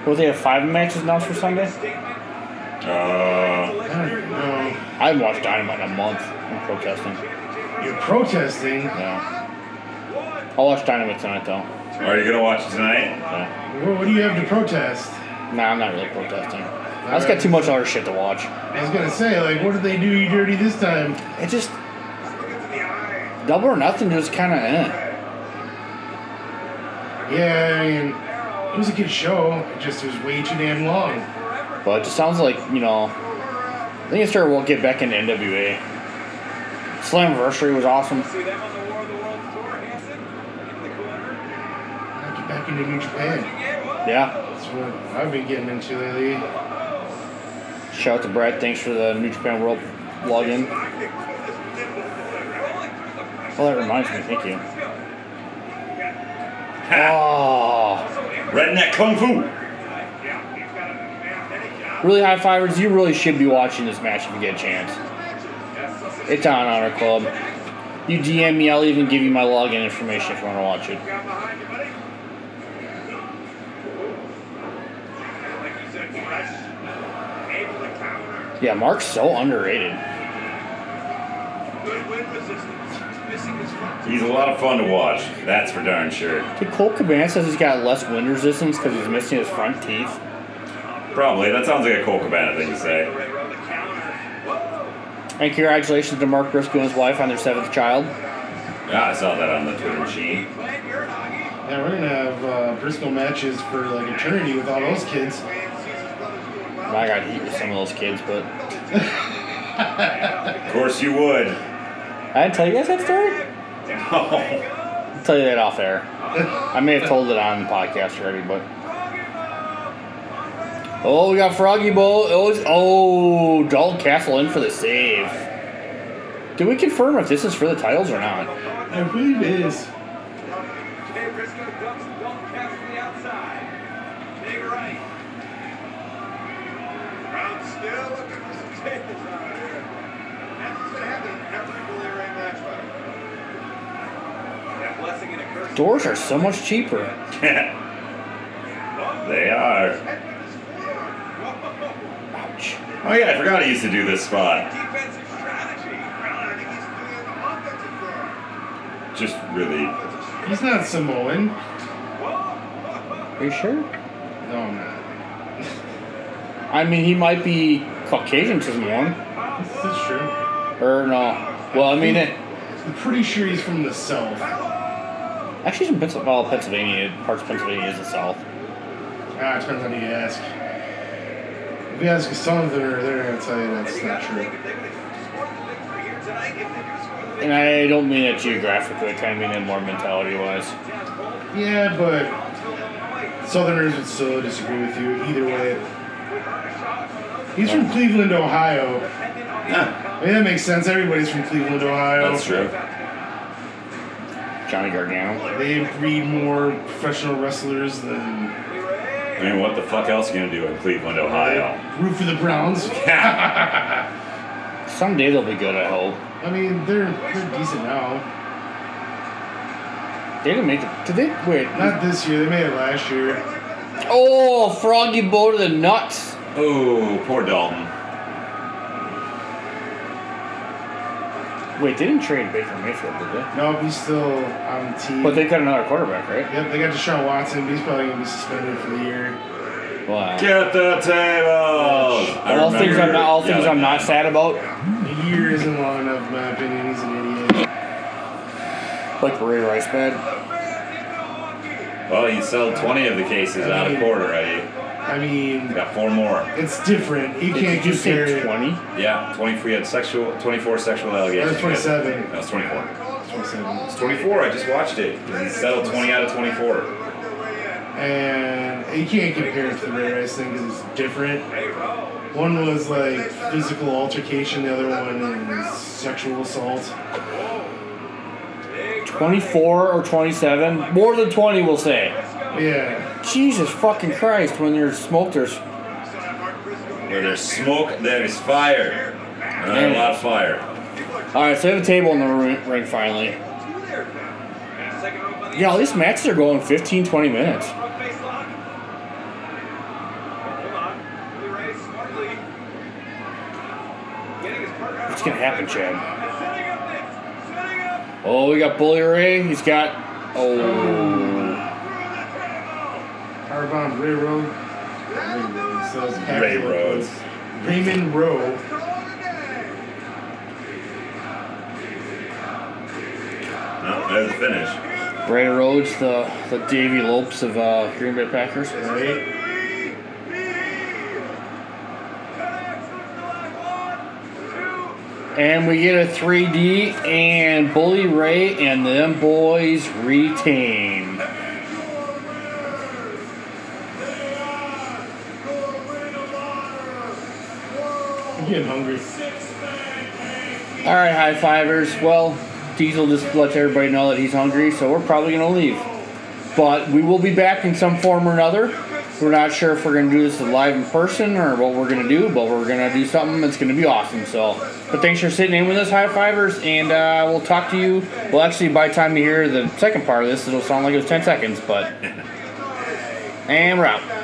Speaker 2: will they have five matches announced for Sunday?
Speaker 3: uh,
Speaker 4: I don't know.
Speaker 2: I haven't watched Dynamite in a month. I'm protesting.
Speaker 4: You're protesting.
Speaker 2: Yeah. I'll watch Dynamite tonight though.
Speaker 3: are you gonna watch it tonight?
Speaker 4: What, what do you have to protest?
Speaker 2: Nah, I'm not really protesting. I just got too much other shit to watch.
Speaker 4: I was gonna say, like, what did they do you dirty this time?
Speaker 2: It just double or nothing just kind of. Eh.
Speaker 4: Yeah, I mean, it was a good show. It just was way too damn long.
Speaker 2: But it just sounds like you know. I think it's sure we'll get back into NWA. Slamversary was awesome.
Speaker 5: See them on the War of the Worlds tour, Hanson? In the corner?
Speaker 4: I get back into New Japan.
Speaker 2: Yeah.
Speaker 4: That's what I've been getting into lately.
Speaker 2: Shout out to Brad. Thanks for the New Japan World login. Well, that reminds me. Thank you. Oh,
Speaker 3: Redneck Kung Fu.
Speaker 2: really high fivers. You really should be watching this match if you get a chance. It's on Honor Club. You DM me. I'll even give you my login information if you want to watch it. Yeah, Mark's so underrated.
Speaker 3: He's a lot of fun to watch. That's for darn sure.
Speaker 2: Dude, Cole Cabana says he's got less wind resistance because he's missing his front teeth.
Speaker 3: Probably. That sounds like a Cole Cabana thing to say.
Speaker 2: And congratulations to Mark Briscoe and his wife on their seventh child.
Speaker 3: Yeah, I saw that on the Twitter machine.
Speaker 4: Now we're gonna have uh, Briscoe matches for like eternity with all those kids.
Speaker 2: I got heat with some of those kids, but
Speaker 3: Of course you would.
Speaker 2: I didn't tell you guys that story.
Speaker 3: Oh,
Speaker 2: I'll tell you that off air. I may have told it on the podcast already, but oh, we got Froggy Bowl. Oh, it's- oh, Dalton Castle in for the save. Did we confirm if this is for the titles or not?
Speaker 4: I believe it is.
Speaker 5: Jay Briscoe dumps Dalton Castle to the outside. Big right. Brown still looking for some tables out here. That's what's gonna happen in every Bully Ray match fight. That blessing and a curse.
Speaker 2: Doors are so much cheaper.
Speaker 5: Oh,
Speaker 3: they are.
Speaker 5: Whoa.
Speaker 2: Ouch.
Speaker 3: Oh yeah, I forgot I used to do this spot.
Speaker 5: Defensive strategy. Brown, I think he's doing the offensive there.
Speaker 3: Just really.
Speaker 4: He's not Samoan.
Speaker 5: Whoa.
Speaker 2: Are you sure?
Speaker 4: No, I'm not.
Speaker 2: I mean, he might be Caucasian to someone.
Speaker 4: This is true.
Speaker 2: Or no. Well, I mean, it,
Speaker 4: I'm pretty sure he's from the South.
Speaker 2: actually, it's in Pennsylvania, well, Pennsylvania, parts of Pennsylvania is the South.
Speaker 4: Ah, it depends on who you ask. If you ask a southerner, they're gonna tell you that's not true.
Speaker 2: And I don't mean it geographically, I kind of mean it more mentality wise.
Speaker 4: Yeah, but Southerners would still disagree with you either way. He's from Cleveland, Ohio.
Speaker 3: Ah,
Speaker 4: I mean, that makes sense. Everybody's from Cleveland, Ohio.
Speaker 3: that's true.
Speaker 2: Johnny Gargano.
Speaker 4: They breed more professional wrestlers than
Speaker 3: I mean, what the fuck else are you gonna do in Cleveland, Ohio?
Speaker 4: root for the Browns.
Speaker 2: Someday they'll be good, I hope.
Speaker 4: I mean, they're they're decent now.
Speaker 2: They didn't make it. Did they? Wait.
Speaker 4: Not this year. They made it last year.
Speaker 2: Oh, Froggy Bow to the nuts.
Speaker 3: Oh, poor Dalton.
Speaker 2: Wait, they didn't trade Baker Mayfield, did they?
Speaker 4: Nope, he's still on the team.
Speaker 2: But they got another quarterback, right?
Speaker 4: Yep, they got Deshaun Watson, but he's probably gonna be suspended for the year.
Speaker 2: Wow.
Speaker 3: Get the table. I
Speaker 2: all things I'm
Speaker 3: remember
Speaker 2: not, all things
Speaker 3: yelling
Speaker 2: I'm
Speaker 3: at
Speaker 2: not
Speaker 3: him.
Speaker 2: sad about,
Speaker 4: A year isn't long enough, in my opinion. He's an idiot.
Speaker 2: like Ray Rice bed.
Speaker 3: Well, you sold 20 of the cases out of court already.
Speaker 4: I mean,
Speaker 3: Got four more.
Speaker 4: it's different. You can't
Speaker 2: Did you
Speaker 4: compare
Speaker 2: say
Speaker 4: it.
Speaker 2: twenty?
Speaker 3: Yeah, 23 had sexual, 24 sexual allegations.
Speaker 4: That was 27.
Speaker 3: That was 24.
Speaker 4: 27.
Speaker 3: It's 24. I just watched it. He settled 20 out of 24.
Speaker 4: And you can't compare it to the Ray Rice thing because it's different. One was like physical altercation, the other one is sexual assault.
Speaker 2: Twenty-four or twenty-seven? More than twenty, we'll say.
Speaker 4: Yeah.
Speaker 2: Jesus fucking Christ! When there's smoke, there's
Speaker 3: Where there's smoke, there is fire. And there are a lot of fire.
Speaker 2: All right, so we have a table in the ri- ring finally. Yeah, all these matches are going 15, 20 minutes. What's gonna happen, Chad? Oh, we got Bully Ray. He's got oh,
Speaker 4: Powerbomb Railroad. Rhodes. So it's
Speaker 3: Ray Rhodes.
Speaker 4: Raymond Rowe.
Speaker 3: No, there's the finish.
Speaker 2: Bray Rhodes, the, the Davy Lopes of uh, Green Bay Packers.
Speaker 4: Right?
Speaker 2: And we get a 3D, and Bully Ray and them boys retain.
Speaker 4: I'm getting hungry.
Speaker 2: All right, high fivers. Well, Diesel just lets everybody know that he's hungry, so we're probably going to leave. But we will be back in some form or another. We're not sure if we're going to do this live in person or what we're going to do, but we're going to do something that's going to be awesome. So, but thanks for sitting in with us, high fivers, and uh, we'll talk to you. Well, actually, by the time you hear the second part of this, it'll sound like it was 10 seconds, but. And we're out.